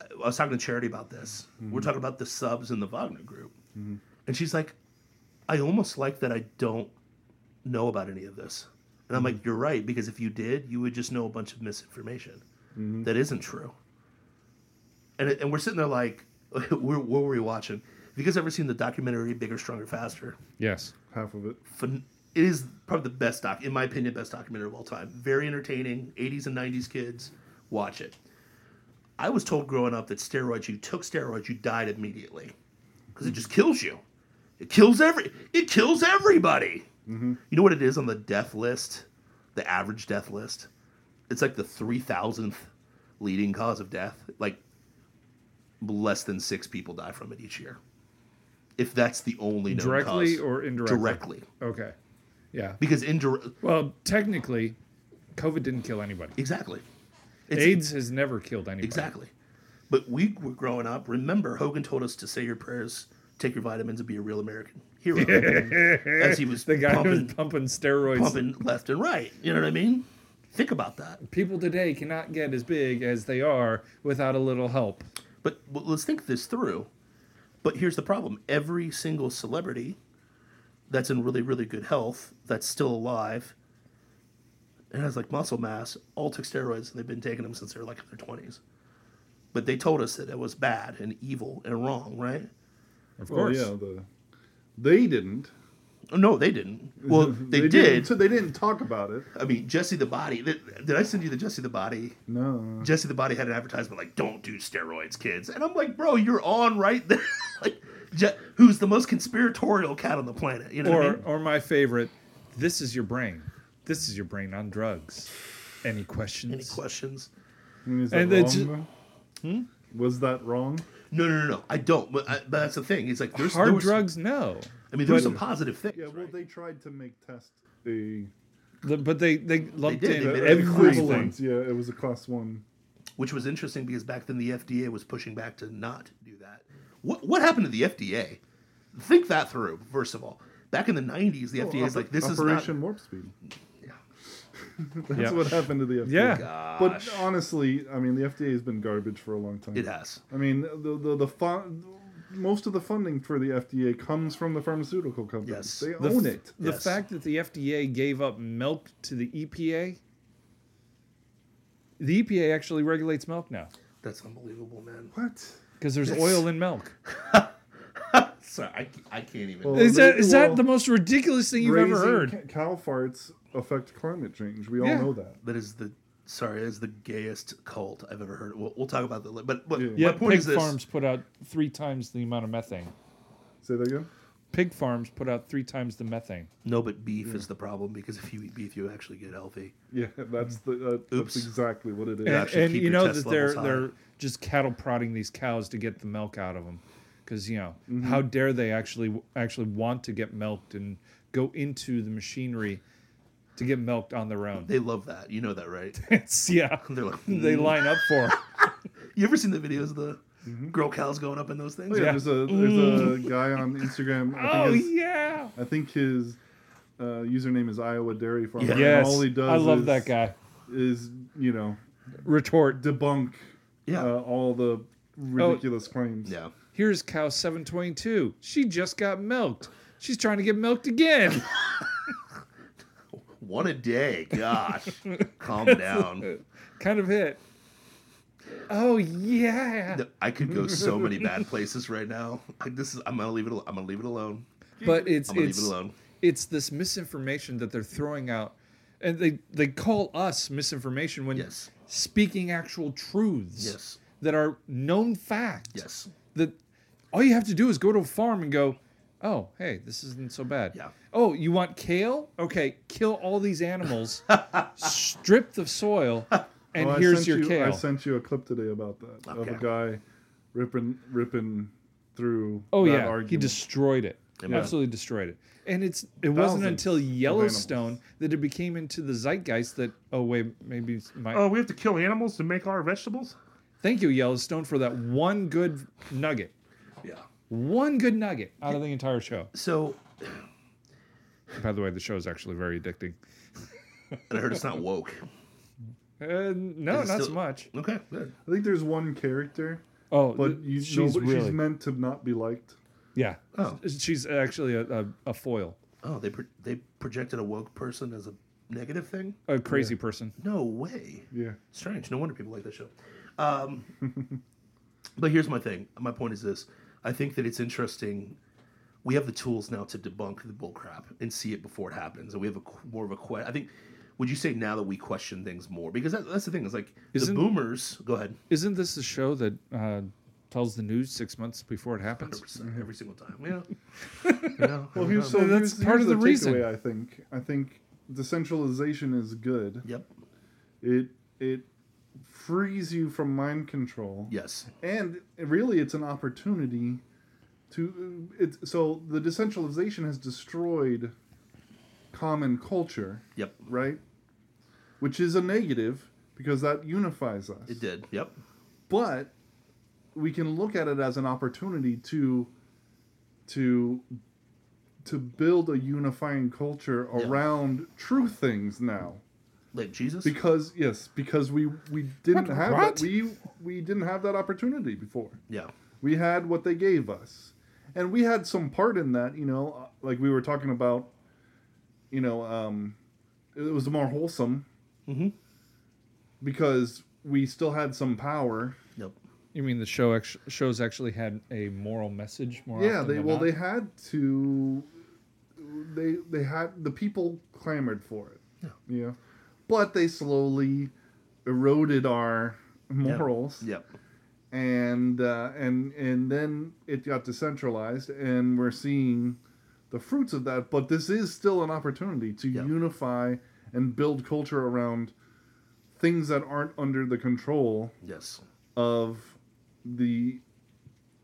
Speaker 2: i was talking to charity about this we're talking about the subs in the wagner group and she's like i almost like that i don't know about any of this and i'm like you're right because if you did you would just know a bunch of misinformation that isn't true and, it- and we're sitting there like we're, what were we watching have you guys ever seen the documentary bigger stronger faster
Speaker 3: Yes.
Speaker 2: Oh,
Speaker 1: Half of it.
Speaker 2: phen- it is probably the best doc, in my opinion, best documentary of all time. Very entertaining. 80s and 90s kids, watch it. I was told growing up that steroids, you took steroids, you died immediately because it just kills you. It kills every. It kills everybody.
Speaker 3: Mm-hmm.
Speaker 2: You know what it is on the death list, the average death list. It's like the three thousandth leading cause of death. Like less than six people die from it each year. If that's the only known
Speaker 3: Directly
Speaker 2: cause.
Speaker 3: or indirectly?
Speaker 2: Directly
Speaker 3: Okay. Yeah.
Speaker 2: because indirect
Speaker 3: Well, technically, COVID didn't kill anybody.
Speaker 2: exactly it's,
Speaker 3: AIDS has never killed anybody.
Speaker 2: exactly but we were growing up remember hogan told us to say your prayers take your vitamins and be a real american hero as he was
Speaker 3: The guy who
Speaker 2: pumping,
Speaker 3: was pumping steroids.
Speaker 2: pumping left and right you know what i mean think about that
Speaker 3: People today cannot get as big as they are without a little help.
Speaker 2: But well, let's think this through. But here's the problem: every single celebrity that's in really, really good health, that's still alive, and has like muscle mass, all took steroids, and they've been taking them since they're like in their twenties. But they told us that it was bad and evil and wrong, right?
Speaker 3: Of
Speaker 1: Well,
Speaker 3: course.
Speaker 1: yeah, the they didn't.
Speaker 2: No, they didn't. Well, they, did.
Speaker 1: So they didn't talk about it.
Speaker 2: I mean, Jesse the Body. Did, did I send you the Jesse the Body?
Speaker 1: No.
Speaker 2: Jesse the Body had an advertisement like, "Don't do steroids, kids," and I'm like, "Bro, you're on right there." like, Je- who's the most conspiratorial cat on the planet? You know what I
Speaker 3: or
Speaker 2: mean?
Speaker 3: or my favorite, this is your brain. This is your brain on drugs. Any questions?
Speaker 2: Any questions?
Speaker 1: I mean, is that
Speaker 3: And they
Speaker 1: wrong?
Speaker 3: ju-
Speaker 1: though?
Speaker 2: Hmm?
Speaker 1: Was that wrong?
Speaker 2: No, no, no, no. I don't. But, I, but that's the thing. It's like there's there
Speaker 3: Hard
Speaker 2: was-
Speaker 3: drugs? No.
Speaker 2: I mean, there's
Speaker 3: but-
Speaker 2: some positive things.
Speaker 1: Yeah. Well,
Speaker 2: right?
Speaker 1: they tried to make test a
Speaker 3: The- but they they lumped
Speaker 2: did, they
Speaker 3: in
Speaker 2: made it a class
Speaker 3: everything.
Speaker 1: equivalent. Yeah, it was a class one.
Speaker 2: which was interesting because back then the FDA was pushing back to not do that. What what happened to the FDA? Think that through. First of all, back in the '90s, the FDA is
Speaker 1: Oh, Oper-
Speaker 2: like, "This
Speaker 1: Operation
Speaker 2: is
Speaker 1: Warp Speed.
Speaker 2: not." Yeah.
Speaker 1: That's
Speaker 3: Yeah.
Speaker 1: what happened to the FDA.
Speaker 3: Yeah.
Speaker 1: But honestly, I mean, the FDA has been garbage for a long time.
Speaker 2: It has.
Speaker 1: I mean, the the the fun, most of the funding for the FDA comes from the pharmaceutical companies.
Speaker 2: Yes.
Speaker 1: They
Speaker 3: The,
Speaker 1: own
Speaker 3: f-
Speaker 1: it.
Speaker 3: the
Speaker 2: Yes.
Speaker 3: fact that the FDA gave up milk to the EPA. The EPA actually regulates milk now
Speaker 2: That's unbelievable, man.
Speaker 1: What?
Speaker 3: because there's oil in milk.
Speaker 2: Sorry, I, ca- I can't even.
Speaker 1: Well,
Speaker 3: Is
Speaker 1: they-
Speaker 3: that is that
Speaker 1: well,
Speaker 3: the most ridiculous thing you've ever
Speaker 1: raising
Speaker 3: heard?
Speaker 1: ca- Cow farts affect climate change. We all
Speaker 3: Yeah.
Speaker 1: know that.
Speaker 2: that is the sorry that is the gayest cult I've ever heard. We'll, we'll talk about that. later. But but
Speaker 1: Yeah.
Speaker 3: Yeah,
Speaker 2: my point
Speaker 3: pig
Speaker 2: is this:
Speaker 3: farms put out three times the amount of methane.
Speaker 1: Say that again.
Speaker 3: Pig farms put out three times the methane.
Speaker 2: no, but beef is the problem because if you eat beef, you actually get healthy.
Speaker 1: Yeah, that's the uh,
Speaker 2: Oops.
Speaker 1: that's exactly what it is.
Speaker 2: Yeah.
Speaker 3: and,
Speaker 2: actually
Speaker 3: and
Speaker 2: keep
Speaker 3: you
Speaker 2: your
Speaker 3: know
Speaker 2: test
Speaker 3: that they're
Speaker 2: levels high.
Speaker 3: they're just cattle prodding these cows to get the milk out of them because you know
Speaker 1: Mm-hmm.
Speaker 3: how dare they actually actually want to get milked and go into the machinery to get milked on their own
Speaker 2: They love that. You know that, right?
Speaker 3: it's yeah
Speaker 2: They're like,
Speaker 3: they line up for it.
Speaker 2: you ever seen the videos of the girl cows going up in those things?
Speaker 1: Yeah,
Speaker 3: Mm-hmm. Oh, Yeah.
Speaker 1: There's a there's a guy on Instagram. I
Speaker 3: oh
Speaker 1: think his,
Speaker 3: yeah
Speaker 1: I think his uh, username is Iowa Dairy Farmer.
Speaker 2: Yeah.
Speaker 1: and
Speaker 3: yes
Speaker 1: all he does.
Speaker 3: i love
Speaker 1: is,
Speaker 3: that guy
Speaker 1: Is you know
Speaker 3: retort
Speaker 1: debunk
Speaker 2: Yeah.
Speaker 1: uh, all the
Speaker 3: Oh,
Speaker 1: ridiculous claims.
Speaker 2: yeah.
Speaker 3: here's cow 722 she just got milked She's trying to get milked again.
Speaker 2: One a day. Gosh. Calm down.
Speaker 3: kind of hit. Oh yeah.
Speaker 2: No, I could go so many bad places right now. Like this is I'm gonna leave it al- I'm gonna leave it alone.
Speaker 3: But it's
Speaker 2: I'm gonna
Speaker 3: it's
Speaker 2: leave it alone.
Speaker 3: it's this misinformation that they're throwing out and they they call us misinformation when
Speaker 2: Yes.
Speaker 3: speaking actual truths
Speaker 2: Yes.
Speaker 3: that are known facts.
Speaker 2: Yes.
Speaker 3: That all you have to do is go to a farm and go, "Oh, hey, this isn't so bad."
Speaker 2: Yeah.
Speaker 3: Oh, you want kale? Okay, kill all these animals, strip the soil, and
Speaker 1: Oh, I
Speaker 3: here's
Speaker 1: sent
Speaker 3: your
Speaker 1: you, I
Speaker 3: kale.
Speaker 1: sent you a clip today about that of a
Speaker 2: Okay.
Speaker 1: guy ripping ripping through.
Speaker 3: Oh
Speaker 1: that
Speaker 3: yeah, he
Speaker 1: argument.
Speaker 3: destroyed it.
Speaker 2: Yeah.
Speaker 3: Absolutely destroyed it. And it's it wasn't
Speaker 1: Thousands
Speaker 3: until
Speaker 1: of animals.
Speaker 3: Yellowstone that it became into the zeitgeist that oh wait maybe my
Speaker 4: Oh, we have to kill animals to make our vegetables?
Speaker 3: thank you Yellowstone for that one good nugget,
Speaker 2: Yeah.
Speaker 3: one good nugget out of the entire show.
Speaker 2: So
Speaker 3: By the way, the show is actually very addicting.
Speaker 2: and I heard it's not woke.
Speaker 3: Uh, no,
Speaker 2: Is it
Speaker 3: not so
Speaker 2: still-
Speaker 3: much.
Speaker 2: Okay, good.
Speaker 1: I think there's one character,
Speaker 3: Oh,
Speaker 1: but
Speaker 3: th-
Speaker 1: you
Speaker 3: she's
Speaker 1: know, but
Speaker 3: really
Speaker 1: she's meant to not be liked.
Speaker 3: yeah.
Speaker 2: Oh.
Speaker 3: she's actually a, a, a foil,
Speaker 2: Oh, they pro- they projected a woke person as a negative thing?
Speaker 3: a crazy person.
Speaker 2: No way.
Speaker 1: Yeah.
Speaker 2: Strange. No wonder people like that show. Um, but here's my thing. My point is this. I think that it's interesting. We have the tools now to debunk the bull crap and see it before it happens. And we have a qu- more of a question. I think. Would you say now that we question things more? Because that, that's the thing. Is like
Speaker 3: Isn't-
Speaker 2: the boomers. Go ahead.
Speaker 3: Isn't this the show that uh, tells the news six months before it happens?
Speaker 2: 100% every single time. Yeah. yeah.
Speaker 1: mm-hmm. Well, here's, so
Speaker 3: That's
Speaker 1: here's,
Speaker 3: part
Speaker 1: here's
Speaker 3: of the reason.
Speaker 1: takeaway. I think. I think decentralization is good.
Speaker 2: Yep.
Speaker 1: It it frees you from mind control.
Speaker 2: Yes.
Speaker 1: and really it's an opportunity to it's so the decentralization has destroyed common culture
Speaker 2: Yep.
Speaker 1: right which is a negative because that unifies us
Speaker 2: It did. Yep.
Speaker 1: but we can look at it as an opportunity to to to build a unifying culture
Speaker 2: Yeah.
Speaker 1: around true things now
Speaker 2: Like Jesus.
Speaker 1: because yes because we we didn't
Speaker 3: What-
Speaker 1: have
Speaker 3: what?
Speaker 1: That, we we didn't have that opportunity before
Speaker 2: yeah.
Speaker 1: we had what they gave us. And we had some part in that, you know, uh, like we were talking about, you know, um, it was more wholesome
Speaker 3: Mm-hmm.
Speaker 2: Mhm.
Speaker 1: because we still had some power.
Speaker 2: Yep.
Speaker 3: You mean the show act- shows actually had a moral message more
Speaker 1: yeah,
Speaker 3: often
Speaker 1: they
Speaker 3: than
Speaker 1: well,
Speaker 3: not?
Speaker 1: they had to. They they had the people clamored for it.
Speaker 2: Yeah.
Speaker 1: Yeah, but they slowly eroded our morals.
Speaker 2: Yep.
Speaker 1: and uh, and and then it got decentralized, and we're seeing the fruits of that. But this is still an opportunity to
Speaker 2: Yeah.
Speaker 1: unify and build culture around things that aren't under the control
Speaker 2: Yes.
Speaker 1: of the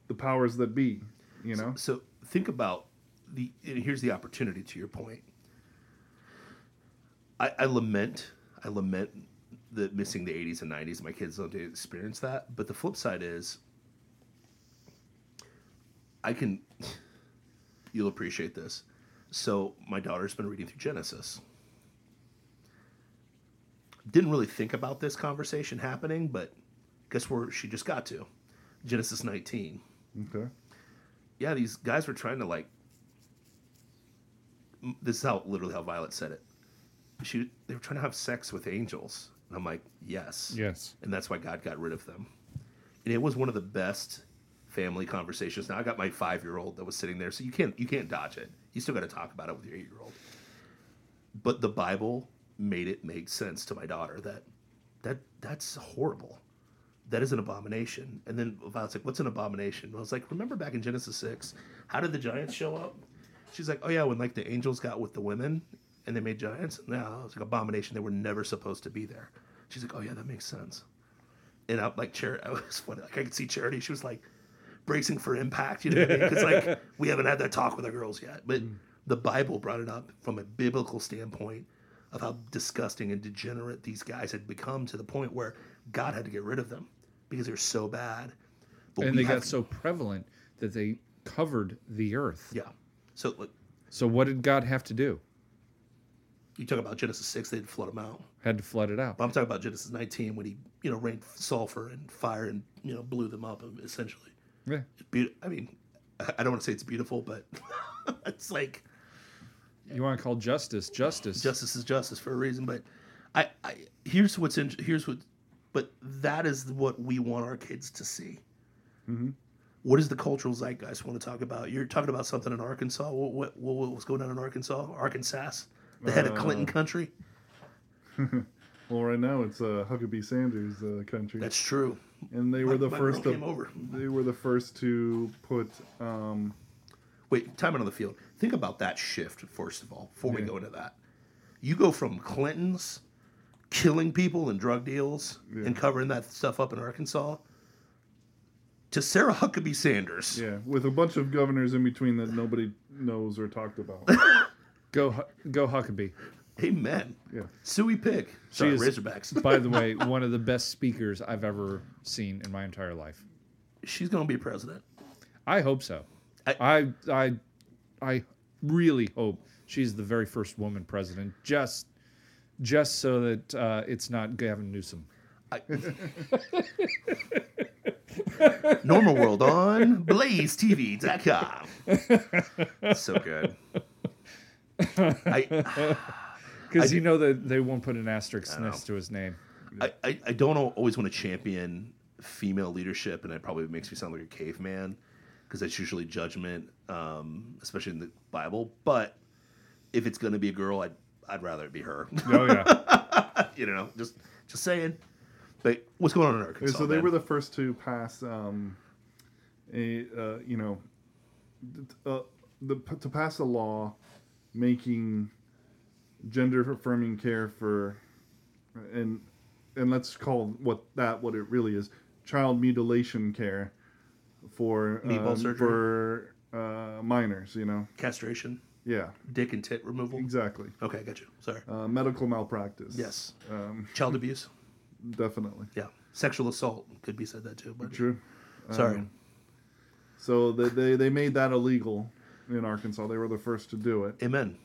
Speaker 1: the powers that be. You know,
Speaker 2: So think about the. And here's the opportunity to your point. I, I lament. I lament the missing the 80s and 90s. My kids don't experience that. But the flip side is, I can. You'll appreciate this. So my daughter's been reading through Genesis. Didn't really think about this conversation happening, but guess where she just got to? Genesis 19
Speaker 1: okay,
Speaker 2: yeah, these guys were trying to like. m- This is how literally how Violet said it. She they were trying to have sex with angels, and I'm like, yes,
Speaker 3: Yes.
Speaker 2: and that's why God got rid of them. And it was one of the best family conversations. Now I got my five year old that was sitting there, so you can't you can't dodge it. You still got to talk about it with your eight year old. But the Bible made it make sense to my daughter that that that's horrible. That is an abomination. And then Violet's like, "What's an abomination?" And I was like, "Remember back in Genesis six, how did the giants show up?" She's like, "Oh yeah, when like the angels got with the women and they made giants. No, it was like abomination. They were never supposed to be there." She's like, "Oh yeah, that makes sense." and I'm like, Charity, I was funny. Like, I could see Charity. She was like bracing for impact, you know what I mean? Because, like, we haven't had that talk with our girls yet. But
Speaker 3: Mm.
Speaker 2: the Bible brought it up from a biblical standpoint of how disgusting and degenerate these guys had become to the point where God had to get rid of them because they're so bad. But
Speaker 3: and
Speaker 2: we
Speaker 3: they got
Speaker 2: have-
Speaker 3: so prevalent that they covered the earth.
Speaker 2: Yeah. So, like,
Speaker 3: So what did God have to do?
Speaker 2: you talk about Genesis 6, they'd flood them out.
Speaker 3: Had to flood it out.
Speaker 2: But I'm talking about Genesis 19 when he, you know, rained sulfur and fire and, you know, blew them up, um, essentially.
Speaker 3: Yeah.
Speaker 2: Be- I mean, I- I don't want to say it's beautiful, but it's like
Speaker 3: You want to call justice justice.
Speaker 2: justice is justice for a reason. But I, I here's what's in, here's what, but that is what we want our kids to see.
Speaker 1: Mm-hmm.
Speaker 2: What is the cultural zeitgeist want to talk about? You're talking about something in Arkansas. What what, what, what was going on in Arkansas? Arkansas, the head of
Speaker 1: Uh.
Speaker 2: Clinton country.
Speaker 1: Well, right now it's uh, Huckabee Sanders uh, country,
Speaker 2: That's true.
Speaker 1: and they were the
Speaker 2: My girl
Speaker 1: first to
Speaker 2: came over.
Speaker 1: they were the first to put um,
Speaker 2: Wait, time out on the field. Think about that shift first of all. Before we go into that, you go from Clinton's killing people and drug deals and covering that stuff up in Arkansas to Sarah Huckabee Sanders.
Speaker 1: yeah with a bunch of governors in between that nobody knows or talked about.
Speaker 3: Go Hu- go Huckabee.
Speaker 2: Amen.
Speaker 1: Yeah.
Speaker 2: Suey Pig. Sorry,
Speaker 3: is-
Speaker 2: Razorbacks.
Speaker 3: By the way, one of the best speakers I've ever seen in my entire life.
Speaker 2: She's gonna be president.
Speaker 3: I hope so. I
Speaker 2: I-
Speaker 3: I I really hope she's the very first woman president. Just just so that uh, it's not Gavin Newsom.
Speaker 2: Normal World on BlazeTV.com. so good. I,
Speaker 3: Because you know that they won't put an asterisk
Speaker 2: know.
Speaker 3: next to his name.
Speaker 2: I, I I don't al- always want to champion female leadership, and it probably makes me sound like a caveman because that's usually judgment, um, especially in the Bible. But if it's gonna be a girl, I'd I'd rather it be her.
Speaker 3: Oh yeah.
Speaker 2: you know, just just saying. But what's going on in Arkansas?
Speaker 1: so they
Speaker 2: man?
Speaker 1: were the first to pass um, a uh, you know th- uh, the to pass a law making gender affirming care for and and let's call what that what it really is child mutilation care for
Speaker 2: Meatball
Speaker 1: um,
Speaker 2: surgery?
Speaker 1: for uh, minors you know
Speaker 2: castration,
Speaker 1: yeah
Speaker 2: dick and tit removal.
Speaker 1: exactly
Speaker 2: Okay, I got you. Sorry.
Speaker 1: uh, medical malpractice
Speaker 2: yes.
Speaker 1: um,
Speaker 2: Child abuse.
Speaker 1: definitely
Speaker 2: Yeah. Sexual assault could be said that too. But
Speaker 1: true Um,
Speaker 2: sorry.
Speaker 1: So they, they they made that illegal in Arkansas. They were the first to do it.
Speaker 2: Amen.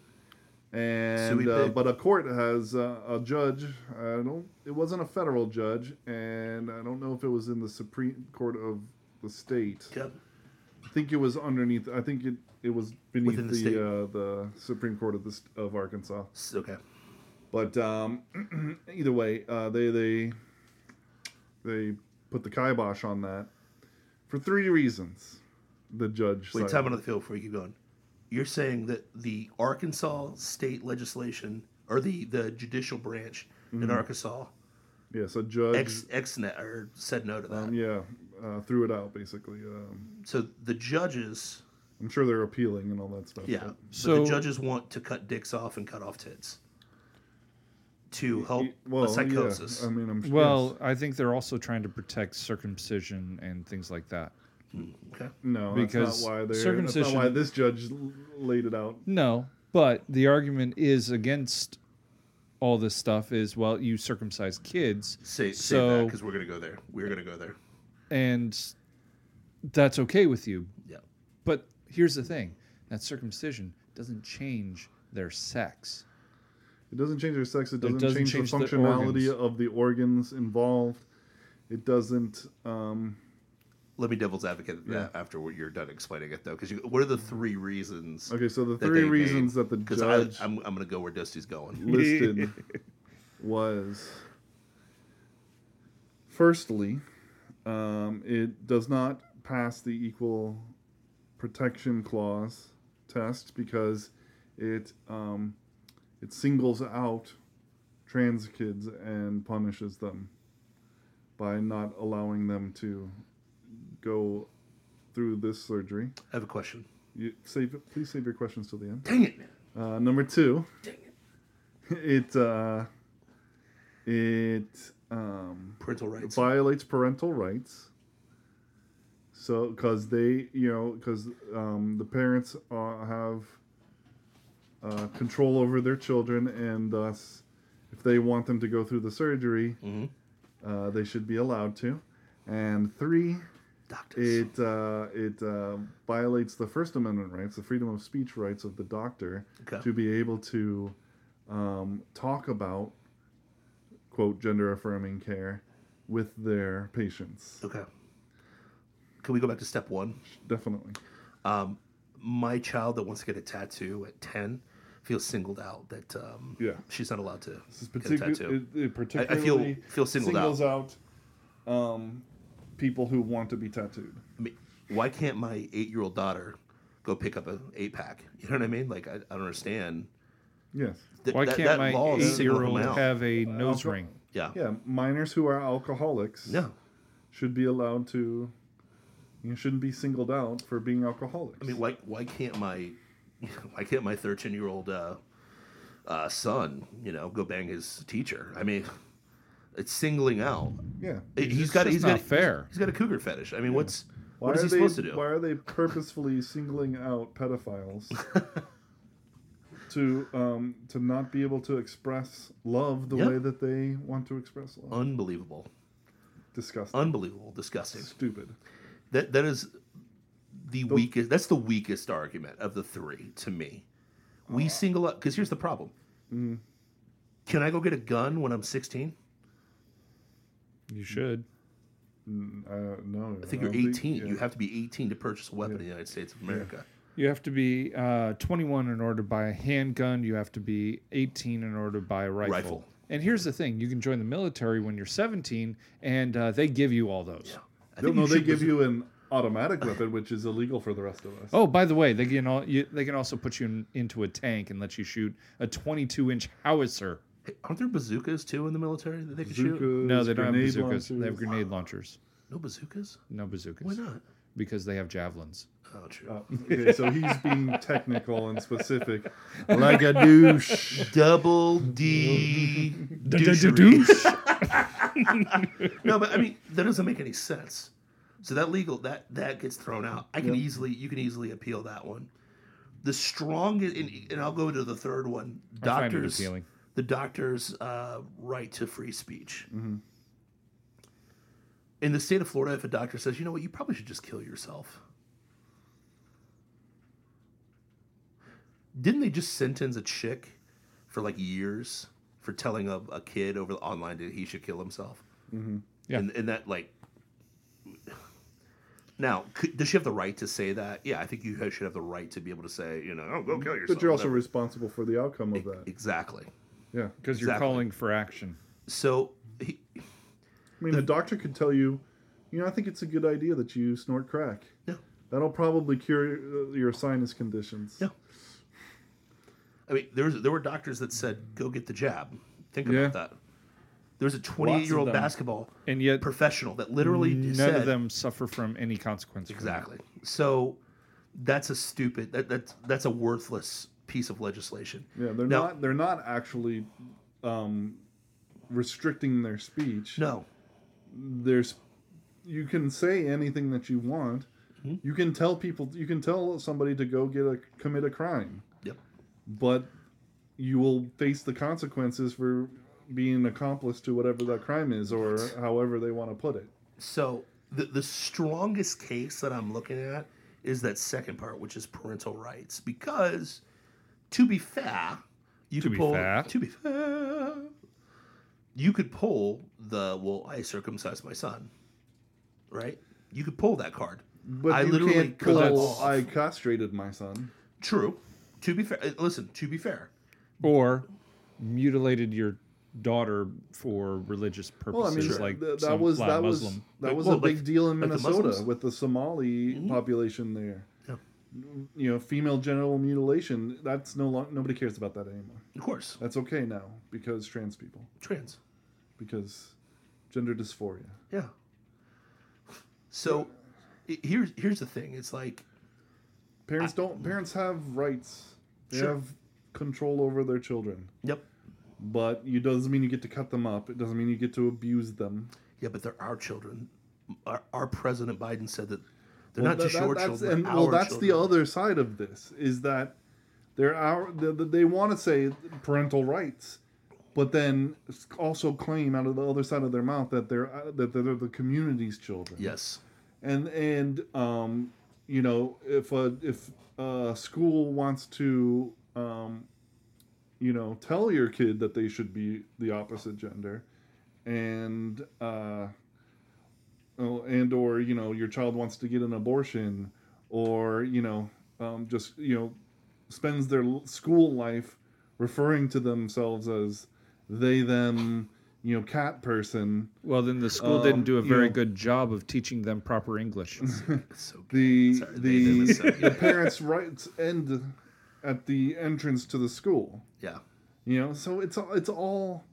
Speaker 1: And
Speaker 2: Suey
Speaker 1: uh,
Speaker 2: pig.
Speaker 1: but a court has uh, a judge. I don't. It wasn't a federal judge, and I don't know if it was in the Supreme Court of the state.
Speaker 2: Yep.
Speaker 1: I think it was underneath. I think it, it was beneath
Speaker 2: Within the
Speaker 1: the
Speaker 2: state.
Speaker 1: uh, the Supreme Court of the st- of Arkansas.
Speaker 2: S- Okay.
Speaker 1: But um, either way, uh, they they they put the kibosh on that for three reasons. The judge.
Speaker 2: Wait,
Speaker 1: cited.
Speaker 2: time out on the field before you keep going. You're saying that the Arkansas state legislation or the, the judicial branch
Speaker 1: Mm-hmm.
Speaker 2: in Arkansas
Speaker 1: Yes, a judge.
Speaker 2: ex ex net or said no to that.
Speaker 1: Um, yeah, uh, threw it out basically. Um,
Speaker 2: so the judges,
Speaker 1: I'm sure they're appealing and all that stuff.
Speaker 2: yeah,
Speaker 1: but-
Speaker 3: So-
Speaker 2: but the judges want to cut dicks off and cut off tits to help
Speaker 1: Y- well,
Speaker 2: a psychosis.
Speaker 1: Yeah, um, I mean, I'm sure.
Speaker 3: Well, I think they're also trying to protect circumcision and things like that.
Speaker 2: okay.
Speaker 1: no, that's
Speaker 3: because
Speaker 1: not why they're. That's
Speaker 3: circumcision-
Speaker 1: not why this judge l- laid it out.
Speaker 3: No, but the argument is against all this stuff is well, you circumcise kids,
Speaker 2: Say, say that
Speaker 3: So-
Speaker 2: because we're gonna go there. We're gonna go there.
Speaker 3: and that's okay with you.
Speaker 2: Yeah.
Speaker 3: But here's the thing: that circumcision doesn't change their sex.
Speaker 1: It doesn't change their sex. It doesn't,
Speaker 3: doesn't
Speaker 1: change,
Speaker 3: change
Speaker 1: the
Speaker 3: their
Speaker 1: functionality
Speaker 3: organs.
Speaker 1: of the organs involved. It doesn't. Um,
Speaker 2: Let me devil's advocate that after what you're done explaining it though, because what are the three reasons?
Speaker 1: okay, so the
Speaker 2: that
Speaker 1: three
Speaker 2: they
Speaker 1: reasons
Speaker 2: made?
Speaker 1: that the
Speaker 2: 'Cause I-
Speaker 1: judge
Speaker 2: I'm, I'm gonna go where Dusty's going.
Speaker 1: listed was firstly, um, it does not pass the equal protection clause test because it um, it singles out trans kids and punishes them by not allowing them to go through this surgery.
Speaker 2: I have a question.
Speaker 1: You save please save your questions till the end.
Speaker 2: Dang it!
Speaker 1: Uh, number two, it uh, it um,
Speaker 2: Parental rights.
Speaker 1: violates parental rights. So, because they, you know, because um, the parents uh, have uh, control over their children, and thus, if they want them to go through the surgery,
Speaker 2: Mhm.
Speaker 1: uh, they should be allowed to. And three,
Speaker 2: Doctors.
Speaker 1: it uh, it uh, violates the First Amendment rights, the freedom of speech rights of the doctor
Speaker 2: Okay.
Speaker 1: to be able to um, talk about quote gender affirming care with their patients.
Speaker 2: okay. Can we go back to step one?
Speaker 1: Definitely.
Speaker 2: Um, my child that wants to get a tattoo at 10 feels singled out that um,
Speaker 1: Yeah.
Speaker 2: she's not allowed to
Speaker 1: This is
Speaker 2: get a
Speaker 1: particular.
Speaker 2: tattoo.
Speaker 1: It, it
Speaker 2: I, I
Speaker 1: particularly
Speaker 2: feel feel singled out.
Speaker 1: singles out, um, people who want to be tattooed.
Speaker 2: I mean, why can't my eight year old daughter go pick up a eight pack? You know what I mean? Like I, I don't understand.
Speaker 1: Yes.
Speaker 2: Th-
Speaker 3: Why
Speaker 2: that-
Speaker 3: can't
Speaker 2: that
Speaker 3: my
Speaker 2: law is singling them out.
Speaker 3: eight-year-old have a nose
Speaker 1: I'll-
Speaker 3: ring?
Speaker 2: Yeah.
Speaker 1: Yeah, minors who are alcoholics
Speaker 2: No.
Speaker 1: should be allowed to. You shouldn't be singled out for being alcoholics.
Speaker 2: I mean, why why can't my why can't my thirteen year old uh, uh, son, you know, go bang his teacher? I mean, it's singling out.
Speaker 1: yeah.
Speaker 2: he's
Speaker 3: just-
Speaker 2: got
Speaker 3: it's
Speaker 2: he's
Speaker 3: not
Speaker 2: got
Speaker 3: fair.
Speaker 2: He's got a cougar fetish. I mean, what's what is
Speaker 1: are
Speaker 2: he
Speaker 1: they,
Speaker 2: supposed to do?
Speaker 1: Why are they purposefully singling out pedophiles to um, to not be able to express love the
Speaker 2: Yeah.
Speaker 1: way that they want to express
Speaker 2: Uh,
Speaker 1: love?
Speaker 2: Unbelievable, uh,
Speaker 1: Disgusting.
Speaker 2: unbelievable, disgusting.
Speaker 1: Stupid.
Speaker 2: That that is the weakest. That's the weakest argument of the three to me. We single up because here's the problem.
Speaker 1: Mm.
Speaker 2: Can I go get a gun when I'm 16?
Speaker 3: You should.
Speaker 1: Mm, Uh, no.
Speaker 2: I think
Speaker 1: don't
Speaker 2: you're 18.
Speaker 1: yeah.
Speaker 2: You have to be 18 to purchase a weapon in the United States of America.
Speaker 3: You have to be uh, 21 in order to buy a handgun. You have to be 18 in order to buy a rifle.
Speaker 2: Rifle.
Speaker 3: And here's the thing: you can join the military when you're 17, and uh, they give you all those.
Speaker 2: I
Speaker 1: No,
Speaker 2: think
Speaker 1: no,
Speaker 2: you
Speaker 1: they
Speaker 2: should
Speaker 1: give
Speaker 2: reserve-
Speaker 1: you an automatic weapon, which is illegal for the rest of us.
Speaker 3: Oh, by the way, they can all you, they can also put you in, into a tank and let you shoot a 22 inch howitzer.
Speaker 2: Hey, Aren't there bazookas too in the military that they could shoot?
Speaker 1: Bazookas,
Speaker 3: No, they don't have
Speaker 1: grenade
Speaker 3: bazookas. They have
Speaker 1: launchers.
Speaker 3: grenade launchers.
Speaker 2: No bazookas?
Speaker 3: No bazookas.
Speaker 2: Why not?
Speaker 3: Because they have javelins.
Speaker 2: Oh, true.
Speaker 1: Uh, okay, so he's being technical and specific, like a douche.
Speaker 2: Double D. douchery.
Speaker 3: Douche.
Speaker 2: no, but I mean that doesn't make any sense. So that legal that that gets thrown out. I can easily you can easily appeal that one. The strongest, and, and I'll go to the third one.
Speaker 3: find it
Speaker 2: Doctors,
Speaker 3: appealing.
Speaker 2: the doctor's uh, right to free speech. In the state of Florida, if a doctor says, "You know what, you probably should just kill yourself," didn't they just sentence a chick for like years for telling a, a kid over the online that he should kill himself?
Speaker 1: Mm-hmm.
Speaker 3: Yeah.
Speaker 2: and, and that like now could, does she have the right to say that yeah i think you should have the right to be able to say you know oh go kill yourself
Speaker 1: Mm-hmm. But you're also
Speaker 2: whatever.
Speaker 1: responsible for the outcome of that.
Speaker 2: exactly
Speaker 1: Yeah.
Speaker 3: Because you're
Speaker 2: Exactly.
Speaker 3: calling for action.
Speaker 2: so he,
Speaker 1: I mean, a doctor could tell you, you know, I think it's a good idea that you snort crack.
Speaker 2: Yeah.
Speaker 1: That'll probably cure uh, your sinus conditions.
Speaker 2: Yeah. i mean there, was, there were doctors that said go get the jab think
Speaker 1: Yeah.
Speaker 2: about that there's a 28 year old
Speaker 1: them.
Speaker 2: basketball
Speaker 3: And yet,
Speaker 2: professional that literally
Speaker 3: none
Speaker 2: said
Speaker 3: of them suffer from any consequence. from that.
Speaker 2: Exactly. So that's a stupid that that's that's a worthless piece of legislation.
Speaker 1: Yeah, they're
Speaker 2: Now-
Speaker 1: not. They're not actually um, restricting their speech.
Speaker 2: No.
Speaker 1: There's, you can say anything that you want.
Speaker 2: Mm-hmm.
Speaker 1: You can tell people. You can tell somebody to go get a commit a crime,
Speaker 2: Yep.
Speaker 1: but you will face the consequences for being an accomplice to whatever that crime is, or however they want to put it.
Speaker 2: So the the strongest case that I'm looking at is that second part, which is parental rights, because to be fair, you could
Speaker 3: be
Speaker 2: pull
Speaker 3: fair.
Speaker 2: to be fair, you could pull the well, I circumcised my son, right? You could pull that card.
Speaker 1: But
Speaker 2: I
Speaker 1: you
Speaker 2: literally
Speaker 1: can't
Speaker 2: cut that
Speaker 1: pull.
Speaker 2: off.
Speaker 1: I castrated my son.
Speaker 2: True. To be fair, uh, listen. To be fair,
Speaker 3: Or mutilated your daughter for religious purposes,
Speaker 1: Well, I mean,
Speaker 3: like
Speaker 1: th- that
Speaker 3: some-
Speaker 1: was
Speaker 3: a
Speaker 1: that was
Speaker 3: Muslim.
Speaker 1: that
Speaker 2: Like,
Speaker 1: was
Speaker 2: well,
Speaker 1: a big
Speaker 2: like-
Speaker 1: deal in
Speaker 2: like the
Speaker 1: Minnesota
Speaker 2: Muslims.
Speaker 1: with the Somali population there.
Speaker 2: Yeah.
Speaker 1: You know, female genital mutilation. That's no longer nobody cares about that anymore.
Speaker 2: of course,
Speaker 1: That's okay now because trans people,
Speaker 2: trans.
Speaker 1: because gender dysphoria.
Speaker 2: Yeah. So i- here's here's the thing. It's like
Speaker 1: Parents don't. Parents have rights. They
Speaker 2: Sure.
Speaker 1: have control over their children,
Speaker 2: yep.
Speaker 1: but it doesn't mean you get to cut them up. It doesn't mean you get to abuse them.
Speaker 2: Yeah, but they're our children. Our, our President Biden said that they're
Speaker 1: Well,
Speaker 2: not
Speaker 1: that-
Speaker 2: just
Speaker 1: that-
Speaker 2: your
Speaker 1: that's-
Speaker 2: children.
Speaker 1: and-
Speaker 2: our
Speaker 1: well, that's the
Speaker 2: children.
Speaker 1: other side of this is that they're our they, they want to say parental rights, but then also claim out of the other side of their mouth that they're uh, that they're the community's children.
Speaker 2: Yes.
Speaker 1: And and um, you know if a if a school wants to um, you know tell your kid that they should be the opposite gender, and uh, oh, and or you know your child wants to get an abortion or are you know um, just you know spends their l- school life referring to themselves as they them you know cat person
Speaker 3: Well, then the school
Speaker 1: Um,
Speaker 3: didn't do a
Speaker 1: you
Speaker 3: very
Speaker 1: know-
Speaker 3: good job of teaching them proper English.
Speaker 2: It's so good.
Speaker 1: the
Speaker 2: Sorry, they- they
Speaker 1: the,
Speaker 2: was so-
Speaker 1: the parents' rights end at the entrance to the school.
Speaker 2: Yeah.
Speaker 1: You know, so it's all it's all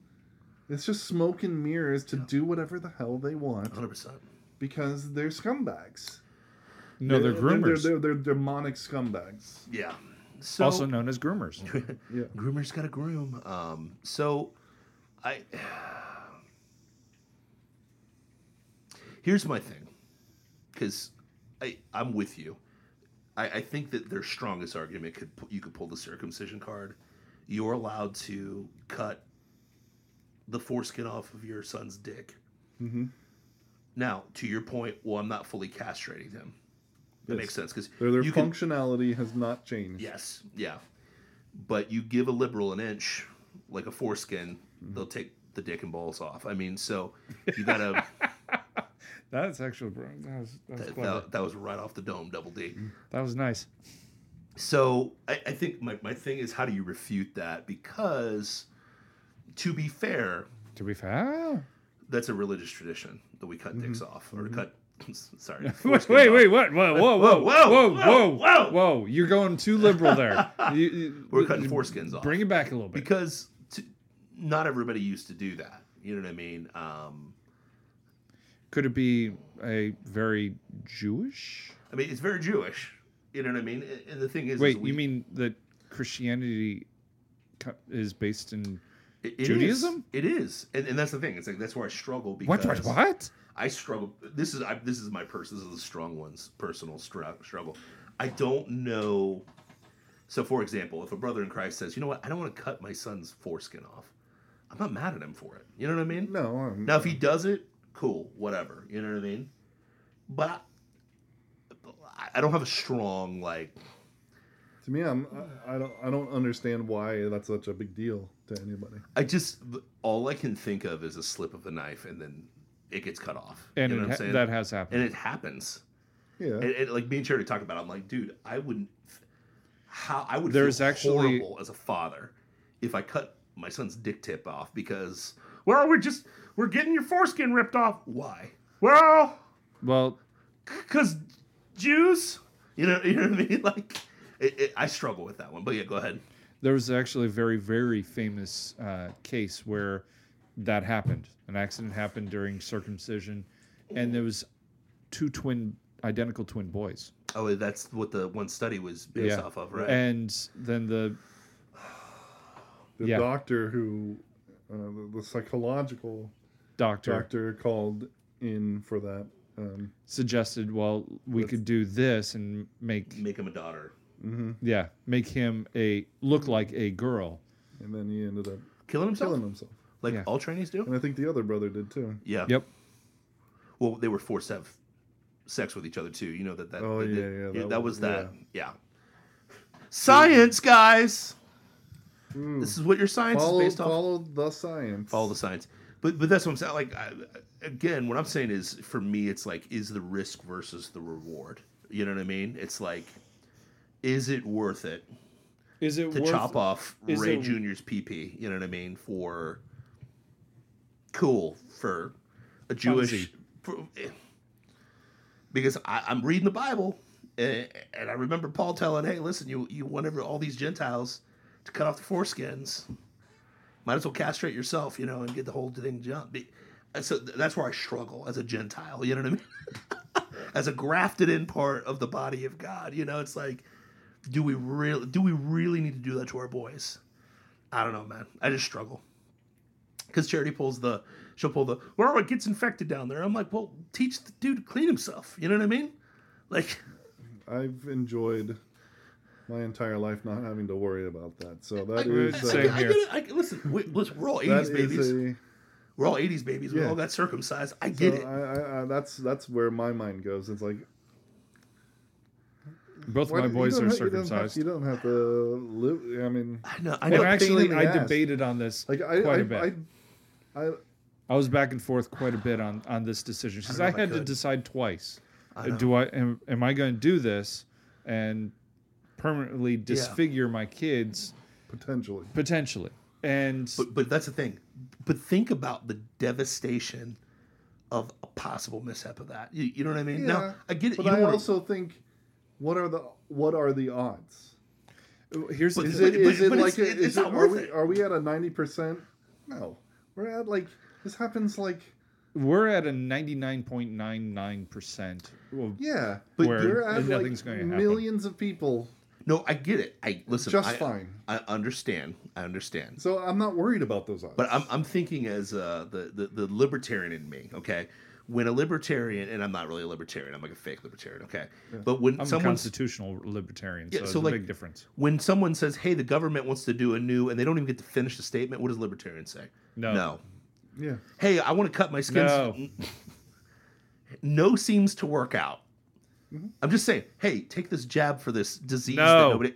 Speaker 1: it's just smoke and mirrors to do whatever the hell they want
Speaker 2: 100%.
Speaker 1: because they're scumbags.
Speaker 3: no, they're groomers,
Speaker 1: They're, they're, they're demonic scumbags.
Speaker 2: Yeah. So
Speaker 3: also known as groomers.
Speaker 1: Yeah.
Speaker 2: groomer's got a groom. Um, so I here's my thing, because I I'm with you. I, I think that their strongest argument could pu- you could pull the circumcision card. You're allowed to cut the foreskin off of your son's dick. Now, to your point, well, I'm not fully castrating him. That
Speaker 1: Yes.
Speaker 2: makes sense because
Speaker 1: Their, their functionality has not changed.
Speaker 2: Yes, yeah. But you give a liberal an inch, like a foreskin,
Speaker 3: Mm-hmm.
Speaker 2: they'll take the dick and balls off. I mean, so you gotta.
Speaker 3: That's actually that was, that was
Speaker 2: that, that, that was right off the dome, double D.
Speaker 3: That was nice.
Speaker 2: So I, I think my, my thing is how do you refute that? Because to be fair,
Speaker 3: To be fair,
Speaker 2: that's a religious tradition that we cut dicks off or cut. Sorry.
Speaker 3: Mm-hmm. wait,
Speaker 2: foreskins
Speaker 3: wait,
Speaker 2: off.
Speaker 3: wait, what? Whoa, whoa, whoa,
Speaker 2: whoa,
Speaker 3: whoa, whoa,
Speaker 2: whoa,
Speaker 3: whoa,
Speaker 2: whoa.
Speaker 3: whoa! You're going too liberal there. You- you-
Speaker 2: We're cutting foreskins off.
Speaker 3: Bring it back a little bit.
Speaker 2: because to, not everybody used to do that. You know what I mean? Um,
Speaker 3: Could it be a very Jewish?
Speaker 2: I mean, it's very Jewish. You know what I mean? And the thing is, is
Speaker 3: Wait,
Speaker 2: we-
Speaker 3: you mean that Christianity co- is based in
Speaker 2: It- it is.
Speaker 3: Judaism?
Speaker 2: it is, and, and that's the thing. It's like that's where I struggle
Speaker 3: what?
Speaker 2: because
Speaker 3: What? What?
Speaker 2: I struggle. This is I, this is my person. This is the strong one's personal stru- struggle. I don't know. So, for example, if a brother in Christ says, "You know what? I don't want to cut my son's foreskin off," I'm not mad at him for it. You know what I mean?
Speaker 1: No. um,
Speaker 2: Now, if he does it, cool, whatever. You know what I mean? But I, I don't have a strong like.
Speaker 1: To me, I'm I I don't I don't understand why that's such a big deal to anybody.
Speaker 2: I just all I can think of is a slip of the knife, and then it gets cut off.
Speaker 3: And
Speaker 2: you know what
Speaker 3: it
Speaker 2: I'm
Speaker 3: ha-
Speaker 2: saying?
Speaker 3: that has happened.
Speaker 2: and it happens.
Speaker 1: Yeah.
Speaker 2: And, and like me and Charity talk about, it, I'm like, dude, I wouldn't. How I would
Speaker 3: There's
Speaker 2: feel
Speaker 3: actually-
Speaker 2: horrible as a father if I cut my son's dick tip off because well, we're just
Speaker 4: We're getting your foreskin ripped off.
Speaker 2: why
Speaker 4: Well,
Speaker 3: well,
Speaker 4: because Jews.
Speaker 2: you know you know what I mean like. It, it, I struggle with that one, but yeah, go ahead.
Speaker 3: there was actually a very very famous uh, case where that happened an accident happened during circumcision and there was two twin identical twin boys
Speaker 2: Oh, that's what the one study was based off of, right?
Speaker 3: and then the
Speaker 1: the
Speaker 3: yeah.
Speaker 1: doctor who uh, the, the psychological
Speaker 3: doctor
Speaker 1: doctor called in for that. Um,
Speaker 3: suggested well we could do this and make
Speaker 2: Make him a daughter.
Speaker 3: yeah make him a look like a girl
Speaker 1: and then he ended up
Speaker 2: Killing himself,
Speaker 1: killing himself.
Speaker 2: like
Speaker 3: Yeah.
Speaker 2: all trainees
Speaker 1: And
Speaker 2: do.
Speaker 1: I think the other brother did too.
Speaker 2: Yeah.
Speaker 3: yep
Speaker 2: Well, they were forced to have sex with each other too. You know that that.
Speaker 1: Oh,
Speaker 2: that-
Speaker 1: yeah,
Speaker 2: that-
Speaker 1: yeah,
Speaker 2: That,
Speaker 1: that
Speaker 2: was
Speaker 1: was-
Speaker 2: that. Yeah. Science, guys.
Speaker 1: Mm.
Speaker 2: This is what your science
Speaker 1: Follow,
Speaker 2: is based off. Follow,
Speaker 1: follow the science.
Speaker 2: the science. But but that's what I'm saying. Like I, again, what I'm saying is for me, it's like is the risk versus the reward. You know what I mean? It's like, is it worth it
Speaker 3: is it
Speaker 2: to
Speaker 3: worth
Speaker 2: chop off
Speaker 3: is
Speaker 2: Ray
Speaker 3: it-
Speaker 2: Junior's PP? You know what I mean? For cool for a Jewish. for- eh. because I, I'm reading the Bible, and, and I remember Paul telling, "Hey, listen, you you want every- all these Gentiles to cut off the foreskins. Might as well castrate yourself, you know, and get the whole thing done." Be- and So th- that's where I struggle as a Gentile. You know what I mean? as a grafted in part of the body of God, you know, it's like, do we really do we really need to do that to our boys? I don't know, man. I just struggle. Because charity pulls the, she'll pull the, well, it gets infected down there. I'm like, well, teach the dude to clean himself. You know what I mean? Like,
Speaker 1: I've enjoyed my entire life not having to worry about that. So
Speaker 2: I,
Speaker 1: that
Speaker 2: I,
Speaker 1: is
Speaker 3: Same
Speaker 1: uh,
Speaker 2: I, I,
Speaker 3: here.
Speaker 2: get it. I, listen, we, listen, we're all
Speaker 1: that
Speaker 2: 80s
Speaker 1: is
Speaker 2: babies.
Speaker 1: a.
Speaker 2: we're all 80s babies. We
Speaker 1: Yeah.
Speaker 2: all got circumcised. I
Speaker 1: So
Speaker 2: get it.
Speaker 1: I, I, I, that's that's where my mind goes. It's like
Speaker 3: both
Speaker 1: why
Speaker 3: my
Speaker 1: do- you
Speaker 3: boys
Speaker 1: don't
Speaker 3: are
Speaker 1: have- you don't have-
Speaker 3: circumcised
Speaker 1: You don't have to live. I mean,
Speaker 2: I know. I
Speaker 3: and
Speaker 2: know.
Speaker 1: pain
Speaker 3: actually
Speaker 1: in the
Speaker 3: i
Speaker 1: ass.
Speaker 3: debated on this
Speaker 1: like I
Speaker 3: quite a
Speaker 1: I,
Speaker 3: bit
Speaker 1: I, I,
Speaker 3: I was back and forth quite a bit on on this decision because
Speaker 2: don't
Speaker 3: I,
Speaker 2: know if I
Speaker 3: had to
Speaker 2: could.
Speaker 3: decide twice. Uh, do I am, am I going to do this, and permanently disfigure my kids
Speaker 1: potentially.
Speaker 3: potentially. And
Speaker 2: But, but that's the thing. But think about the devastation of a possible mishap of that. You, you know what I mean? Now, I get it.
Speaker 1: But
Speaker 2: you don't
Speaker 1: I
Speaker 2: wanna-
Speaker 1: also think, what are the what are the odds?
Speaker 3: here's the
Speaker 1: Is
Speaker 2: But-
Speaker 1: it
Speaker 2: but-
Speaker 1: is it
Speaker 2: but
Speaker 1: like
Speaker 2: it's-
Speaker 1: a,
Speaker 2: it-
Speaker 1: is
Speaker 2: it's
Speaker 1: it,
Speaker 2: not
Speaker 1: are
Speaker 2: worth
Speaker 1: we
Speaker 2: it.
Speaker 1: are we at a ninety percent? No, we're at like this happens like
Speaker 3: we're at a 99.99% of
Speaker 1: yeah,
Speaker 3: But
Speaker 1: you're
Speaker 3: where
Speaker 1: at
Speaker 3: nothing's
Speaker 1: like
Speaker 3: gonna happen.
Speaker 1: millions of people
Speaker 2: No, I get it. I listen.
Speaker 1: just
Speaker 2: I,
Speaker 1: fine.
Speaker 2: I understand. I understand.
Speaker 1: So I'm not worried about those odds.
Speaker 2: But I'm, I'm thinking as uh, the, the the libertarian in me. Okay, when a libertarian, and I'm not really a libertarian. I'm like a fake libertarian. Okay, but when
Speaker 3: I'm a
Speaker 2: someone
Speaker 3: constitutional libertarian, so
Speaker 2: Yeah,
Speaker 3: it's
Speaker 2: so,
Speaker 3: a
Speaker 2: like-
Speaker 3: big difference.
Speaker 2: when someone says, "Hey, the government wants to do a new," and they don't even get to finish the statement, what does libertarian say?
Speaker 3: No.
Speaker 2: No.
Speaker 1: yeah,
Speaker 2: Hey, I want to cut my skin.
Speaker 3: No.
Speaker 2: No seems to work out. I'm just saying. Hey, take this jab for this disease
Speaker 3: Mm-hmm. No.
Speaker 2: that nobody.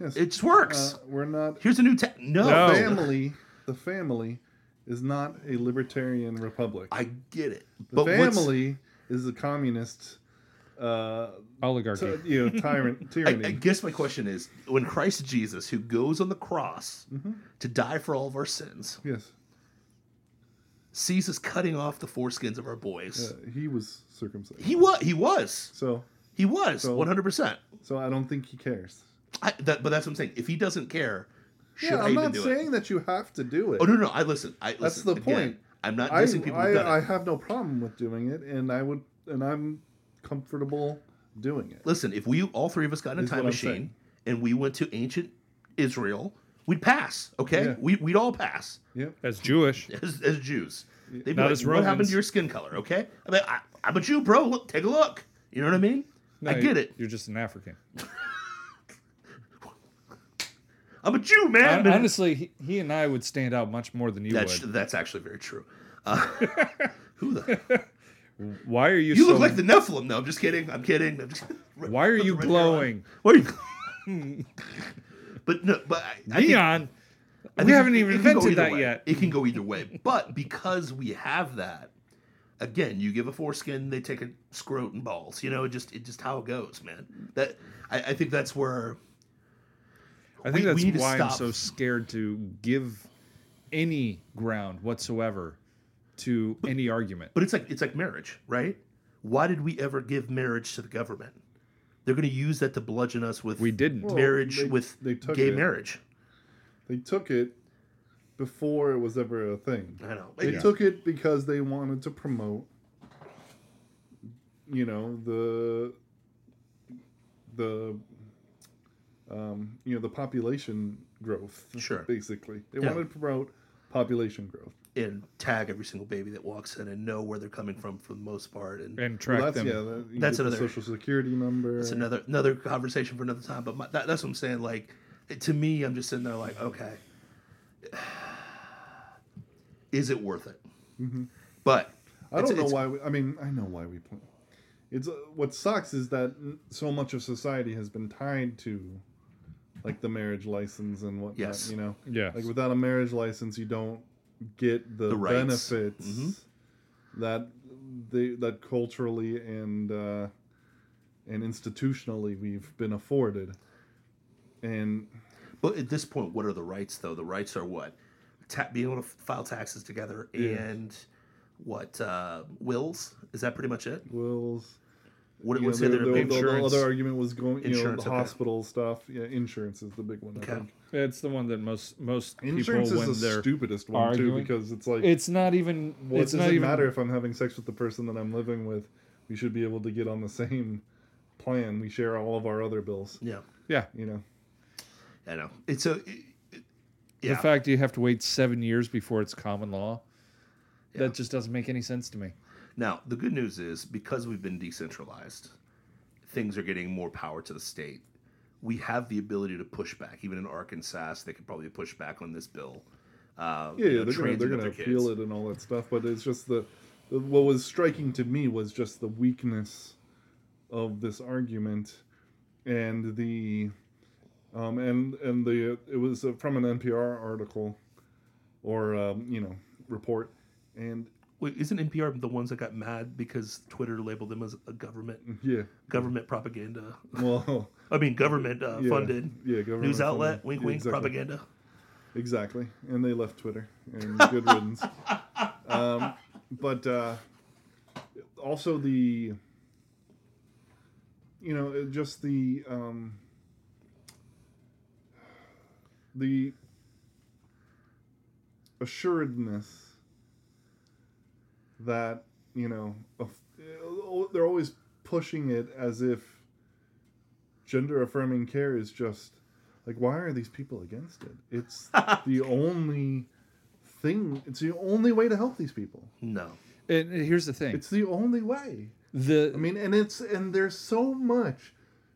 Speaker 1: yes.
Speaker 2: It just works.
Speaker 1: uh, we're not
Speaker 2: Here's a new tech. No.
Speaker 3: No.
Speaker 1: family. The family is not a libertarian republic.
Speaker 2: I get it.
Speaker 1: The
Speaker 2: what's-
Speaker 1: family is the communist, uh,
Speaker 3: Oligarchy.
Speaker 1: t- you know, tyrant
Speaker 2: I,
Speaker 1: tyranny.
Speaker 2: I guess my question is when Christ Jesus, who goes on the cross
Speaker 1: Mm-hmm.
Speaker 2: to die for all of our sins,
Speaker 1: yes,
Speaker 2: sees us cutting off the foreskins of our boys.
Speaker 1: uh, he was circumcised.
Speaker 2: He was. He was.
Speaker 1: so,
Speaker 2: He was.
Speaker 1: So-
Speaker 2: 100%.
Speaker 1: so I don't think he cares.
Speaker 2: I, that, but that's what I'm saying. If he doesn't care, should
Speaker 1: yeah,
Speaker 2: I
Speaker 1: I'm
Speaker 2: even
Speaker 1: not
Speaker 2: do
Speaker 1: saying
Speaker 2: it?
Speaker 1: that you have to do it.
Speaker 2: Oh, no, no. I listen. I, listen,
Speaker 1: the
Speaker 2: again,
Speaker 1: point.
Speaker 2: I'm not
Speaker 1: I,
Speaker 2: dissing people who've done
Speaker 1: I, I
Speaker 2: it.
Speaker 1: have no problem with doing it, and I would, and I'm comfortable doing it.
Speaker 2: Listen, if we all three of us got in a
Speaker 1: This is
Speaker 2: time
Speaker 1: what I'm
Speaker 2: machine
Speaker 1: saying.
Speaker 2: and we went to ancient Israel, we'd pass, okay?
Speaker 1: Yeah.
Speaker 2: We, we'd all pass.
Speaker 1: Yeah,
Speaker 3: As Jewish.
Speaker 2: as, as Jews. They'd be
Speaker 3: Not
Speaker 2: like,
Speaker 3: as
Speaker 2: what happened
Speaker 3: Romans."
Speaker 2: to your skin color? Okay, I mean, I, I'm a Jew, bro. Look, take a look. You know what I mean? I
Speaker 3: No,
Speaker 2: get it.
Speaker 3: You're just an African.
Speaker 2: I'm a Jew, man.
Speaker 3: Hon- Honestly, he, he and I would stand out much more than you
Speaker 2: that's
Speaker 3: would.
Speaker 2: that's actually very true. Uh, who the?
Speaker 3: Why are you?
Speaker 2: You
Speaker 3: so,
Speaker 2: look like the Nephilim. No, I'm just kidding. I'm kidding. I'm just,
Speaker 3: Why are
Speaker 2: Put the
Speaker 3: you Hmm.
Speaker 2: red hair on.
Speaker 3: glowing?
Speaker 2: Why are you? but no, but I, I think-
Speaker 3: Neon.
Speaker 2: I
Speaker 3: we
Speaker 2: think
Speaker 3: haven't
Speaker 2: it-
Speaker 3: even
Speaker 2: it can go
Speaker 3: invented
Speaker 2: either
Speaker 3: that
Speaker 2: way.
Speaker 3: yet.
Speaker 2: It can go either way. But because we have that, again, you give a foreskin, they take a scrote and balls. You know, it just it just how it goes, man. That I, I think that's where
Speaker 3: I think
Speaker 2: we- we need to
Speaker 3: that's why I'm
Speaker 2: stop.
Speaker 3: so scared to give any ground whatsoever to any argument.
Speaker 2: but it's like it's like marriage, right? Why did we ever give marriage to the government? They're gonna use that to bludgeon us with
Speaker 3: We didn't.
Speaker 1: Well,
Speaker 2: marriage
Speaker 1: they-
Speaker 2: with
Speaker 1: they took
Speaker 2: gay
Speaker 1: it.
Speaker 2: marriage.
Speaker 1: they took it before it was ever a thing.
Speaker 2: I know.
Speaker 1: They
Speaker 2: It-
Speaker 1: took it because they wanted to promote, you know, the the um, you know the population growth.
Speaker 2: Sure.
Speaker 1: Basically, they
Speaker 2: Yeah.
Speaker 1: wanted to promote population growth.
Speaker 2: And tag every single baby that walks in and know where they're coming from for the most part. And
Speaker 3: and track
Speaker 1: Well, that's
Speaker 3: them.
Speaker 1: yeah. That, you
Speaker 2: That's
Speaker 1: get the
Speaker 2: another-
Speaker 1: social security number.
Speaker 2: It's another another conversation for another time. But my, that, that's what I'm saying. Like it- to me, I'm just sitting there like, okay, is it worth it? But
Speaker 1: Mm-hmm. I
Speaker 2: it's-
Speaker 1: don't know
Speaker 2: it's-
Speaker 1: why. We, I mean, I know why we play. It's uh, what sucks is that n- so much of society has been tied to, like the marriage license and whatnot.
Speaker 2: Yes.
Speaker 1: You know.
Speaker 3: Yes.
Speaker 1: Like without a marriage license, you don't get the,
Speaker 2: The rights. Mm-hmm.
Speaker 1: benefits that they that culturally and uh, and institutionally we've been afforded. And
Speaker 2: But at this point, what are the rights though? The rights are what Ta- being able to file taxes together and what uh, wills is that pretty much it?
Speaker 1: wills.
Speaker 2: What,
Speaker 1: You know,
Speaker 2: what's
Speaker 1: the,
Speaker 2: the
Speaker 1: the,
Speaker 2: other big-
Speaker 1: the- the
Speaker 3: Insurance.
Speaker 1: other argument was going, you know, the
Speaker 2: Insurance, okay.
Speaker 1: hospital stuff. Yeah, insurance is the big one. I
Speaker 2: Okay.
Speaker 1: think.
Speaker 3: It's the one that most most
Speaker 1: Insurance
Speaker 3: people
Speaker 1: is
Speaker 3: when
Speaker 1: the
Speaker 3: they're
Speaker 1: stupidest one too
Speaker 3: arguing.
Speaker 1: because it's like
Speaker 3: it's not even
Speaker 1: well,
Speaker 3: it's
Speaker 1: it
Speaker 3: not
Speaker 1: doesn't
Speaker 3: even
Speaker 1: matter if I'm having sex with the person that I'm living with. We should be able to get on the same plan. We share all of our other bills.
Speaker 2: Yeah,
Speaker 3: yeah.
Speaker 1: You know,
Speaker 2: I know. It's a it- it- yeah.
Speaker 3: The fact you have to wait seven years before it's common law, that just doesn't make any sense to me.
Speaker 2: Now, the good news is because we've been decentralized, things are getting more power to the state. We have the ability to push back. Even in Arkansas, they could probably push back on this bill. Uh,
Speaker 1: yeah,
Speaker 2: you know,
Speaker 1: yeah they're gonna, they're
Speaker 2: transing up
Speaker 1: gonna
Speaker 2: their
Speaker 1: appeal
Speaker 2: kids.
Speaker 1: it and all that stuff. But it's just the, the what was striking to me was just the weakness of this argument, and the, um, and and the it was uh, from an NPR article, or um, you know report, and
Speaker 2: Wait, isn't NPR the ones that got mad because Twitter labeled them as a government
Speaker 1: Yeah.
Speaker 2: government propaganda?
Speaker 1: Well,
Speaker 2: I mean, government uh,
Speaker 1: yeah.
Speaker 2: funded
Speaker 1: Yeah, government
Speaker 2: news outlet.
Speaker 1: funded.
Speaker 2: Wink,
Speaker 1: Yeah,
Speaker 2: wink.
Speaker 1: exactly.
Speaker 2: Propaganda.
Speaker 1: Exactly. And they left Twitter. And good riddance. Um, but uh, also the, you know, it- just the, um, the assuredness that, you know, of- they're always pushing it as if gender affirming care is just like why are these people against it it's the only thing it's the only way to help these people
Speaker 2: No.
Speaker 3: And here's the thing.
Speaker 1: it's the only way
Speaker 3: the
Speaker 1: i mean and it's and there's so much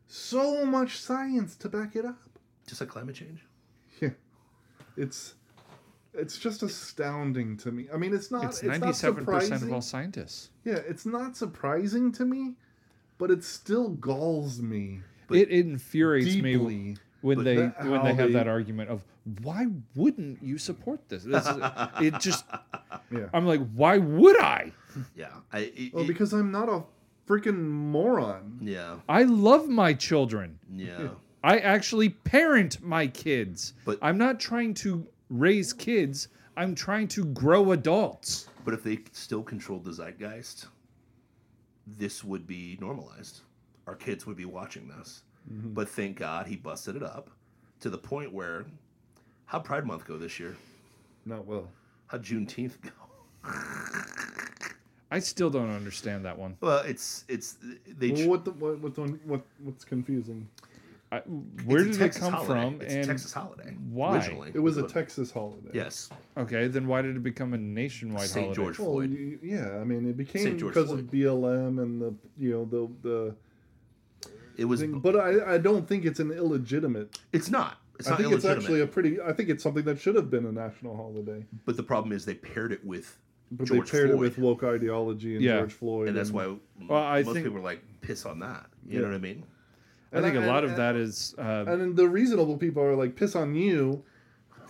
Speaker 1: so much science to back it up
Speaker 2: Just like climate change.
Speaker 1: yeah it's it's just astounding to me i mean it's not
Speaker 3: it's
Speaker 1: it's, not
Speaker 3: 97% of
Speaker 1: surprising
Speaker 3: all scientists.
Speaker 1: yeah it's not surprising to me but it still galls me
Speaker 2: But
Speaker 3: it, it infuriates me
Speaker 1: deeply
Speaker 3: when
Speaker 1: but
Speaker 3: they
Speaker 1: that-
Speaker 3: when
Speaker 1: how
Speaker 3: they have
Speaker 1: they-
Speaker 3: that argument of why wouldn't you support this? this is, it just
Speaker 1: yeah
Speaker 3: I'm like why would I?
Speaker 2: Yeah. I. It,
Speaker 1: well
Speaker 2: it-
Speaker 1: Oh, because i'm not a freaking moron
Speaker 2: yeah.
Speaker 3: I love my children.
Speaker 2: Yeah.
Speaker 3: I actually parent my kids.
Speaker 2: But-
Speaker 3: I'm not trying to raise kids. I'm trying to grow adults.
Speaker 2: But if they still controlled the zeitgeist, this would be normalized. Our kids would be watching this.
Speaker 3: Mm-hmm.
Speaker 2: But thank God he busted it up to the point where how Pride Month go this year?
Speaker 1: not well
Speaker 2: How Juneteenth go?
Speaker 3: I still don't understand that one.
Speaker 2: Well, it's it's they
Speaker 1: Well,
Speaker 2: ch-
Speaker 1: what, the, what, what's on, what what's confusing?
Speaker 3: I, where
Speaker 2: it's a
Speaker 3: did it
Speaker 2: Texas
Speaker 3: come
Speaker 2: holiday.
Speaker 3: from?
Speaker 2: It's
Speaker 3: and
Speaker 2: a Texas holiday.
Speaker 3: why?
Speaker 2: Originally,
Speaker 1: It was a
Speaker 2: But-
Speaker 1: Texas holiday.
Speaker 2: Yes,
Speaker 3: okay, then why did it become a nationwide
Speaker 2: St.
Speaker 3: holiday?
Speaker 2: George
Speaker 1: Well,
Speaker 2: Floyd.
Speaker 1: you, yeah. I mean, it became
Speaker 2: St. George
Speaker 1: because of
Speaker 2: Floyd.
Speaker 1: BLM and the you know the the
Speaker 2: It was.
Speaker 1: thing. But I I don't think it's an illegitimate.
Speaker 2: it's not. It's
Speaker 1: I
Speaker 2: not
Speaker 1: think it's
Speaker 2: illegitimate.
Speaker 1: actually a pretty. I think it's something that should have been a national holiday,
Speaker 2: but the problem is they paired it with
Speaker 1: but they
Speaker 2: George
Speaker 1: paired
Speaker 2: Floyd,
Speaker 1: it with woke ideology and
Speaker 3: Yeah.
Speaker 1: George Floyd,
Speaker 2: and that's why
Speaker 3: Well, I
Speaker 2: most
Speaker 3: think-
Speaker 2: people are like piss on that. You know
Speaker 1: Yeah.
Speaker 2: what I mean?
Speaker 3: I think
Speaker 1: And
Speaker 3: a
Speaker 1: I-
Speaker 3: lot of
Speaker 1: and-
Speaker 3: that is uh,
Speaker 1: And then the reasonable people are like, piss on you.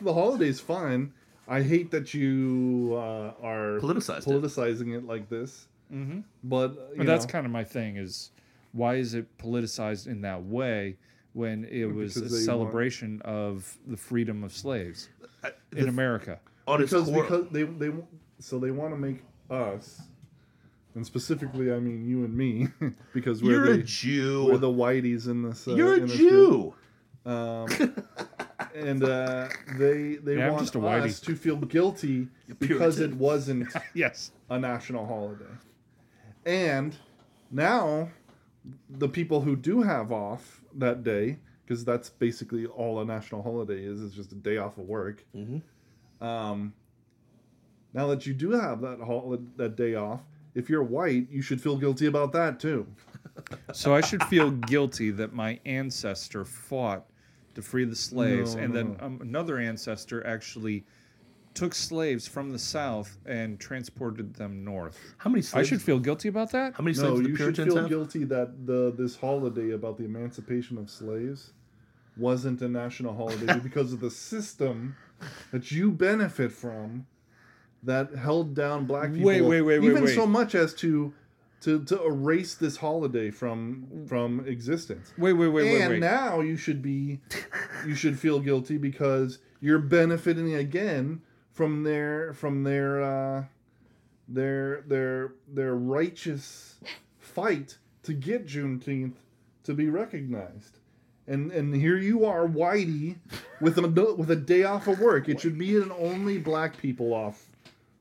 Speaker 1: The holiday's fine. I hate that you uh, are
Speaker 2: Politicized it.
Speaker 1: politicizing it. like this. Mm-hmm. But, uh, you
Speaker 3: But that's
Speaker 1: know,
Speaker 3: kind of my thing is why is it politicized in that way when it was
Speaker 1: Because they
Speaker 3: a
Speaker 1: want-
Speaker 3: celebration of the freedom of slaves
Speaker 2: I-
Speaker 3: in
Speaker 2: the-
Speaker 3: America?
Speaker 2: on its
Speaker 1: because
Speaker 2: core-
Speaker 1: because they they so they want to make us, and specifically I mean you and me, because we're
Speaker 2: you're a
Speaker 1: the
Speaker 2: Jew.
Speaker 1: we're the whiteys in this. Uh,
Speaker 2: you're
Speaker 1: in
Speaker 2: a
Speaker 1: this group.
Speaker 2: Jew.
Speaker 1: Um, and uh, they they
Speaker 3: Yeah, I'm
Speaker 1: want
Speaker 3: just a whitey.
Speaker 1: us to feel guilty because it
Speaker 2: Puritan.
Speaker 1: wasn't
Speaker 3: Yes.
Speaker 1: a national holiday, and now the people who do have off that day because that's basically all a national holiday is is just a day off of work
Speaker 2: Mhm.
Speaker 1: um, now that you do have that hol- that day off if you're white you should feel guilty about that too
Speaker 3: So I should feel guilty that my ancestor fought to free the slaves,
Speaker 1: No,
Speaker 3: and
Speaker 1: no,
Speaker 3: then
Speaker 1: no.
Speaker 3: um, another ancestor actually took slaves from the south and transported them north.
Speaker 2: How many
Speaker 3: I
Speaker 2: slaves?
Speaker 3: should feel guilty about that.
Speaker 2: How many
Speaker 1: no
Speaker 2: slaves did the
Speaker 1: you should
Speaker 2: Puritans
Speaker 1: feel
Speaker 2: have?
Speaker 1: guilty that the this holiday about the emancipation of slaves wasn't a national holiday because of the system that you benefit from that held down black people
Speaker 3: Wait, wait, wait, wait,
Speaker 1: even
Speaker 3: wait.
Speaker 1: so much as to to, to erase this holiday from from existence.
Speaker 3: Wait, wait, wait, wait,
Speaker 1: and
Speaker 3: wait.
Speaker 1: now you should be you should feel guilty because you're benefiting again from their from their uh their their their righteous fight to get Juneteenth to be recognized. And and here you are, Whitey, with a with a day off of work. It should be an only black people off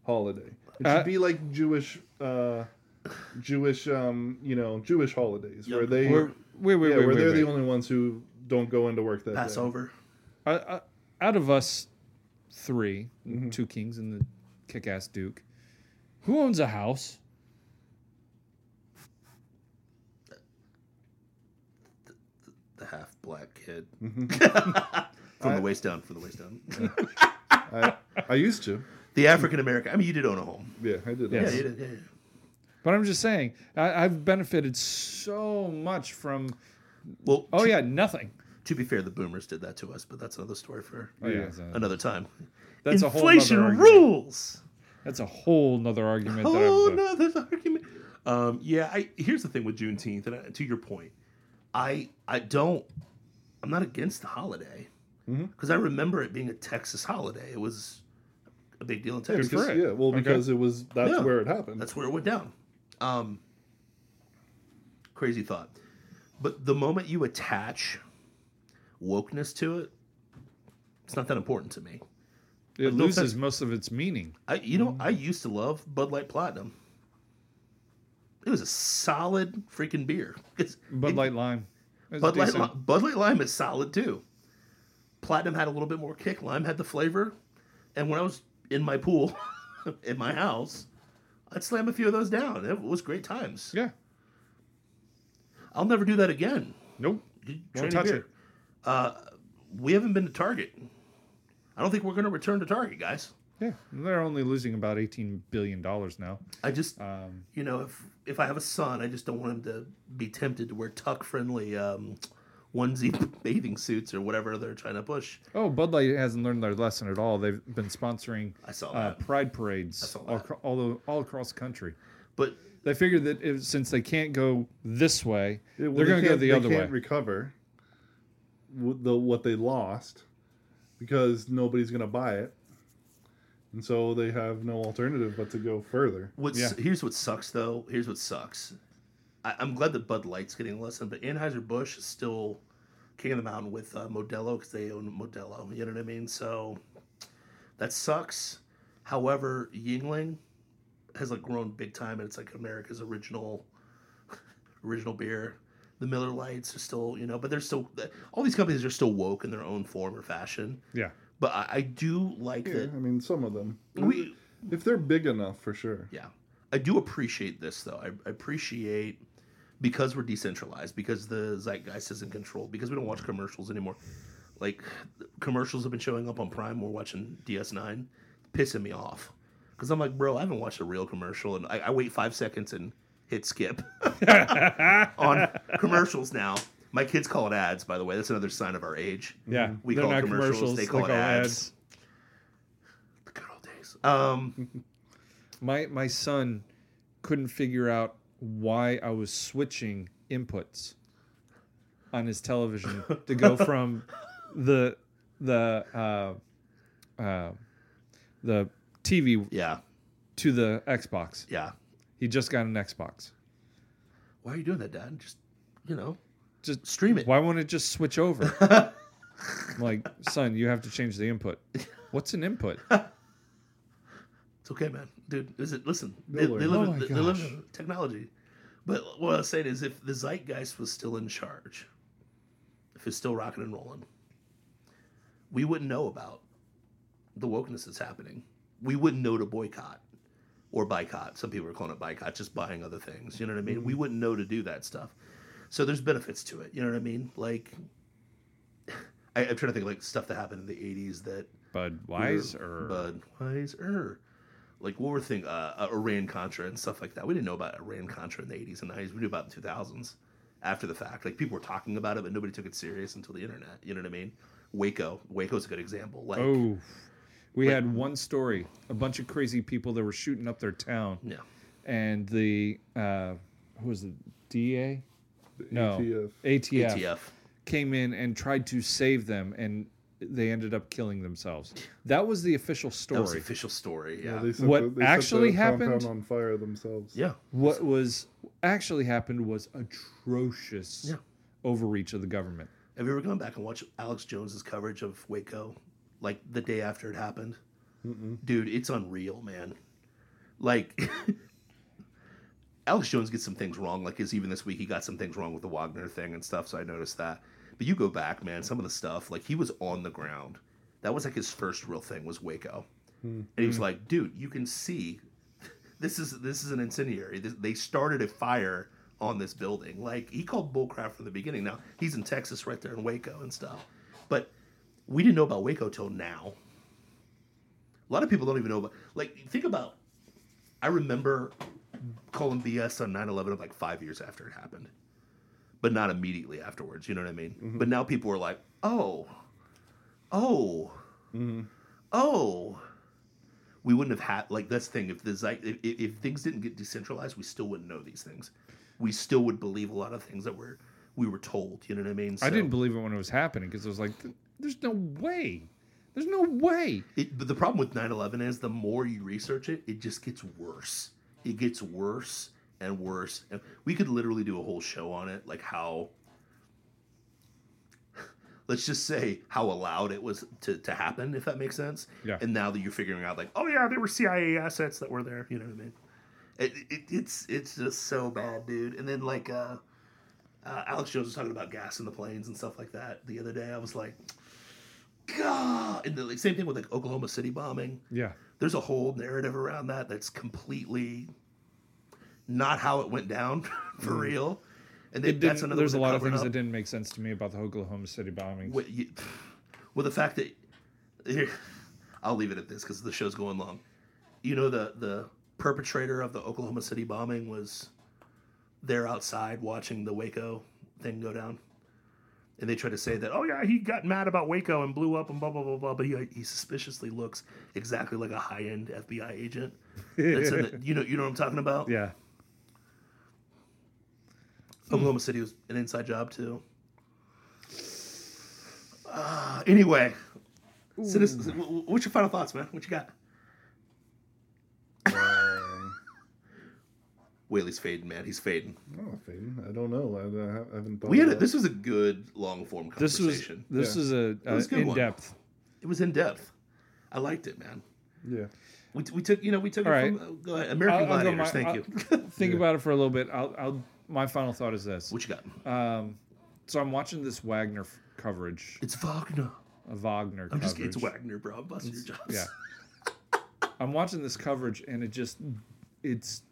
Speaker 1: holiday. It should
Speaker 3: Uh,
Speaker 1: be like Jewish uh Jewish um you know, Jewish holidays where
Speaker 2: Yom
Speaker 1: they
Speaker 3: We're- wait, wait,
Speaker 1: yeah,
Speaker 3: wait,
Speaker 1: where
Speaker 3: wait,
Speaker 1: they're
Speaker 3: wait.
Speaker 1: the only ones who don't go into work that day.
Speaker 2: Passover.
Speaker 3: I, I, out of us 3 two kings and the kick-ass duke, who owns a house?
Speaker 2: The half black kid. from the waist down. From the waist down.
Speaker 1: I, I used to.
Speaker 2: the African American. I mean, you did own a home.
Speaker 1: Yeah, I did.
Speaker 3: Yes.
Speaker 2: Yeah, you did. Yeah, yeah.
Speaker 3: But I'm just saying, I, I've benefited so much from.
Speaker 2: Well,
Speaker 3: Oh
Speaker 2: to,
Speaker 3: yeah, nothing.
Speaker 2: to be fair, the boomers did that to us, but that's another story for
Speaker 3: Oh yeah,
Speaker 1: Yeah.
Speaker 3: so
Speaker 2: another time.
Speaker 3: that's a whole
Speaker 4: Inflation
Speaker 3: nother argument.
Speaker 4: rules.
Speaker 3: That's a whole nother argument.
Speaker 2: Oh
Speaker 3: that I've, uh,
Speaker 2: no, there's an argument. Um, yeah, I, here's the thing with Juneteenth, and I, to your point, I I don't, I'm not against the holiday
Speaker 3: Mm-hmm.
Speaker 2: because I remember it being a Texas holiday. It was a big deal in
Speaker 1: Yeah,
Speaker 2: Texas.
Speaker 3: for
Speaker 1: because-
Speaker 3: it.
Speaker 1: yeah, well,
Speaker 3: Okay.
Speaker 1: because it was that's
Speaker 2: Yeah.
Speaker 1: where it happened.
Speaker 2: That's where it went down. Um, crazy thought, but the moment you attach wokeness to it, it's not that important to me.
Speaker 3: It
Speaker 2: no
Speaker 3: loses
Speaker 2: offense.
Speaker 3: most of its meaning.
Speaker 2: I you know I
Speaker 3: Mm.
Speaker 2: used to love Bud Light Platinum. It was a solid freaking beer. It's,
Speaker 3: Bud
Speaker 2: it-
Speaker 3: Light Lime. It's
Speaker 2: Bud Light,
Speaker 3: decent.
Speaker 2: Li- Bud Light Lime is solid too. Platinum had a little bit more kick. Lime had the flavor. And when I was in my pool, in my house, I'd slam a few of those down. It was great times.
Speaker 3: Yeah.
Speaker 2: I'll never do that again.
Speaker 3: Nope.
Speaker 2: You
Speaker 3: Won't
Speaker 2: Trinity
Speaker 3: touch
Speaker 2: beer.
Speaker 3: it.
Speaker 2: Uh, we haven't been to Target. I don't think we're going to return to Target, guys.
Speaker 3: Yeah. They're only losing about $18 billion now.
Speaker 2: I just,
Speaker 3: Um,
Speaker 2: you know, if if I have a son, I just don't want him to be tempted to wear tuck friendly um, onesie bathing suits or whatever they're trying to push.
Speaker 3: oh, Bud Light hasn't learned their lesson at all. They've been sponsoring
Speaker 2: I saw
Speaker 3: uh,
Speaker 2: that.
Speaker 3: pride parades
Speaker 2: saw
Speaker 3: all,
Speaker 2: that.
Speaker 3: acro- all, o- all across the country.
Speaker 2: But
Speaker 3: They figured that if, since they can't go this way,
Speaker 1: Yeah, well,
Speaker 3: they're
Speaker 1: they
Speaker 3: going to go
Speaker 1: can't-
Speaker 3: the
Speaker 1: they
Speaker 3: other way.
Speaker 1: can't Recover w- the what they lost because nobody's going to buy it, and so they have no alternative but to go further.
Speaker 2: What's
Speaker 3: Yeah.
Speaker 2: here's what sucks though. Here's what sucks. I, I'm glad that Bud Light's getting a lesson, but Anheuser Busch is still king of the mountain with uh, Modelo because they own Modelo. You know what I mean? So that sucks. However, Yingling has like grown big time, and it's like America's original original beer. The Miller Lights are still, you know, but they're still all these companies are still woke in their own form or fashion.
Speaker 3: yeah.
Speaker 2: But I, I do like
Speaker 1: Yeah,
Speaker 2: that
Speaker 1: I mean, some of them,
Speaker 2: we
Speaker 1: if they're big enough, for sure.
Speaker 2: yeah. I do appreciate this though. I, I appreciate because we're decentralized, because the zeitgeist is in control, because we don't watch commercials anymore. Like commercials have been showing up on Prime. We're watching DS9, pissing me off because I'm like, bro, I haven't watched a real commercial, and I, I wait five seconds and hit skip on commercials now. My kids call it ads, by the way. That's another sign of our age.
Speaker 3: Yeah.
Speaker 2: We
Speaker 3: They're
Speaker 2: call it
Speaker 3: not
Speaker 2: commercials, They call it ads. The good old days. Um,
Speaker 3: my my son couldn't figure out why I was switching inputs on his television to go from the the uh, uh, the TV
Speaker 2: yeah,
Speaker 3: to the Xbox.
Speaker 2: yeah.
Speaker 3: He just got an Xbox.
Speaker 2: why are you doing that, Dad? Just, you know,
Speaker 3: Just
Speaker 2: stream it.
Speaker 3: why won't it just switch over? I'm like, son, you have to change the input. What's an input?
Speaker 2: It's okay, man. Dude, is it, listen,
Speaker 1: They'll
Speaker 2: they,
Speaker 1: learn.
Speaker 2: they live,
Speaker 3: Oh
Speaker 2: in,
Speaker 3: my
Speaker 2: they, they live
Speaker 3: gosh.
Speaker 2: in technology. But what I was saying is if the zeitgeist was still in charge, if it's still rocking and rolling, we wouldn't know about the wokeness that's happening. We wouldn't know to boycott or boycott. Some people are calling it boycott, just buying other things. You know what I mean?
Speaker 3: Mm-hmm.
Speaker 2: We wouldn't know to do that stuff. So there's benefits to it. You know what I mean? Like, I, I'm trying to think like stuff that happened in the 80s that
Speaker 3: Bud Wise or
Speaker 2: Budweiser. Like what were thing uh, Iran Contra and stuff like that. We didn't know about Iran Contra in the eighties and nineties. We knew about it in two thousands after the fact. Like people were talking about it, but nobody took it serious until the internet. You know what I mean? Waco. Waco's a good example. Like
Speaker 3: Oh, we had one story: a bunch of crazy people that were shooting up their town,
Speaker 2: yeah.
Speaker 3: and the uh, who was it? DA? No,
Speaker 1: ATF.
Speaker 3: ATF,
Speaker 2: ATF.
Speaker 3: came in and tried to save them, and they ended up killing themselves. That was the official
Speaker 2: That was the
Speaker 3: story.
Speaker 2: official story. Yeah.
Speaker 1: Yeah,
Speaker 2: Yeah.
Speaker 1: they set
Speaker 3: What
Speaker 1: the- they set
Speaker 3: actually
Speaker 1: the compound
Speaker 3: happened-
Speaker 1: on fire themselves.
Speaker 3: what was actually happened was atrocious
Speaker 2: Yeah.
Speaker 3: overreach of the government.
Speaker 2: Have you ever gone back and watched Alex Jones's coverage of Waco, like the day after it happened? Dude, it's unreal, man. Like, Alex Jones gets some things wrong. Like, is even this week he got some things wrong with the Wagner thing and stuff. So I noticed that. But you go back, man. Some of the stuff, like he was on the ground. That was like his first real thing was Waco, and he was like, dude, you can see this is this is an incendiary. This, they started a fire on this building. Like he called bullcrap from the beginning. Now he's in Texas, right there in Waco and stuff. But we didn't know about Waco till now. A lot of people don't even know about. Like think about. I remember calling BS on 9/11 of like five years after it happened, but not immediately afterwards. You know what I mean?
Speaker 3: Mm-hmm.
Speaker 2: But now people are like,
Speaker 3: Mm-hmm.
Speaker 2: oh, oh, oh we wouldn't have had like that's the thing. If the Zeit, if, if if things didn't get decentralized, we still wouldn't know these things. We still would believe a lot of things that were we were told. You know what I mean?
Speaker 3: I
Speaker 2: So-
Speaker 3: didn't believe it when it was happening because I was like, "Th- there's no way. There's no way.
Speaker 2: It, but the problem with 9/11 is the more you research it, it just gets worse. It gets worse and worse. And we could literally do a whole show on it, like how. Let's just say how allowed it was to, to happen, if that makes sense.
Speaker 3: Yeah.
Speaker 2: And now that you're figuring out, like, oh yeah, there were CIA assets that were there. You know what I mean? It, it, it's it's just so bad, dude. And then like, uh, uh, Alex Jones was talking about gas in the planes and stuff like that the other day. I was like, God. And the like, same thing with like Oklahoma City bombing.
Speaker 3: Yeah.
Speaker 2: There's a whole narrative around that that's completely not how it went down for real. And they,
Speaker 3: Mm. It
Speaker 2: that's
Speaker 3: didn't,
Speaker 2: another.
Speaker 3: there's a
Speaker 2: one
Speaker 3: lot
Speaker 2: they're
Speaker 3: of things that
Speaker 2: covering up.
Speaker 3: didn't make sense to me about the Oklahoma City bombings.
Speaker 2: Wait, you- Well, the fact that here, I'll leave it at this because the show's going long. You know the the perpetrator of the Oklahoma City bombing was there outside watching the Waco thing go down, and they tried to say that oh yeah he got mad about Waco and blew up and blah blah blah blah, but he he suspiciously looks exactly like a high end FBI agent. That's in the, you know you know what I'm talking about.
Speaker 3: Yeah. Hmm.
Speaker 2: Oklahoma City was an inside job too. Uh, anyway, citizens, wh- wh- what's your final thoughts, man? What you got?
Speaker 1: Um,
Speaker 2: Whaley's fading, man. He's fading.
Speaker 1: Oh, Faden, I don't know. I, I ha- haven't thought.
Speaker 2: We had a,
Speaker 1: about
Speaker 2: this was a good long form
Speaker 3: This was
Speaker 2: conversation.
Speaker 3: this
Speaker 1: Yeah.
Speaker 3: is a, a
Speaker 2: was a uh, good
Speaker 3: in
Speaker 2: one.
Speaker 3: depth.
Speaker 2: it was in depth. I liked it, man.
Speaker 1: Yeah.
Speaker 2: We, t- we took you know we took
Speaker 3: All
Speaker 2: it
Speaker 3: right.
Speaker 2: from uh, go ahead. American
Speaker 3: I'll- I'll go
Speaker 2: Gladiators.
Speaker 3: my- uh,
Speaker 2: thank you.
Speaker 3: Think about it for a little bit. I'll, I'll my final thought is this.
Speaker 2: what you got?
Speaker 3: Uh, So I'm watching this Wagner f- coverage,
Speaker 2: it's Wagner.
Speaker 3: a Wagner
Speaker 2: I'm
Speaker 3: coverage.
Speaker 2: just it's Wagner, bro. I'm busting your chops.
Speaker 3: Yeah. I'm watching this coverage and it just it's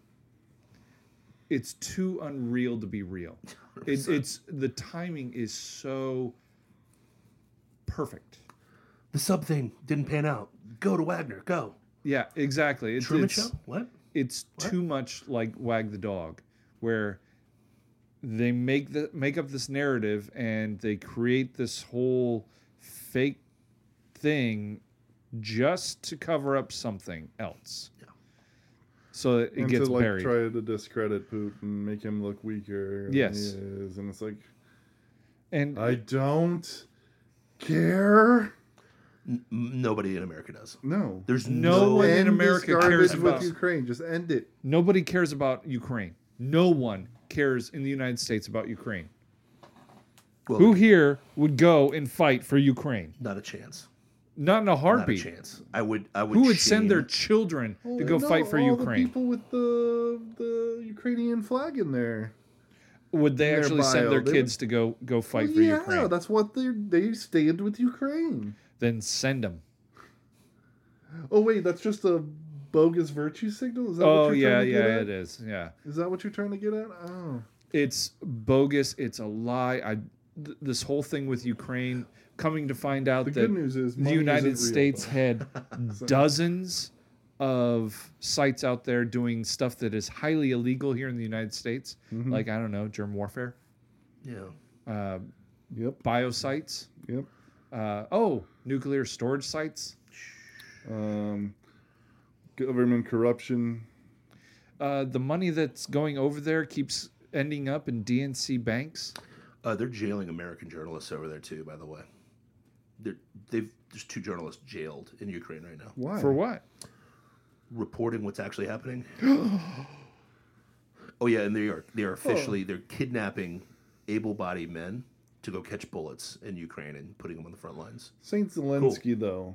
Speaker 3: it's too unreal to be real. It,
Speaker 2: 100%.
Speaker 3: it's the timing is so perfect.
Speaker 2: The sub thing didn't pan out. Go to Wagner. Go.
Speaker 3: Yeah, exactly. It's,
Speaker 2: Truman
Speaker 3: it's,
Speaker 2: Show. What?
Speaker 3: it's too much like wag the dog where they make the make up this narrative and they create this whole fake thing just to cover up something else
Speaker 2: Yeah.
Speaker 3: so that it
Speaker 1: and
Speaker 3: gets
Speaker 1: to like
Speaker 3: buried
Speaker 1: try to discredit Putin, make him look weaker.
Speaker 3: Yes.
Speaker 1: than he is. and it's like
Speaker 3: and
Speaker 1: I don't care.
Speaker 2: N- nobody in America does.
Speaker 1: No.
Speaker 2: There's
Speaker 3: No
Speaker 2: no,
Speaker 3: one-
Speaker 2: way.
Speaker 3: in
Speaker 1: End
Speaker 3: America
Speaker 1: this garbage
Speaker 3: cares
Speaker 1: with
Speaker 3: about-
Speaker 1: Ukraine. Just end it.
Speaker 3: nobody cares about ukraine no one cares in the united states about ukraine
Speaker 2: Well,
Speaker 3: who here would go and fight for ukraine
Speaker 2: Not a chance.
Speaker 3: not in a
Speaker 2: Not a
Speaker 3: heartbeat
Speaker 2: chance. I would. I would.
Speaker 3: who would send their
Speaker 2: shame-
Speaker 3: children to go
Speaker 1: No,
Speaker 3: fight for
Speaker 1: all
Speaker 3: ukraine
Speaker 1: The people with the the Ukrainian flag in there.
Speaker 3: would they
Speaker 1: their
Speaker 3: actually send
Speaker 1: bio,
Speaker 3: their
Speaker 1: they would-
Speaker 3: kids to go go fight
Speaker 1: Well,
Speaker 3: for
Speaker 1: yeah,
Speaker 3: Ukraine?
Speaker 1: that's what they they stand with Ukraine.
Speaker 3: Then send them.
Speaker 1: Oh wait, that's just a bogus virtue signal. Is that
Speaker 3: Oh
Speaker 1: what you're
Speaker 3: yeah,
Speaker 1: trying to get
Speaker 3: yeah,
Speaker 1: at?
Speaker 3: it is. Yeah,
Speaker 1: Is that what you're trying to get at? Oh,
Speaker 3: it's bogus. It's a lie. I th- this whole thing with Ukraine coming to find out
Speaker 1: the
Speaker 3: that
Speaker 1: good news is
Speaker 3: the
Speaker 1: money
Speaker 3: United
Speaker 1: isn't real.
Speaker 3: States had dozens of sites out there doing stuff that is highly illegal here in the United States,
Speaker 1: Mm-hmm.
Speaker 3: like I don't know, germ warfare, uh,
Speaker 2: Yeah.
Speaker 1: Yep,
Speaker 3: biosites.
Speaker 1: yep.
Speaker 3: Uh, oh, nuclear storage sites.
Speaker 1: Um, government corruption.
Speaker 3: Uh, the money that's going over there keeps ending up in DNC banks.
Speaker 2: Uh, they're jailing American journalists over there too. By the way, they're, they've there's two journalists jailed in Ukraine right now,
Speaker 1: Why?
Speaker 3: For what?
Speaker 2: reporting what's actually happening. oh yeah, and they are they are officially they're kidnapping able-bodied men to go catch bullets in Ukraine and putting them on the front lines.
Speaker 1: Saint Zelensky though.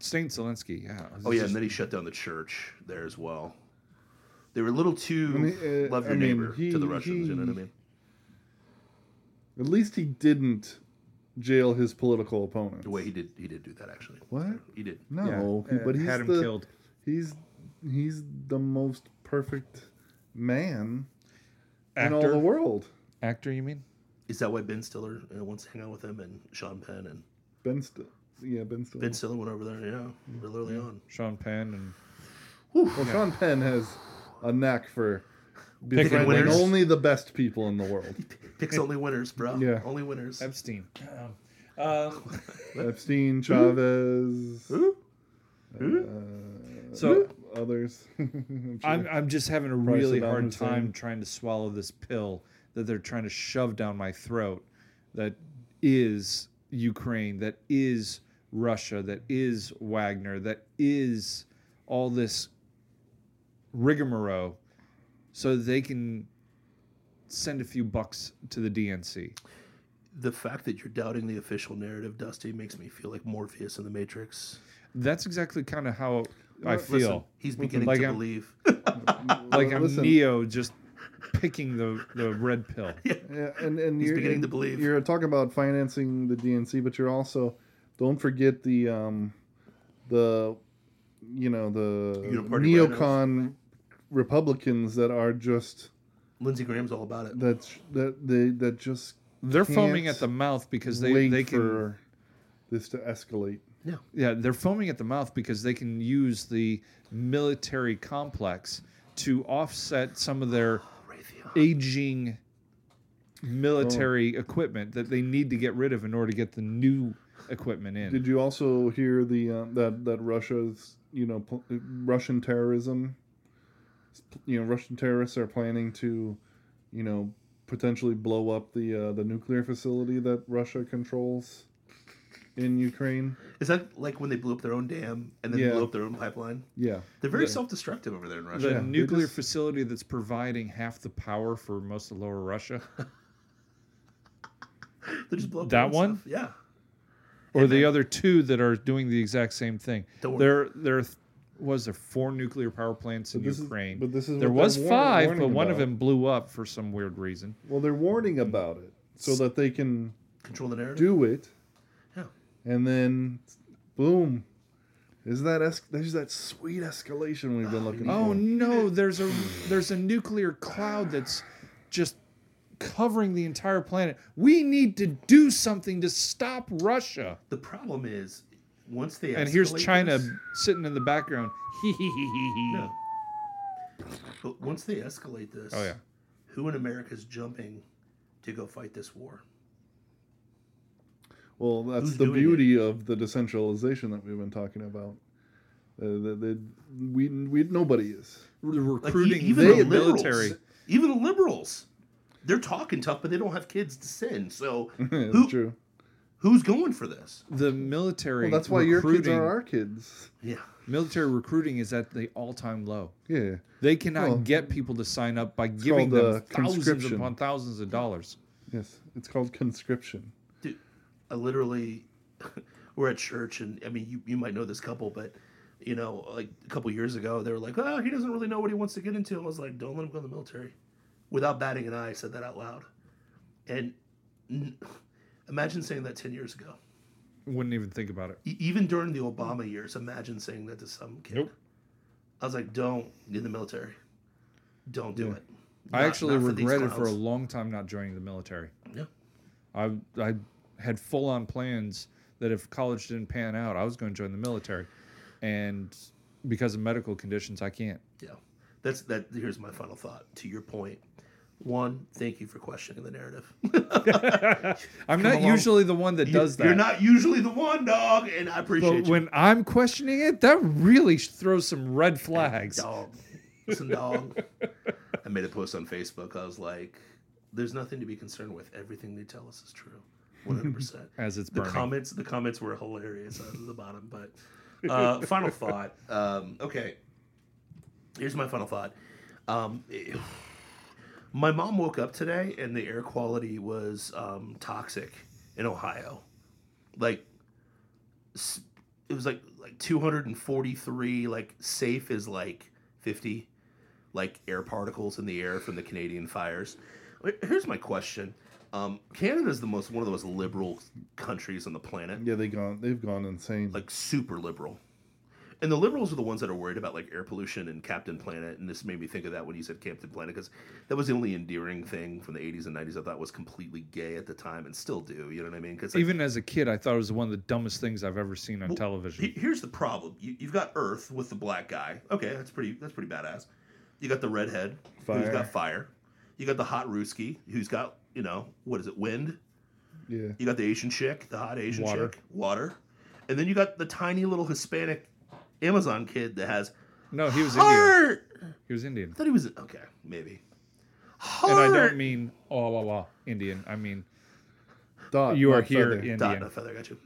Speaker 3: Saint Zelensky, yeah.
Speaker 2: Oh yeah, and then he shut down the church there as well. They were a little too
Speaker 1: I mean, uh,
Speaker 2: love your
Speaker 1: I mean,
Speaker 2: neighbor to the
Speaker 1: he-
Speaker 2: Russians. You know what I
Speaker 1: he-
Speaker 2: mean?
Speaker 1: At least he didn't jail his political opponents.
Speaker 2: The way he did, he did do that actually.
Speaker 1: What?
Speaker 2: He did.
Speaker 1: No,
Speaker 3: Yeah,
Speaker 1: he- but
Speaker 3: uh,
Speaker 1: he's
Speaker 3: had him
Speaker 1: the,
Speaker 3: killed.
Speaker 1: He's he's the most perfect man in all
Speaker 3: Actor?
Speaker 1: the world.
Speaker 3: Actor, you mean?
Speaker 2: Is that why Ben Stiller uh, wants to hang out with him and Sean Penn and
Speaker 1: Ben Still. Yeah, Ben Still.
Speaker 2: Ben Stiller went over there? Yeah,
Speaker 3: Mm-hmm.
Speaker 2: real early on.
Speaker 3: Sean Penn and
Speaker 1: Well, Sean Penn has a knack for
Speaker 3: Picking
Speaker 1: befriending
Speaker 2: winners.
Speaker 1: only the best people in the world.
Speaker 2: Picks only winners, bro.
Speaker 1: Yeah.
Speaker 2: only winners.
Speaker 3: Epstein. Um,
Speaker 1: Epstein, Chavez.
Speaker 2: Who?
Speaker 1: uh,
Speaker 3: So
Speaker 1: others. I'm sure.
Speaker 3: I'm, I'm just having a really
Speaker 1: Saddam
Speaker 3: hard
Speaker 1: Hussein.
Speaker 3: time trying to swallow this pill that they're trying to shove down my throat that is Ukraine, that is Russia, that is Wagner, that is all this rigmarole so they can send a few bucks to the DNC.
Speaker 2: The fact that you're doubting the official narrative, Dusty, makes me feel like Morpheus in the Matrix.
Speaker 3: That's exactly kind of how
Speaker 1: Uh,
Speaker 3: I feel.
Speaker 2: Listen, he's beginning
Speaker 3: like
Speaker 2: to
Speaker 3: I'm-
Speaker 2: believe.
Speaker 3: like I'm
Speaker 1: Listen,
Speaker 3: Neo just picking the, the red pill.
Speaker 1: Yeah, and, and
Speaker 2: He's
Speaker 1: you're,
Speaker 2: beginning
Speaker 1: and
Speaker 2: to believe.
Speaker 1: You're talking about financing the DNC, but you're also don't forget the um, the you know the
Speaker 2: Uniparty
Speaker 1: neocon Republicans that are just
Speaker 2: Lindsey Graham's all about it.
Speaker 1: that that they that just
Speaker 3: They're foaming
Speaker 1: Can't
Speaker 3: at the mouth because they,
Speaker 1: wait
Speaker 3: they can
Speaker 1: for this to escalate.
Speaker 3: yeah they're foaming at the mouth because they can use the military complex to offset some of their
Speaker 2: Oh, Raytheon.
Speaker 3: aging
Speaker 1: Oh.
Speaker 3: military equipment that they need to get rid of in order to get the new equipment in.
Speaker 1: Did you also hear the uh, that that Russia's you know pl- Russian terrorism? You know, Russian terrorists are planning to, you know, potentially blow up the uh, the nuclear facility that Russia controls in Ukraine.
Speaker 2: Is that like when they blew up their own dam and then
Speaker 1: Yeah.
Speaker 2: blew up their own pipeline?
Speaker 1: Yeah,
Speaker 2: They're very self-destructive over there in Russia.
Speaker 3: the
Speaker 1: Yeah, they
Speaker 3: nuclear
Speaker 1: just-
Speaker 3: facility that's providing half the power for most of lower Russia
Speaker 2: They just blow up
Speaker 3: That
Speaker 2: their own
Speaker 3: one?
Speaker 2: stuff. Yeah.
Speaker 3: or the
Speaker 2: man.
Speaker 3: other two that are doing the exact same thing.
Speaker 2: Don't worry.
Speaker 3: There there th- was there four nuclear power plants in
Speaker 1: But this is-
Speaker 3: Ukraine.
Speaker 1: but this is
Speaker 3: there
Speaker 1: what they're
Speaker 3: was
Speaker 1: warn-
Speaker 3: five, but
Speaker 1: warning
Speaker 3: one of
Speaker 1: about.
Speaker 3: them blew up for some weird reason.
Speaker 1: well, they're warning about it so that they can
Speaker 2: Control the narrative.
Speaker 1: do it,
Speaker 2: Yeah.
Speaker 1: and then, boom. Is that es- there's that sweet escalation we've been looking
Speaker 3: Oh
Speaker 1: for?
Speaker 3: no, there's a there's a nuclear cloud that's just covering the entire planet. We need to do something to stop Russia.
Speaker 2: The problem is, once they
Speaker 3: And here's
Speaker 2: escalate
Speaker 3: China
Speaker 2: this-
Speaker 3: sitting in the background. Oh,
Speaker 2: No. But once they escalate this,
Speaker 3: Oh, yeah.
Speaker 2: who in America is jumping to go fight this war?
Speaker 1: Well, that's
Speaker 2: Who's
Speaker 1: the
Speaker 2: doing it?
Speaker 1: beauty of the decentralization that we've been talking about. Uh, the, the, we, we nobody is.
Speaker 3: The
Speaker 2: Like
Speaker 3: recruiting
Speaker 2: e- even the,
Speaker 3: the
Speaker 2: liberals,
Speaker 3: military.
Speaker 2: even the liberals, they're talking tough, but they don't have kids to send. So
Speaker 1: It's
Speaker 2: who
Speaker 1: true.
Speaker 2: who's going for this?
Speaker 3: The military
Speaker 1: Well, that's why your kids
Speaker 3: recruiting-
Speaker 1: are our kids.
Speaker 2: Yeah,
Speaker 3: military recruiting is at the all-time low.
Speaker 1: Yeah.
Speaker 3: They cannot
Speaker 1: Well,
Speaker 3: get people to sign up by giving
Speaker 1: called,
Speaker 3: them
Speaker 1: uh,
Speaker 3: thousands
Speaker 1: conscription.
Speaker 3: upon thousands of dollars.
Speaker 1: Yes. It's called conscription.
Speaker 2: dude. I literally, we're at church, and I mean, you you might know this couple, but you know, like a couple years ago, they were like, "Oh, he doesn't really know what he wants to get into." I was like, "Don't let him go in the military." Without batting an eye, I said that out loud, and n- imagine saying that ten years ago.
Speaker 3: Wouldn't even think about it.
Speaker 2: E- even during the Obama years, imagine saying that to some kid.
Speaker 3: Nope.
Speaker 2: I was like, don't get in the military. Don't do it.
Speaker 3: I
Speaker 2: Not-
Speaker 3: actually
Speaker 2: not for these
Speaker 3: regretted for a
Speaker 2: clowns.
Speaker 3: long time not joining the military.
Speaker 2: Yeah.
Speaker 3: I I had full-on plans that if college didn't pan out, I was going to join the military, and because of medical conditions, I can't.
Speaker 2: Yeah. That's that. Here's my final thought to your point. One, thank you for questioning the narrative.
Speaker 3: I'm not
Speaker 2: along.
Speaker 3: usually the one that does that.
Speaker 2: You're not usually the one, dog, and I appreciate
Speaker 3: But
Speaker 2: you.
Speaker 3: when I'm questioning it, that really sh- throws some red flags.
Speaker 2: Dog. Listen, dog. I made a post on Facebook. I was like, there's nothing to be concerned with. Everything they tell us is true. 100%.
Speaker 3: As it's
Speaker 2: the
Speaker 3: burning.
Speaker 2: comments the comments were hilarious out of the bottom but uh, final thought um, okay here's my final thought um, eh, my mom woke up today and the air quality was um, toxic in ohio like s- it was like like 243 like safe is like 50 like air particles in the air from the Canadian fires. Wait, Here's my question: um, Canada is the most one of the most liberal countries on the planet,
Speaker 1: Yeah, they gone they've gone insane.
Speaker 2: like super liberal. And the liberals are the ones that are worried about like air pollution and Captain Planet, and this made me think of that when you said Captain Planet because that was the only endearing thing from the '80s and '90s I thought was completely gay at the time and still do. You know what I mean? Because
Speaker 3: Even as a kid, I thought it was one of the dumbest things I've ever seen on television.
Speaker 2: He- Here's the problem: you, you've got Earth with the black guy. Okay, that's pretty. That's pretty badass. You got the redhead who's
Speaker 1: Fire.
Speaker 2: got fire. You got the hot Ruski who's got you know what is it? Wind.
Speaker 1: yeah.
Speaker 2: You got the Asian chick, the hot Asian
Speaker 3: Water.
Speaker 2: chick, water, and then you got the tiny little Hispanic Amazon kid that has
Speaker 3: No, he was Indian.
Speaker 2: Heart.
Speaker 3: He was Indian.
Speaker 2: I thought he was okay. Maybe.
Speaker 3: And
Speaker 2: Heart.
Speaker 3: I don't mean oh la la Indian. I mean
Speaker 2: Uh,
Speaker 1: Dot,
Speaker 3: you are
Speaker 1: not
Speaker 3: here
Speaker 1: feather.
Speaker 2: Dot,
Speaker 3: Indian.
Speaker 2: no feather. Got you.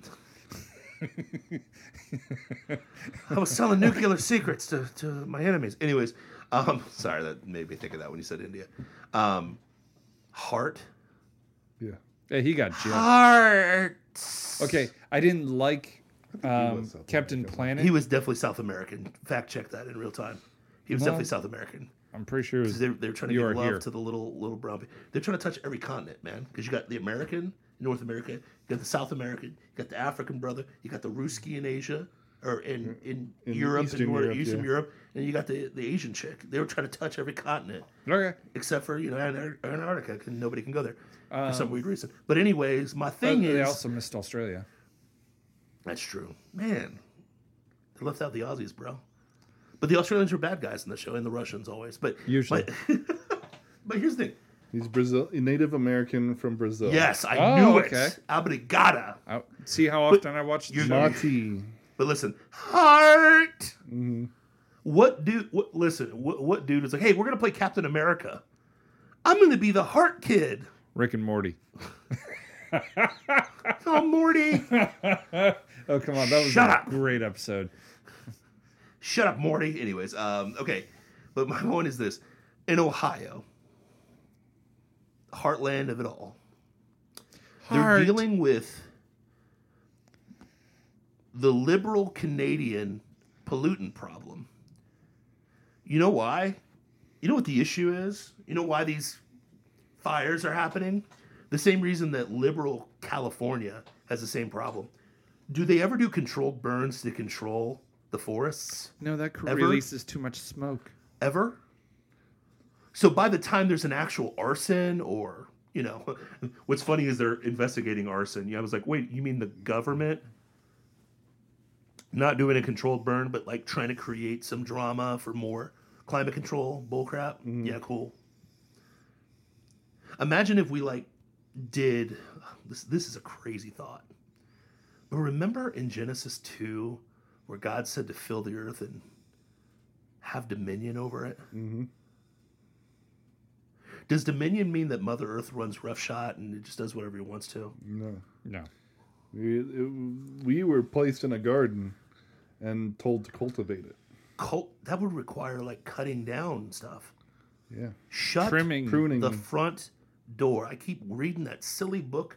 Speaker 2: I was telling nuclear secrets to, to my enemies. Anyways, um, sorry that made me think of that when you said India. Um, heart.
Speaker 1: Yeah.
Speaker 3: Hey, he got jailed.
Speaker 2: Heart.
Speaker 3: Okay, I didn't like um,
Speaker 1: South
Speaker 3: Captain
Speaker 1: American.
Speaker 3: Planet.
Speaker 2: He was definitely South American. Fact check that in real time. He was
Speaker 3: Well-
Speaker 2: definitely South American.
Speaker 3: I'm pretty sure it was.
Speaker 2: They are trying to
Speaker 3: You are
Speaker 2: give love
Speaker 3: here.
Speaker 2: to the little little brown. pe- They're trying to touch every continent, man. Because you got the American, North America, you got the South American, you got the African brother, you got the Ruski in Asia or in in,
Speaker 1: In
Speaker 2: Europe
Speaker 1: Eastern
Speaker 2: and North,
Speaker 1: Europe,
Speaker 2: Eastern
Speaker 1: yeah.
Speaker 2: Europe, and you got the the Asian chick. They were trying to touch every continent
Speaker 3: Okay.
Speaker 2: except for you know Antar- Antarctica, because nobody can go there for some weird reason. But anyways, my thing
Speaker 3: They
Speaker 2: is
Speaker 3: also missed Australia.
Speaker 2: that's true, man. They left out the Aussies, bro. But the Australians were bad guys in the show, and the Russians always. But
Speaker 3: Usually.
Speaker 2: but, but here's the thing.
Speaker 1: He's Brazil Native American from Brazil.
Speaker 2: Yes, I
Speaker 3: Oh,
Speaker 2: knew
Speaker 3: okay.
Speaker 2: it. Obrigada.
Speaker 3: I, see how often I watch the
Speaker 2: you-
Speaker 3: show?
Speaker 1: Mati.
Speaker 2: But listen, heart. What dude? What, listen, what, what dude is like? Hey, we're gonna play Captain America. I'm gonna be the heart kid.
Speaker 3: Rick and Morty.
Speaker 2: Oh, Morty.
Speaker 3: Oh come on, that was
Speaker 2: Shut
Speaker 3: a
Speaker 2: up.
Speaker 3: great episode.
Speaker 2: Shut up, Morty. Anyways, um, okay. But my point is this: in Ohio, heartland of it all, they're
Speaker 3: Heart.
Speaker 2: dealing with the liberal Canadian pollutant problem. You know why? You know what the issue is? You know why these fires are happening? The same reason that liberal California has the same problem. Do they ever do controlled burns to control the forests?
Speaker 3: No, that cr-
Speaker 2: Ever?
Speaker 3: releases too much smoke.
Speaker 2: ever. So by the time there's an actual arson or you know, what's funny is they're investigating arson. Yeah, I was like, wait, you mean the government not doing a controlled burn, but like trying to create some drama for more climate control bullcrap? Yeah, cool. Imagine if we like did this. This is a crazy thought, but remember in Genesis two, where God said to fill the earth and have dominion over it?
Speaker 1: Mhm.
Speaker 2: Does dominion mean that Mother Earth runs roughshod and it just does whatever it wants to?
Speaker 1: No.
Speaker 3: No.
Speaker 1: We, it, we were placed in a garden and told to cultivate it.
Speaker 2: Cult that would require like cutting down stuff.
Speaker 1: Yeah.
Speaker 2: Shut
Speaker 3: Trimming.
Speaker 1: Pruning.
Speaker 2: the front door. I keep reading that silly book,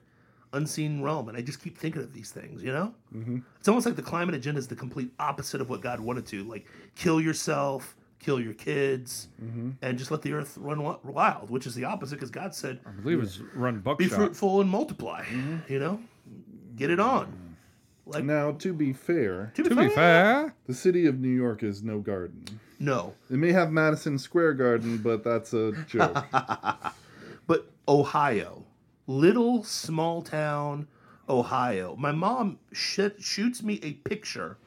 Speaker 2: Unseen Realm, and I just keep thinking of these things. You know, mm-hmm. it's almost like the climate agenda is the complete opposite of what God wanted to. Like, kill yourself, kill your kids, and just let the earth run wi- wild, which is the opposite because God said,
Speaker 3: I believe it was run
Speaker 2: "Be
Speaker 3: buckshot.
Speaker 2: fruitful and multiply."
Speaker 3: Mm-hmm.
Speaker 2: You know, get it on. Like,
Speaker 1: now, to be fair,
Speaker 3: To be fair,
Speaker 1: the city of New York is no garden.
Speaker 2: no,
Speaker 1: It may have Madison Square Garden, but that's a joke.
Speaker 2: but Ohio, little small town Ohio. My mom sh- shoots me a picture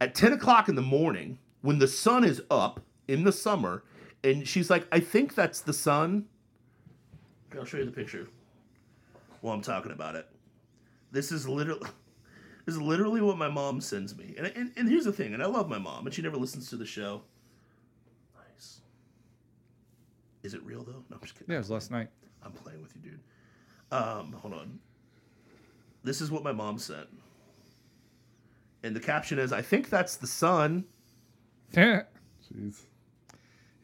Speaker 2: at 10 o'clock in the morning when the sun is up in the summer, and she's like, I think that's the sun. Here, I'll show you the picture while I'm talking about it. This is literally. This is literally what my mom sends me. And, and, and here's the thing, and I love my mom, and she never listens to the show. Nice. Is it real, though? No, I'm just kidding.
Speaker 3: yeah, it was last night.
Speaker 2: I'm playing with you, dude. Um, hold on. This is what my mom sent. And the caption is, I think that's the sun.
Speaker 3: it
Speaker 1: Jeez.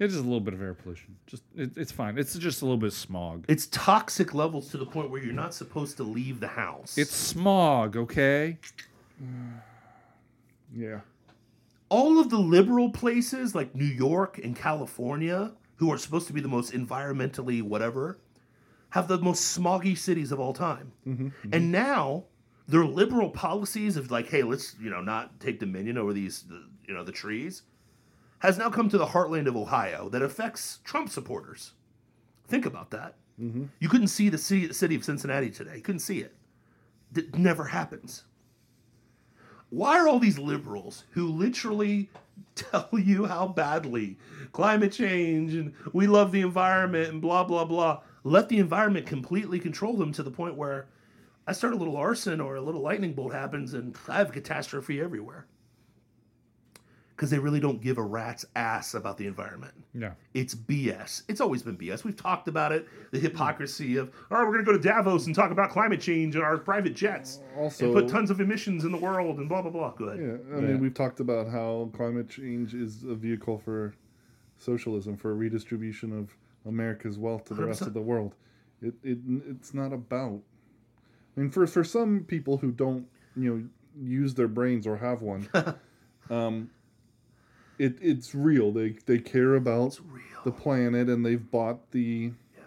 Speaker 3: is a little bit of air pollution. Just it, it's fine. It's just a little bit of smog.
Speaker 2: It's toxic levels to the point where you're not supposed to leave the house.
Speaker 3: It's smog, okay?
Speaker 1: Yeah.
Speaker 2: all of the liberal places like New York and California, who are supposed to be the most environmentally whatever, have the most smoggy cities of all time. And now their liberal policies of like, hey, let's you know not take dominion over these the, you know the trees, has now come to the heartland of Ohio that affects Trump supporters. Think about that. You couldn't see the city, the city of Cincinnati today. You couldn't see it. It never happens why are all these liberals who literally tell you how badly climate change and we love the environment and blah blah blah let the environment completely control them to the point where I start a little arson or a little lightning bolt happens and I have catastrophe everywhere. because they really don't give a rat's ass about the environment.
Speaker 3: No.
Speaker 2: It's BS. It's always been BS. We've talked about it. The hypocrisy of, all right, we're going to go to Davos and talk about climate change and our private jets
Speaker 1: Also,
Speaker 2: and put tons of emissions in the world and blah, blah, blah. Go ahead.
Speaker 1: yeah, I mean, we've talked about how climate change is a vehicle for socialism, for redistribution of America's wealth to the rest of
Speaker 2: 100%.
Speaker 1: the world. It, it it's not about. I mean, for for some people who don't you know use their brains or have one, um, it it's real. They they care about
Speaker 2: It's real.
Speaker 1: the planet and they've bought the
Speaker 2: yeah.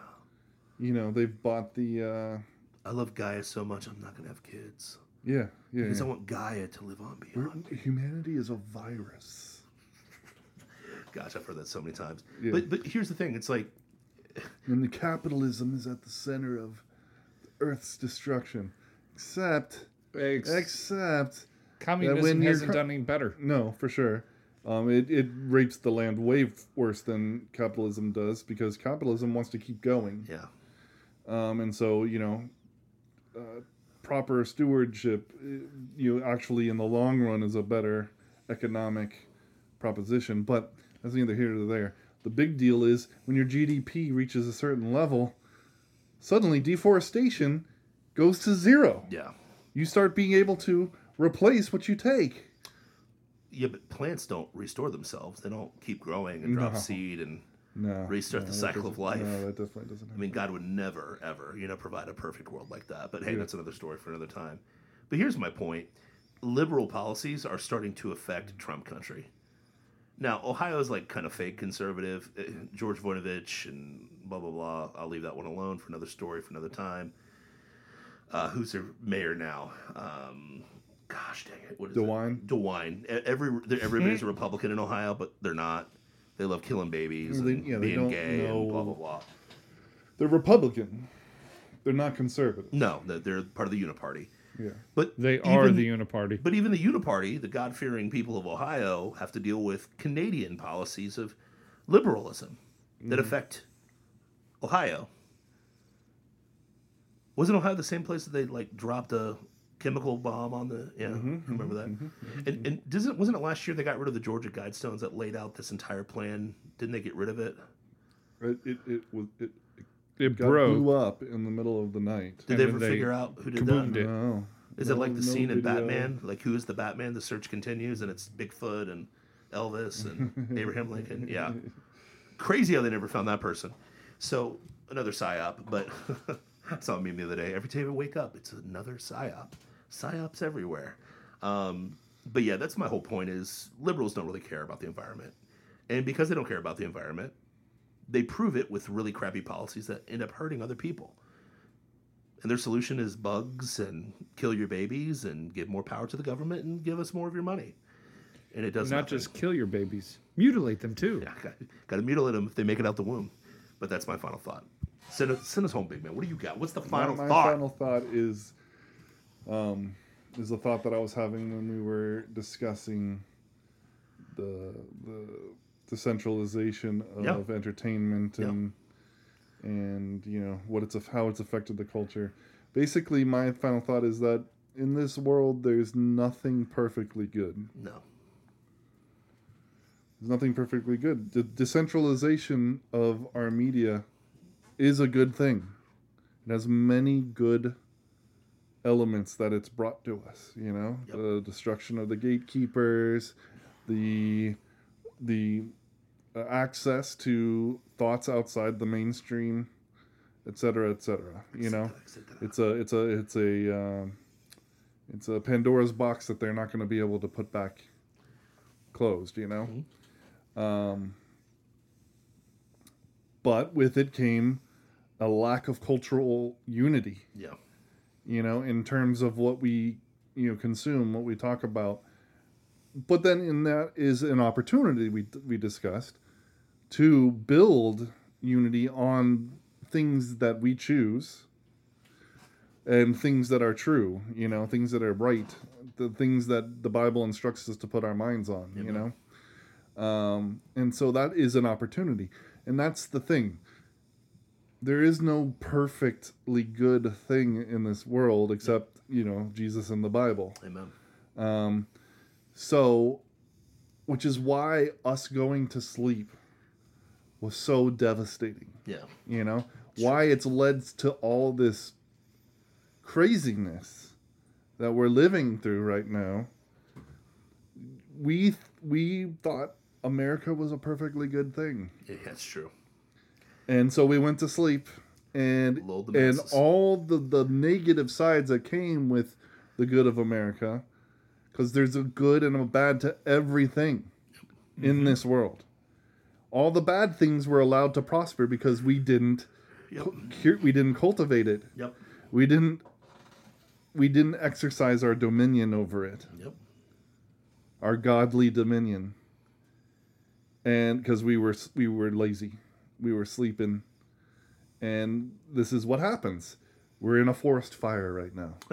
Speaker 1: you know they've bought the uh
Speaker 2: I love Gaia so much, I'm not going to have kids.
Speaker 1: yeah yeah,
Speaker 2: Because
Speaker 1: yeah.
Speaker 2: I want Gaia to live on
Speaker 1: We're-
Speaker 2: beyond.
Speaker 1: humanity is a virus
Speaker 2: Gosh, I've heard that so many times.
Speaker 1: Yeah.
Speaker 2: But, but here's the thing it's like,
Speaker 1: and the capitalism is at the center of earth's destruction except
Speaker 3: Ex-
Speaker 1: except
Speaker 3: Communism
Speaker 1: when you're
Speaker 3: hasn't
Speaker 1: cr-
Speaker 3: done any better.
Speaker 1: no for sure um, it, it rapes the land way worse than capitalism does because capitalism wants to keep going
Speaker 2: yeah.
Speaker 1: um, and so you know uh, proper stewardship uh, you know, actually in the long run is a better economic proposition but that's neither here nor there the big deal is when your gdp reaches a certain level suddenly deforestation goes to zero
Speaker 2: Yeah.
Speaker 1: you start being able to replace what you take
Speaker 2: Yeah, but plants don't restore themselves. They don't keep growing and drop
Speaker 1: No.
Speaker 2: seed. And
Speaker 1: no
Speaker 2: Restart
Speaker 1: no,
Speaker 2: the
Speaker 1: that
Speaker 2: cycle of
Speaker 1: doesn't-
Speaker 2: life.
Speaker 1: no that definitely doesn't
Speaker 2: I
Speaker 1: happen.
Speaker 2: mean, God would never, ever, you know, provide a perfect world like that. But hey, that's another story for another time. But here's my point liberal policies are starting to affect Trump country. Now, Ohio's like kind of fake conservative. eh, George Voinovich and blah, blah, blah. I'll leave that one alone for another story for another time. Uh, who's their mayor now? Um, gosh dang it. What is it?
Speaker 1: DeWine? Hmm?
Speaker 2: DeWine. E- Every, they're- everybody's a Republican in Ohio, but they're not. They love killing babies
Speaker 1: Well, they-
Speaker 2: and
Speaker 1: yeah, they
Speaker 2: being
Speaker 1: don't
Speaker 2: gay and blah,
Speaker 1: know-
Speaker 2: blah, blah.
Speaker 1: they're republican they're not conservative
Speaker 2: No, that they're part of the Uniparty.
Speaker 1: yeah
Speaker 2: But
Speaker 3: They
Speaker 2: even,
Speaker 3: are the Uniparty.
Speaker 2: But even the Uniparty, the God-fearing people of Ohio, have to deal with Canadian policies of liberalism that
Speaker 3: Mm-hmm.
Speaker 2: affect Ohio. Wasn't Ohio the same place that they like dropped a chemical bomb on the? Yeah,
Speaker 3: Mm-hmm,
Speaker 2: I remember that. And and doesn't wasn't it last year they got rid of the Georgia Guidestones that laid out this entire plan? Didn't they get rid of it?
Speaker 1: it, it, it was it
Speaker 3: It
Speaker 1: got
Speaker 3: broke.
Speaker 1: blew up in the middle of the night.
Speaker 2: Did
Speaker 3: And
Speaker 2: they
Speaker 3: then
Speaker 2: ever
Speaker 3: they
Speaker 2: figure out who did
Speaker 3: kaboomed
Speaker 2: that?
Speaker 3: it. Yeah.
Speaker 1: No.
Speaker 2: Is
Speaker 1: No-
Speaker 2: it like the
Speaker 1: no
Speaker 2: scene in
Speaker 1: video.
Speaker 2: Batman? Like who is the Batman? The search continues, and it's Bigfoot and Elvis and Abraham Lincoln. Yeah, crazy how they never found that person. So another psyop. But I saw a meme the other day. Every time I wake up, it's another psyop. Psyops everywhere. Um, but yeah, that's my whole point. Is liberals don't really care about the environment, and because they don't care about the environment, they prove it with really crappy policies that end up hurting other people. And their solution is bugs and kill your babies and give more power to the government and give us more of your money. And it does
Speaker 3: Not
Speaker 2: nothing.
Speaker 3: just kill your babies, mutilate them too.
Speaker 2: yeah, got, got to mutilate them if they make it out the womb. But that's my final thought. Send us, send us home, big man. What do you got? What's the
Speaker 1: My-
Speaker 2: final
Speaker 1: my
Speaker 2: thought?
Speaker 1: final thought is, um, is the thought that I was having when we were discussing the the the centralization of
Speaker 2: Yeah.
Speaker 1: entertainment and and you know what it's aff- how it's affected the culture. Basically, my final thought is that in this world, there's nothing perfectly good.
Speaker 2: No,
Speaker 1: There's nothing perfectly good. The decentralization of our media is a good thing. It has many good elements that it's brought to us. You know,
Speaker 2: Yep.
Speaker 1: the destruction of the gatekeepers, the the uh, access to thoughts outside the mainstream, et cetera, et cetera. You know, it's a it's a it's a um, it's a Pandora's box that they're not going to be able to put back closed. You know, um, but with it came a lack of cultural unity.
Speaker 2: yeah,
Speaker 1: You know, in terms of what we you know consume, what we talk about. But then in that is an opportunity we we discussed to build unity on things that we choose and things that are true, you know, things that are right, the things that the Bible instructs us to put our minds on, you know. Um, and so that is an opportunity. And that's the thing. There is no perfectly good thing in this world except, you know, Jesus and the Bible.
Speaker 2: amen.
Speaker 1: Um, so which is why us going to sleep was so devastating.
Speaker 2: Yeah.
Speaker 1: You know why it's led to all this craziness that we're living through right now. We we thought America was a perfectly good thing,
Speaker 2: Yeah, that's true.
Speaker 1: and so we went to sleep, and
Speaker 2: Lulled the
Speaker 1: and
Speaker 2: masses.
Speaker 1: all the the negative sides that came with the good of America, because there's a good and a bad to everything in
Speaker 2: Mm-hmm.
Speaker 1: this world. All the bad things were allowed to prosper because we didn't
Speaker 2: Yep.
Speaker 1: cu- cur- we didn't cultivate it.
Speaker 2: Yep.
Speaker 1: We didn't we didn't exercise our dominion over it,
Speaker 2: Yep.
Speaker 1: our godly dominion. And cuz we were s- we were lazy. We were sleeping. And this is what happens. We're in a forest fire right now.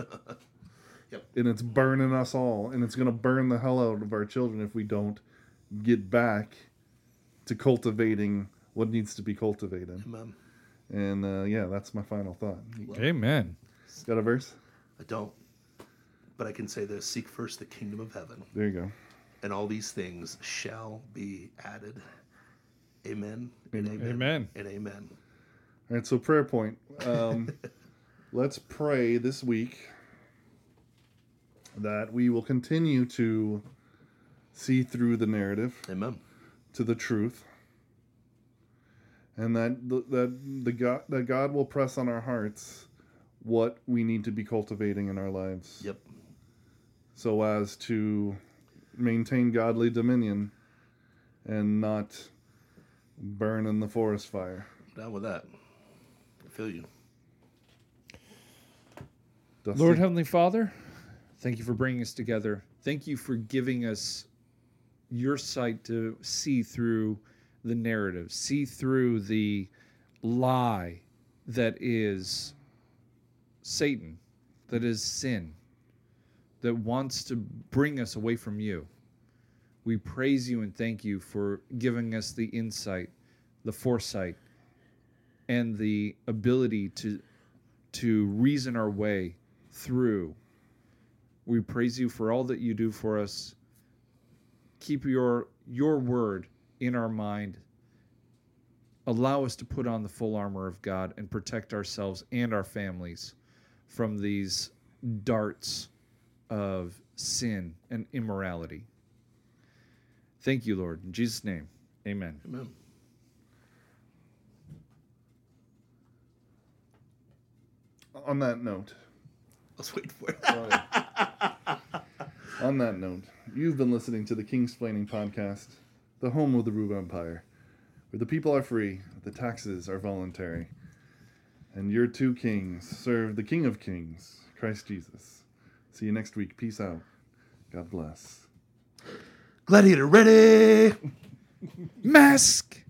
Speaker 2: Yep.
Speaker 1: And it's burning us all and it's going to burn the hell out of our children if we don't get back to cultivating what needs to be cultivated.
Speaker 2: Mom,
Speaker 1: And uh, yeah, that's my final thought.
Speaker 3: Amen.
Speaker 1: Got a verse?
Speaker 2: I don't. But I can say this seek first the kingdom of heaven,
Speaker 1: There you go.
Speaker 2: and all these things shall be added. Amen. And amen.
Speaker 3: Amen.
Speaker 2: And amen.
Speaker 1: All right, so prayer point. Um, let's pray this week that we will continue to see through the narrative
Speaker 2: Amen.
Speaker 1: to the truth, and that the, that the God that God will press on our hearts what we need to be cultivating in our lives,
Speaker 2: Yep.
Speaker 1: so as to maintain godly dominion and not burn in the forest fire.
Speaker 2: Down with that. I feel you.
Speaker 1: Dusty?
Speaker 3: Lord Heavenly Father, thank you for bringing us together. Thank you for giving us your sight to see through the narrative, see through the lie that is Satan, that is sin, that wants to bring us away from you. We praise you and thank you for giving us the insight, the foresight, and the ability to to reason our way through. We praise you for all that you do for us. Keep your your word in our mind. Allow us to put on the full armor of God and protect ourselves and our families from these darts of sin and immorality. Thank you, Lord. In Jesus' name, amen.
Speaker 2: Amen.
Speaker 1: on that note.
Speaker 2: I was waiting for it.
Speaker 1: On that note, you've been listening to the Kingsplaining Podcast, the home of the Rube Empire, where the people are free, the taxes are voluntary, and your two kings serve the King of Kings, Christ Jesus. See you next week. Peace out. God bless.
Speaker 2: Gladiator ready.
Speaker 3: Mask.